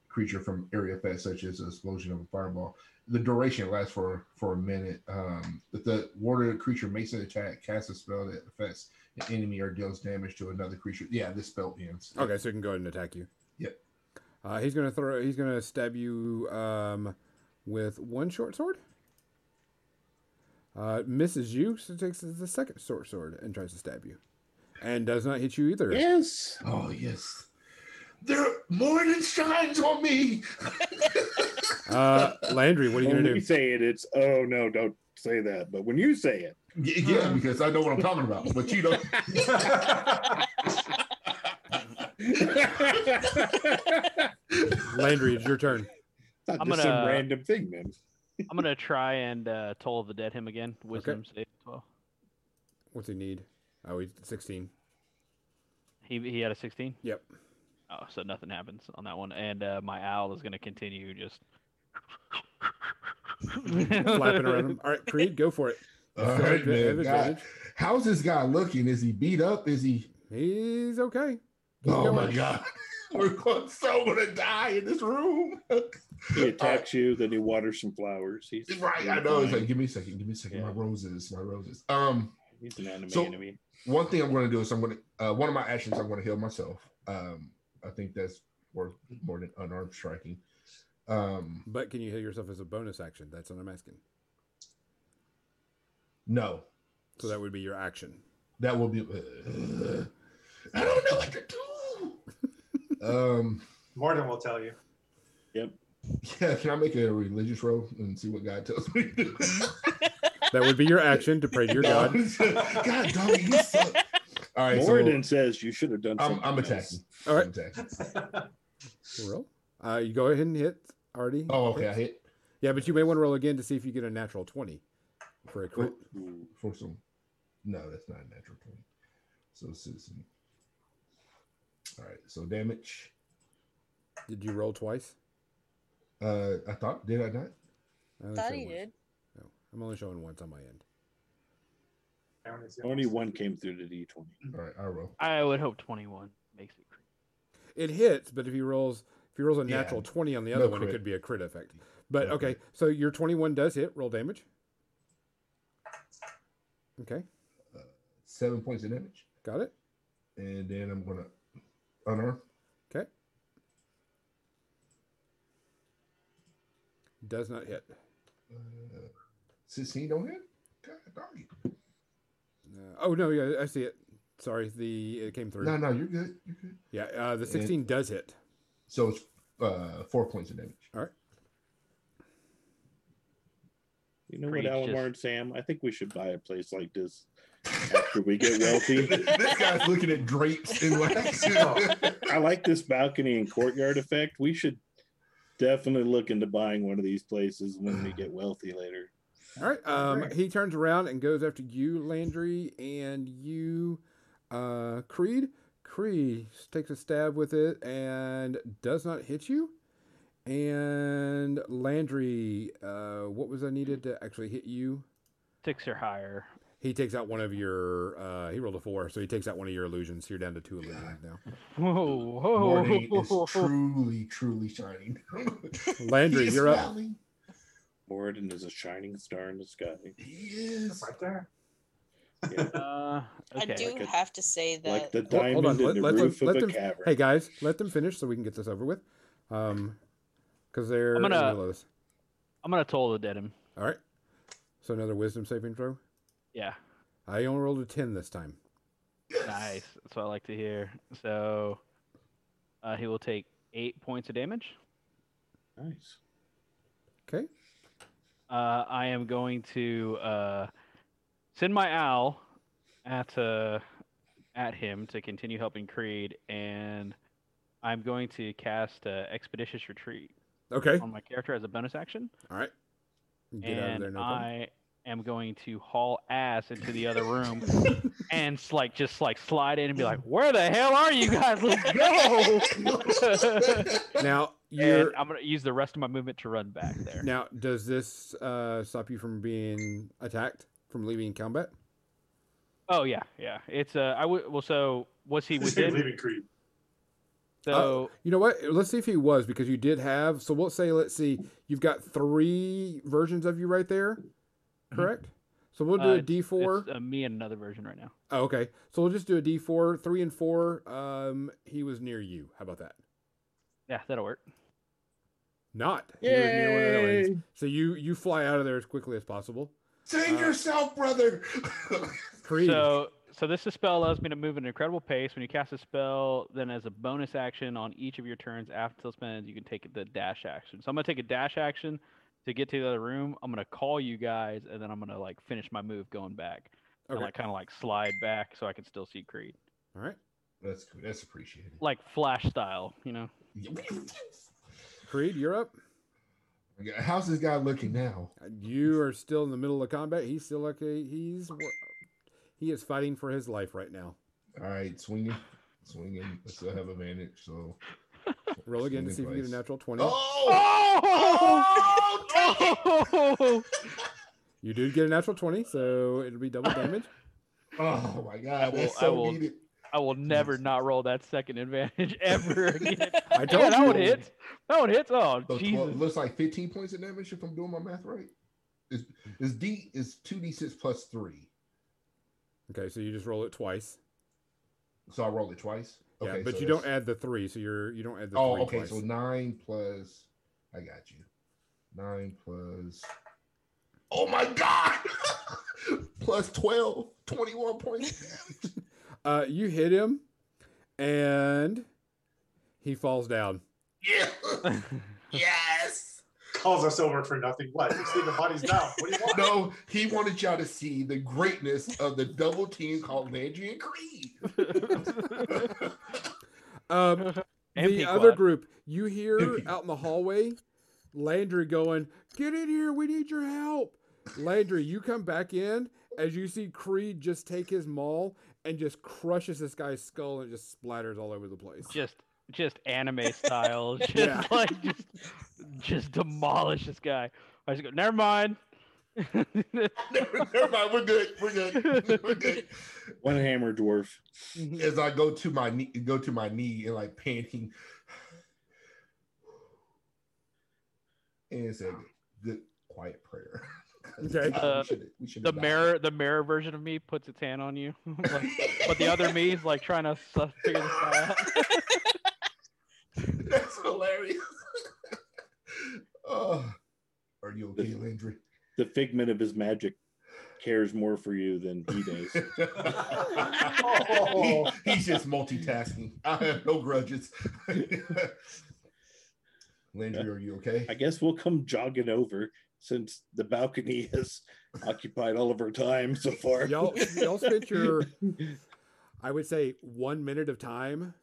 S6: creature from area effects such as an explosion of a fireball. The duration lasts for for a minute. Um, if the water creature makes an attack, casts a spell that affects an enemy or deals damage to another creature. Yeah, this spell ends.
S4: Okay, so he can go ahead and attack you.
S6: Yep.
S4: Uh, he's gonna throw. He's gonna stab you um, with one short sword. Uh, misses you, so takes the second short sword and tries to stab you, and does not hit you either.
S3: Yes.
S6: Oh yes. There morning shines on me.
S4: Uh, Landry, what are you
S3: When
S4: gonna
S3: we
S4: do?
S3: say it, it's oh no, don't say that. But when you say it,
S6: Y- Yeah, because I know what I'm talking about, but you don't.
S3: it's
S4: Landry, it's your turn.
S3: not
S5: I'm
S3: just some
S5: gonna-
S3: random thing, man.
S5: I'm gonna try and uh, toll of the dead him again. Wisdom save of twelve.
S4: What's he need? Oh, he's sixteen.
S5: He he had a sixteen.
S4: Yep.
S5: Oh, so nothing happens on that one. And uh, my owl is gonna continue just
S4: Flapping around him. All right, Creed, go for it.
S6: All
S4: So
S6: right,
S4: adva-
S6: man. Oh,
S4: advantage.
S6: God, how's this guy looking? Is he beat up? Is he?
S4: He's okay.
S6: Oh
S4: going.
S6: my god, we're going so gonna die in this room.
S3: He attacks you, then he waters some flowers. He's
S6: right, I know. It's
S3: fine.
S6: like, give me a second, give me a second. My
S3: Yeah.
S6: roses, my roses. Um,
S3: he's an anime
S6: So-
S3: enemy.
S6: one thing I'm gonna do is I'm gonna uh, one of my actions I'm gonna heal myself. Um, I think that's worth more than unarmed striking. Um,
S4: But can you heal yourself as a bonus action? That's what I'm asking.
S6: no,
S4: So that would be your action.
S6: that will be. uh, I don't know what to do. um,
S2: Morton will tell you.
S6: yeah, can I make a religious roll and see what God tells me to do?
S4: That would be your action to pray to your god.
S6: God, God dog, you suck. All right,
S3: Moradin says you should have done.
S6: so I'm,
S3: something
S6: I'm
S3: else.
S6: attacking.
S4: All right.
S6: I'm attacking.
S4: Roll. Uh, you go ahead and hit already.
S6: Oh, okay, I hit.
S4: Yeah, but you may want to roll again to see if you get a natural twenty for a crit.
S6: Oh,
S3: Ooh,
S6: For some, no, that's not a natural twenty. So citizen. All right, so damage.
S4: Did you roll twice?
S6: Uh, I thought did I not?
S4: I only
S1: Thought
S4: showed
S1: he
S4: once.
S1: did.
S4: No, I'm only showing once on my end.
S2: Aaron is the
S3: Only
S2: youngest.
S3: one came through the D twenty.
S6: All right, I roll.
S5: I would hope twenty one makes it.
S4: It hits, but if he rolls, if he rolls a
S6: Yeah.
S4: natural twenty on the
S6: No
S4: other one, it
S6: crit.
S4: could be a crit effect. But
S6: No
S4: okay,
S6: crit.
S4: so your twenty-one does hit. Roll damage. Okay,
S6: Seven points of damage,
S4: got it.
S6: and then I'm gonna unarm.
S4: Okay, does not hit.
S6: Uh, Sixteen don't hit. God doggy.
S4: Uh, oh no, yeah, I see it. Sorry, the it came through.
S6: No, no, you're good. You're good.
S4: Yeah, uh, the sixteen does hit.
S6: So it's uh four points of damage.
S3: You know
S5: Preach,
S3: what, Alan
S5: just-
S3: Warren Sam? I think we should buy a place like this after we get wealthy.
S6: this guy's looking at drapes and wax.
S3: I like this balcony and courtyard effect. We should definitely look into buying one of these places when we get wealthy later.
S4: All right. Um, he turns around and goes after you, Landry, and you, uh, Creed. Creed takes a stab with it and does not hit you. And Landry, uh, what was I needed to actually hit you?
S5: Six or higher.
S4: He takes out one of your. Uh, he rolled a four, so he takes out one of your illusions. So you're down to two illusions now.
S5: Whoa,
S6: Morning is
S5: whoa.
S6: truly, truly shining.
S4: Landry,
S6: He
S4: you're up.
S6: smiling.
S3: Morden is a shining star in the sky,
S6: He is.
S2: Right there.
S3: Yeah,
S5: Uh,
S1: I
S5: okay.
S1: do
S3: Like a-
S1: have to say that
S3: like the
S4: Hold- hold
S3: diamond
S4: on,
S3: in
S4: let-
S3: the
S4: let them-
S3: roof
S4: let
S3: of a
S4: them-
S3: cavern.
S4: Hey guys, let them finish so we can get this over with. Um, because they're in the
S5: gonna-
S4: middle of this.
S5: I'm gonna toll the dead him.
S4: All right. So another wisdom saving throw.
S5: Yeah.
S4: I only rolled a ten this time.
S5: Nice. That's what I like to hear. So uh, he will take eight points of damage.
S3: Nice.
S4: Okay.
S5: Uh, I am going to uh, send my owl at uh, at him to continue helping Creed, and I'm going to cast uh, Expeditious Retreat
S4: Okay.
S5: on my character as a bonus action,
S4: All right. Get
S5: and
S4: out of there, no problem.
S5: I am going to haul ass into the other room and s- like just like slide in and be like, "Where the hell are you guys? Let's go!"
S4: Now
S5: and
S4: you're.
S5: I'm gonna use the rest of my movement to run back there.
S4: Now, does this uh, stop you from being attacked, from leaving combat?
S5: Oh yeah, yeah. It's uh, I would well. So was he
S2: Just say
S5: within?
S2: leaving Creed.
S5: So
S4: You know what? Let's see if he was because you did have. So we'll say, let's see, you've got three versions of you right there, correct? So we'll do
S5: Mm-hmm. Uh,
S4: a D four.
S5: It's, uh, me and another version right now.
S4: Oh, okay. So we'll just do a D four, three and four. Um, he was near you. How about that?
S5: Yeah, that'll work.
S4: Not. He was near one of the aliens.
S3: Yay!
S4: So you you fly out of there as quickly as possible.
S6: Save
S4: Uh,
S6: yourself, brother.
S4: Creed.
S5: So, so this spell allows me to move at an incredible pace. When you cast a spell, then as a bonus action on each of your turns after those spends, you can take the dash action. So I'm gonna take a dash action to get to the other room. I'm gonna call you guys, and then I'm gonna like finish my move going back. And,
S4: Okay.
S5: like kind of like slide back so I can still see Creed,
S4: All right.
S6: That's cool. That's appreciated.
S5: like Flash style, you know.
S4: Creed, you're up. Uh,
S6: How's this guy looking now?
S4: You are still in the middle of combat. He's still like a, he's wor- he is fighting for his life right now.
S6: All right, swinging, swinging. I still have advantage, so
S4: Roll again to see if
S6: Swinging
S4: you get a
S6: twice.
S4: natural twenty.
S6: Oh!
S5: Oh! Oh!
S4: You did get a natural twenty, so it'll be double damage.
S6: Oh my god,
S5: I will-
S6: that's
S5: I
S6: so
S5: will-
S6: needed.
S5: I will never not roll that second advantage ever again.
S4: I
S5: Yeah,
S4: told
S5: that one
S4: you.
S5: hits. That one hits. Oh,
S6: So 12
S5: Jesus.
S6: looks like 15 points of damage if I'm doing my math right. Is is D is 2d6 plus 3.
S4: Okay, so you just roll it twice.
S6: So I roll it twice.
S4: Yeah, but
S6: so
S4: you
S6: that's-
S4: don't add the three, so you're you don't add the
S6: Oh, okay.
S4: three twice.
S6: So 9 plus I got you. 9 plus Oh my god. plus 12, 21 points.
S4: Uh, you hit him, and he falls down.
S6: yeah. yes.
S2: Calls us over for nothing. What? Just leaving bodies down. What do you want?
S6: No, he wanted y'all to see the greatness of the double team called Landry and Creed.
S4: Um,
S5: And
S4: the
S5: Pequod.
S4: other group, you hear
S6: Pequod.
S4: out in the hallway, Landry going, "Get in here! We need your help." Landry, you come back in as you see Creed just take his maul and just crushes this guy's skull and just splatters all over the place.
S5: just just anime style. Just
S4: Yeah.
S5: like just just demolish this guy. I just go, never mind.
S6: never, never mind, we're good. We're good. We're good.
S3: One hammer dwarf.
S6: As I go to my knee, go to my knee and like panting. And say good quiet prayer.
S4: Okay.
S6: God,
S5: Uh,
S6: we should've- we should've
S5: the
S6: died.
S5: mirror the mirror version of me puts its hand on you. Like, but the other me is like trying to su- figure this guy out.
S6: That's hilarious. oh, are you okay, Landry?
S3: The figment of his magic cares more for you than he does.
S6: He- he's just multitasking. I have no grudges. Landry, are you okay?
S3: I guess we'll come jogging over, since the balcony has occupied all of our time so far.
S4: Y'all, y'all spent your, I would say, one minute of time,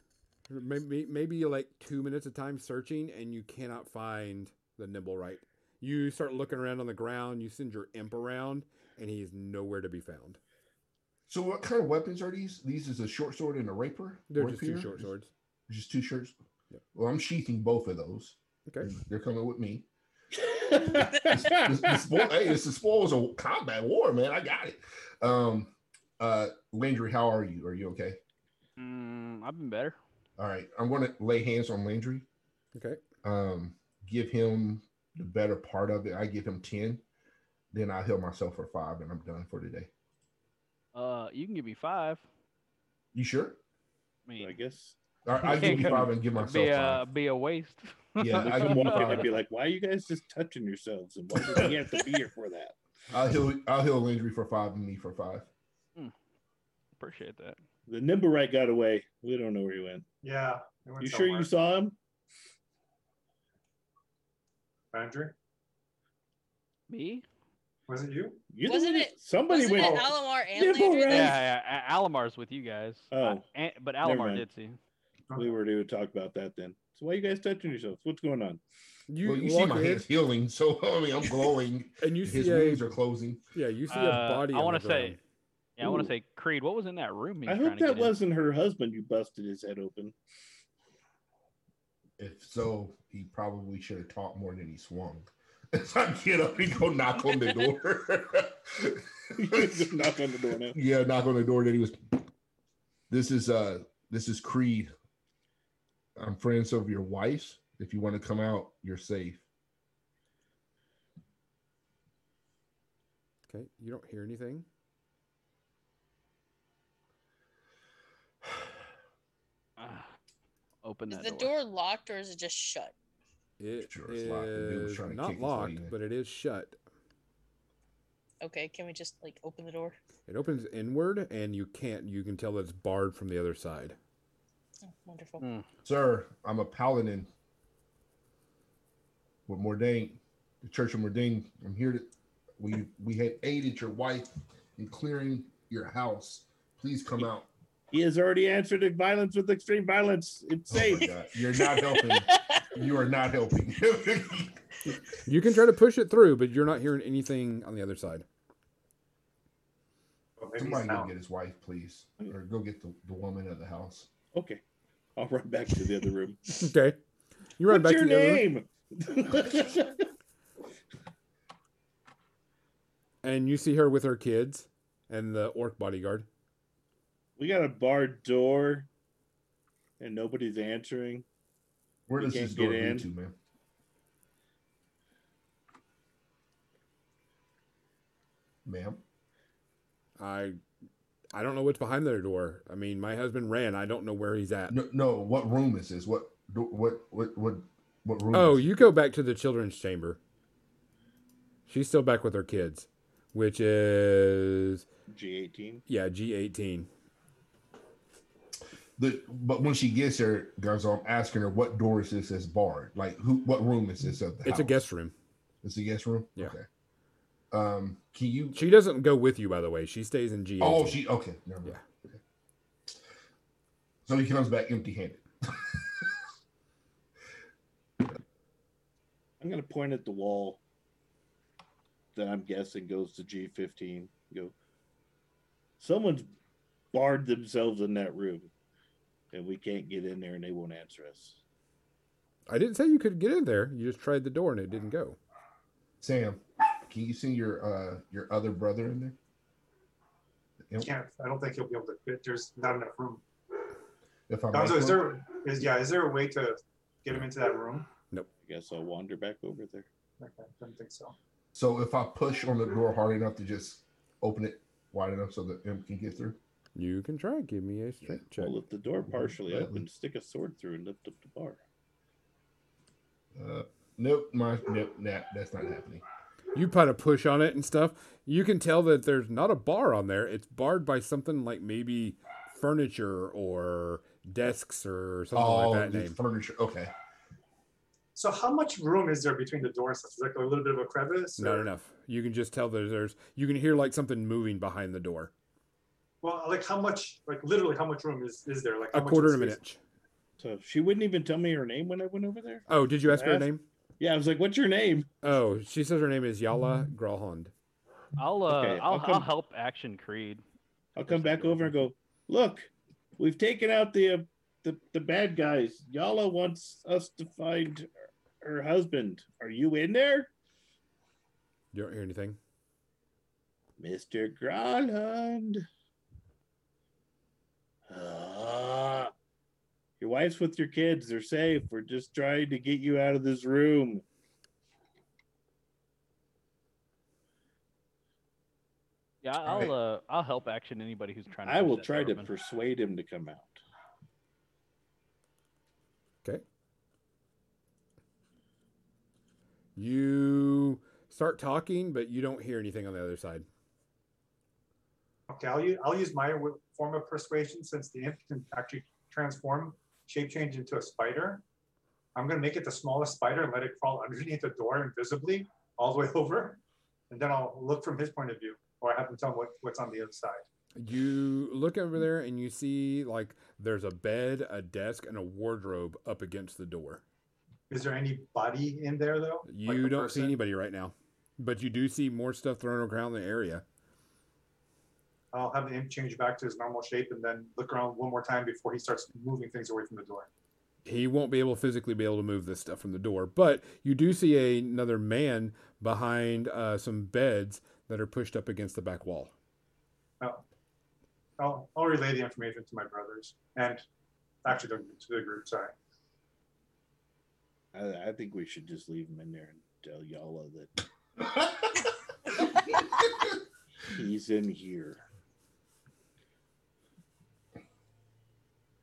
S4: maybe maybe like two minutes of time searching, and you cannot find the nimble right. You start looking around on the ground. You send your imp around, and he is nowhere to be found.
S6: So what kind of weapons are these? These is a short sword and a rapier.
S4: They're just two
S6: Rapier?
S4: short swords.
S6: Just two shirts.
S4: Yeah.
S6: Well, I'm sheathing both of those.
S4: Okay.
S6: They're coming with me. This- this spoil- hey, it's the spoils of combat war, man. I got it. Um, uh, Landry, how are you? Are you okay?
S5: Mm, I've been better.
S6: All right. I'm going to lay hands on Landry.
S4: Okay.
S6: Um, give him the better part of it. I give him ten. Then I heal myself for five, and I'm done for today.
S5: Uh, you can give me five.
S6: You sure?
S5: I mean,
S3: I guess.
S6: All right, I give you five and give myself
S4: uh,
S5: be a
S6: five.
S5: be a waste.
S6: Yeah, I
S3: I'd
S6: can
S3: walk in
S6: find-
S3: and be like, why are you guys just touching yourselves? And why do we have to be here for that?
S6: I'll heal. I'll heal Landry for five and me for five.
S5: Appreciate that.
S3: The Nimbarite got away. We don't know where he went.
S2: Yeah. it went
S3: You sure
S2: somewhere.
S3: you saw him?
S2: Andrew?
S5: Me?
S2: Was it you?
S3: You the
S1: Wasn't
S3: one-
S1: it-
S3: Somebody
S1: Wasn't it
S3: went.
S1: Alamar and
S3: Nimble
S1: Landry?
S5: Yeah,
S3: Right.
S1: that-
S5: yeah, A- Alamar's with you guys.
S3: Oh.
S5: Uh, and, but
S3: Never
S5: Alamar
S3: mind.
S5: did see.
S3: We were to talk about that then. So why you guys touching yourselves? What's going on?
S4: You,
S6: well, you see
S4: walk
S6: my
S4: in,
S6: hands healing, so I mean I'm glowing.
S4: and you
S6: His
S4: see a
S6: wounds are closing.
S4: yeah, you see a
S5: Uh,
S4: body. on
S5: I
S4: the
S5: wanna say-
S4: ground.
S5: Yeah, I want
S3: Ooh.
S5: to say Creed. What was in that room? he
S3: I
S5: was
S3: hope
S5: trying to
S3: that
S5: get in?
S3: wasn't her husband. You busted his head open.
S6: If so, he probably should have talked more than he swung. So I get up and go knock on the
S3: Just
S6: door.
S3: knock on the door now.
S6: yeah, knock on the door that he was. This is uh this is Creed. I'm friends of your wife's. If you want to come out, you're safe.
S4: Okay, you don't hear anything.
S5: Ah, open
S1: Is
S5: that
S1: the door locked or is it just shut?
S4: It
S6: Sure it's locked. The dude was
S4: is
S6: trying to
S4: not
S6: kick his
S4: locked,
S6: lady in.
S4: but it is shut.
S1: Okay, can we just like open the door?
S4: It opens inward, and you can't. You can tell it's barred from the other side.
S1: Oh, wonderful.
S5: Mm.
S6: Sir, I'm a paladin with Mordain, the Church of Mordain. I'm here to we we had aided your wife in clearing your house. Please come out. Oh
S3: He has already answered it, violence with extreme violence. It's
S6: Oh my
S3: safe.
S6: God. You're not helping.
S1: Mm.
S6: You are not helping.
S4: You can try to push it through, but you're not hearing anything on the other side.
S2: Oh, maybe he's
S6: Somebody go
S2: not.
S6: get his wife, please. Or go get the, the woman of the house.
S3: okay. I'll run back to the other room.
S4: Okay, you run
S3: What's
S4: back
S3: your
S4: to the other room,
S3: name?
S4: and you see her with her kids and the orc bodyguard.
S3: we got a barred door and nobody's answering.
S6: Where
S3: You
S6: does
S3: can't
S6: this door
S3: get in.
S6: lead to, man? Ma'am,
S4: I, I don't know what's behind their door. I mean, my husband ran. I don't know where he's at.
S6: no, no. What room is this? What, do- what, what, what, what room?
S4: Oh,
S6: is
S4: you go back to the children's chamber. She's still back with her kids, which is
S3: G18.
S4: yeah, G eighteen.
S6: The, but when she gets there, guys, I'm asking her what door is this that's barred? Like who? What room is this of the
S4: It's a
S6: house?
S4: guest room.
S6: It's a guest room.
S4: Yeah.
S6: Okay. Um, can you?
S4: She doesn't go with you, by the way. She stays in G eighteen.
S6: Oh, she okay. Never mind. Okay. So he comes back empty-handed.
S3: I'm going to point at the wall that I'm guessing goes to G15. Go, someone's barred themselves in that room and we can't get in there and they won't answer us.
S4: I didn't say you could get in there. You just tried the door and it didn't go.
S6: Sam, can you send your uh your other brother in there? Imp,
S2: Can't. I don't think he'll be able to fit. There's not enough room.
S6: If I'm
S2: Gonzo, is there? Is yeah? Is there a way to get him into that room?
S3: I guess I'll wander back over there.
S2: Okay, I don't think so.
S6: so if I push on the door hard enough to just open it wide enough so the imp can get through.
S4: You can try. Give me a strength check.
S3: Well, if the door partially
S6: Right.
S3: open, stick a sword through and lift up the bar.
S6: Uh, nope, my nope, nah, that's not happening.
S4: You put a push on it and stuff. You can tell that there's not a bar on there. It's barred by something like maybe furniture or desks or something
S6: oh,
S4: like that.
S6: the
S4: Name.
S6: furniture. Okay.
S2: So how much room is there between the doors? Is like a little bit of a crevice?
S4: Not
S2: or-
S4: enough. You can just tell there's, there's you can hear like something moving behind the door.
S2: Well, like how much? Like literally, how much room is is there? Like
S4: A
S2: how much
S4: quarter
S2: is
S4: of an
S2: space?
S4: inch.
S3: So she wouldn't even tell me her name when I went over there.
S4: Oh, did you ask her
S3: Ask-
S4: name?
S3: Yeah, I was like, "What's your name?"
S4: Oh, she says her name is Yala Grahond.
S5: I'll uh,
S3: Okay,
S5: I'll,
S3: I'll
S5: I'll,
S3: come-
S5: help Action Creed.
S3: I'll come back over and go. Look, we've taken out the uh, the, the bad guys. Yala wants us to find her husband. Are you in there,
S4: You don't hear anything.
S3: Mister Grolund? Ah, your wife's with your kids. They're safe. We're just trying to get you out of this room.
S5: Yeah,
S4: right.
S5: I'll uh, I'll help Action anybody who's trying. to
S3: I
S5: push
S3: will
S5: that
S3: try
S5: door
S3: to
S5: open.
S3: persuade him to come out.
S4: Okay. You start talking, but you don't hear anything on the other side.
S2: Okay, I'll use I'll use my w- form of persuasion since the imp can actually transform, shape change into a spider. I'm gonna make it the smallest spider and let it crawl underneath the door invisibly all the way over, and then I'll look from his point of view, or I have him tell him what, what's on the other side.
S4: You look over there and you see like there's a bed, a desk, and a wardrobe up against the door.
S2: Is there any body in there though? Like
S4: You
S2: a
S4: don't see
S2: person?
S4: anybody right now, but you do see more stuff thrown around the area.
S2: I'll have the imp change back to his normal shape and then look around one more time before he starts moving things away from the door.
S4: He won't be able physically be able to move this stuff from the door, but you do see a, another man behind uh, some beds that are pushed up against the back wall.
S2: I'll, I'll relay the information to my brothers and actually to to the group. Sorry.
S3: I, I think we should just leave him in there and tell Yala that he's in here.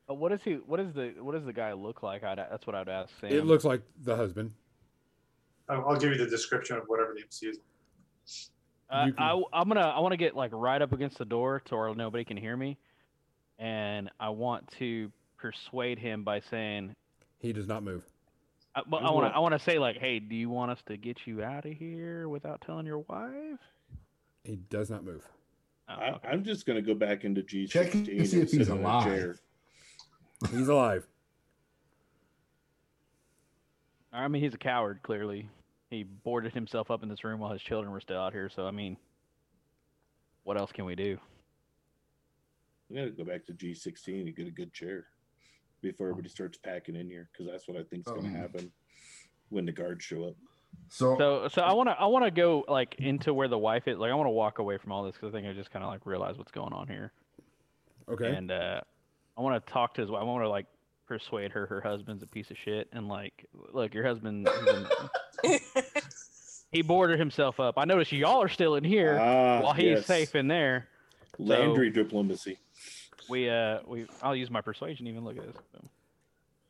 S5: But what is he? What is the? What does the guy look like? I'd, that's what I'd ask. Sam.
S4: It looks like the husband.
S2: I'll, I'll give you the description of whatever the imp sees.
S5: Uh,
S4: you can-
S5: I I'm gonna I want to get like right up against the door to where nobody can hear me, and I want to persuade him by saying,
S4: He does not move.
S5: I, but I
S3: Ooh.
S5: want to I want to say like, hey, do you want us to get you out of here without telling your wife?
S4: He does not move.
S5: Oh,
S3: I,
S5: okay.
S3: I'm just gonna go back into G
S6: Check and
S3: sixteen and
S6: see if
S3: sit
S6: he's
S3: in a
S6: alive.
S3: chair.
S4: He's alive.
S5: I mean, he's a coward. Clearly, he boarded himself up in this room while his children were still out here. So I mean, what else can we do?
S3: I'm gonna go back to G sixteen and get a good chair before
S6: Oh.
S3: everybody starts packing in here because that's what I think's gonna
S6: Um.
S3: happen when the guards show up.
S6: so,
S5: So so I want to I want to go like into where the wife is. Like I want to walk away from all this because I think I just kind of like realize what's going on here.
S4: Okay.
S5: And uh, I want to talk to his wife. I want to like persuade her her husband's a piece of shit and like look your husband he's in- he boarded himself up. I notice y'all are still in here
S3: Ah,
S5: while he's
S3: yes.
S5: safe in there.
S3: Landry diplomacy.
S5: We uh we I'll use my persuasion even look at this. Boom.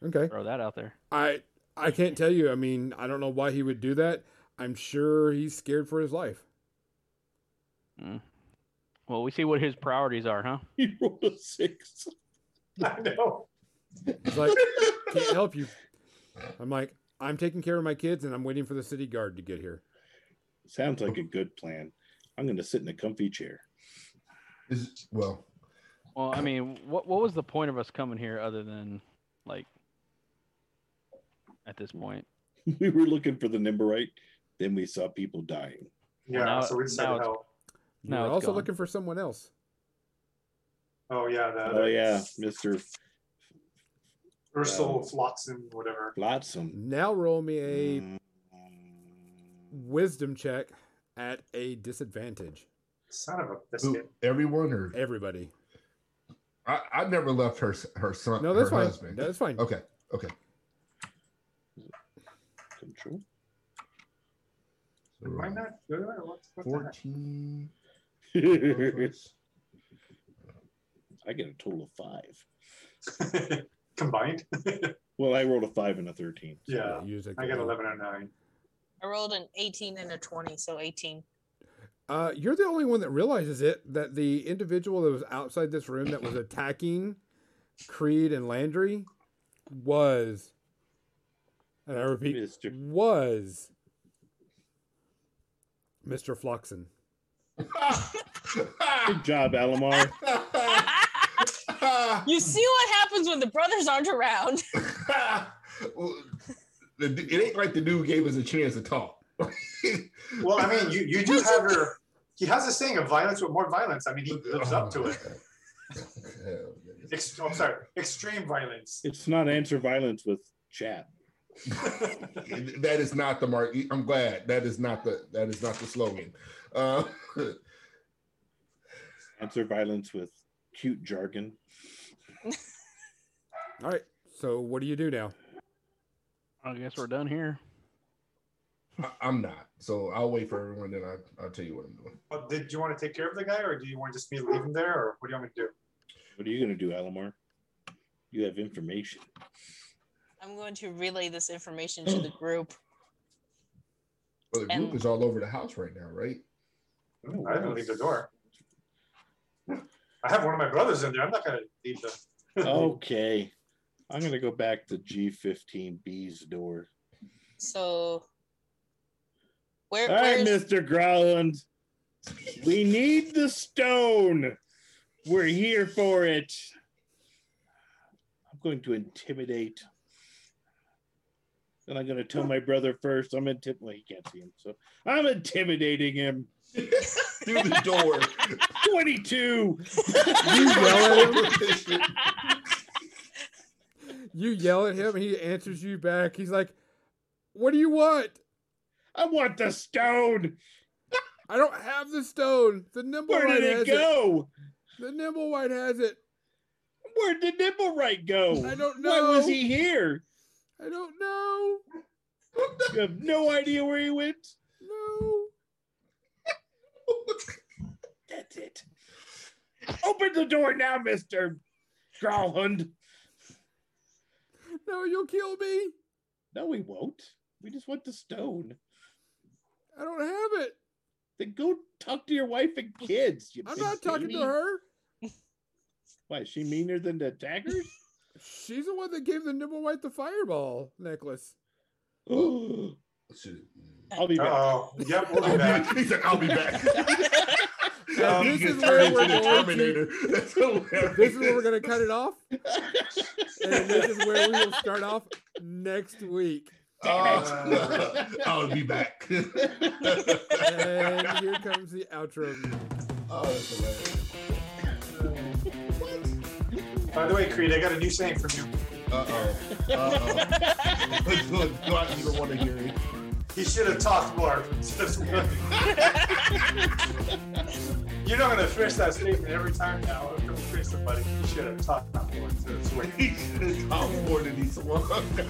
S4: okay.
S5: Throw that out there.
S4: I I can't tell you. I mean, I don't know why he would do that. I'm sure he's scared for his life.
S5: Mm. Well, we see what his priorities are, huh?
S3: He rolled a six.
S2: I know.
S4: He's like, can't help you. I'm like, I'm taking care of my kids and I'm waiting for the city guard to get here.
S3: Sounds like a good plan. I'm gonna sit in a comfy chair.
S6: is, well,
S5: Well, I mean, what what was the point of us coming here other than like at this point?
S3: we were looking for the nimberite, then we saw people dying.
S2: Yeah.
S5: now-
S2: so we
S5: now
S2: decided
S5: it's-
S2: how.
S4: You
S5: No,
S4: were
S5: it's
S4: also
S5: gone.
S4: looking for someone else.
S2: Oh yeah. The,
S3: Oh yeah, Mister
S2: Ursel
S3: Um,
S2: Flotsam, whatever.
S3: Flotsam. Mm.
S4: Now roll me a wisdom check at a disadvantage.
S2: Son of a
S6: who,
S2: biscuit.
S6: everyone or
S4: Everybody.
S6: I, I never left her her son
S4: No, that's
S6: Uh, her
S4: fine.
S6: husband.
S4: That's fine.
S6: okay, okay.
S3: Control.
S6: So,
S2: Why not? What, what the heck?
S6: Fourteen.
S3: I get a total of five.
S2: Combined.
S3: Well, I rolled a five and a thirteen.
S2: Yeah.
S4: You just take
S2: I
S4: the
S2: got
S4: wheel.
S2: eleven and nine.
S1: I rolled an 18 and a 20, so 18.
S4: Uh, you're the only one that realizes it that the individual that was outside this room that was attacking Creed and Landry was And I repeat,
S3: Mr..
S4: was Mr. Floxen.
S3: Good job, Alomar.
S1: You see what happens when the brothers aren't around.
S6: Well, the du- it ain't like the dude gave us a chance to talk.
S2: Well, I mean, you, you do have your. He has a saying of violence with more violence. I mean, he lives up to it.
S6: Hell, yeah.
S2: Ex- I'm sorry, extreme violence.
S3: It's not answer violence with chat.
S6: that is not the mark. I'm glad that is not the that is not the slogan. Uh,
S3: Answer violence with cute jargon.
S4: All right. So what do you do now?
S5: I guess we're done here.
S6: I, I'm not. So I'll wait for everyone. Then I, I'll tell you what I'm doing.
S2: Well, did you want to take care of the guy, or do you want just me to leave him there, or what do you want me to do?
S3: What are you going to do, Alomar? You have information.
S1: I'm going to relay this information to the group.
S6: Well, the group
S1: And-
S6: is all over the house right now, right?
S2: I didn't leave the door. I have one of my brothers in there. I'm not gonna leave the.
S3: Okay. I'm going to go back to G15B's door.
S1: So, where?
S3: All right,
S1: where's-
S3: Mr. Growland. We need the stone. We're here for it. I'm going to intimidate. And I'm going to tell my brother first. I'm intimidating. Well, he can't see him. So I'm intimidating him.
S6: Through the door.
S3: 22.
S4: You yell at him.
S6: Shit.
S4: You yell at him. He answers you back. He's like, "What do you want?
S3: I want the stone.
S4: I don't have the stone. The
S3: Where
S4: Nimblewhite
S3: did it
S4: has it.
S3: go?
S4: The Nimblewhite has it.
S3: Where did Nibbleright go?
S4: I don't
S3: Oh. Why was
S4: know.
S3: he here?
S4: I don't know.
S3: You have no idea where he went.
S4: No.
S3: That's it. Open the door now, Mr. Growlhund.
S4: No, you'll kill me.
S3: No, we won't. We just want the stone.
S4: I don't have it.
S3: Then go talk to your wife and kids. you
S4: I'm
S3: big
S4: not talking
S3: baby.
S4: to her.
S3: Why is she meaner than the attackers?
S4: She's the one that gave the Nimblewhite the fireball necklace.
S3: I'll be back.
S2: Oh, yep, we'll be
S6: I'll
S2: back.
S6: be- He's like, I'll be back.
S4: Now, this
S6: He's
S4: is where
S6: turned
S4: we're
S6: into the
S4: going to-
S6: Terminator. That's hilarious.
S4: This is where we're gonna cut it off, and this is where we will start off next week.
S6: Uh, I'll be back. oh,
S4: And here comes the outro. music.
S6: that's hilarious.
S2: By the way, Creed, I got a new saying from you.
S6: Uh-oh. Uh-oh. Good God, you don't want to hear it.
S2: He should have talked more. You're not gonna finish that statement every time now. I'm gonna finish somebody. He should have talked more. So it's weird.
S6: He should have talked more than he swung.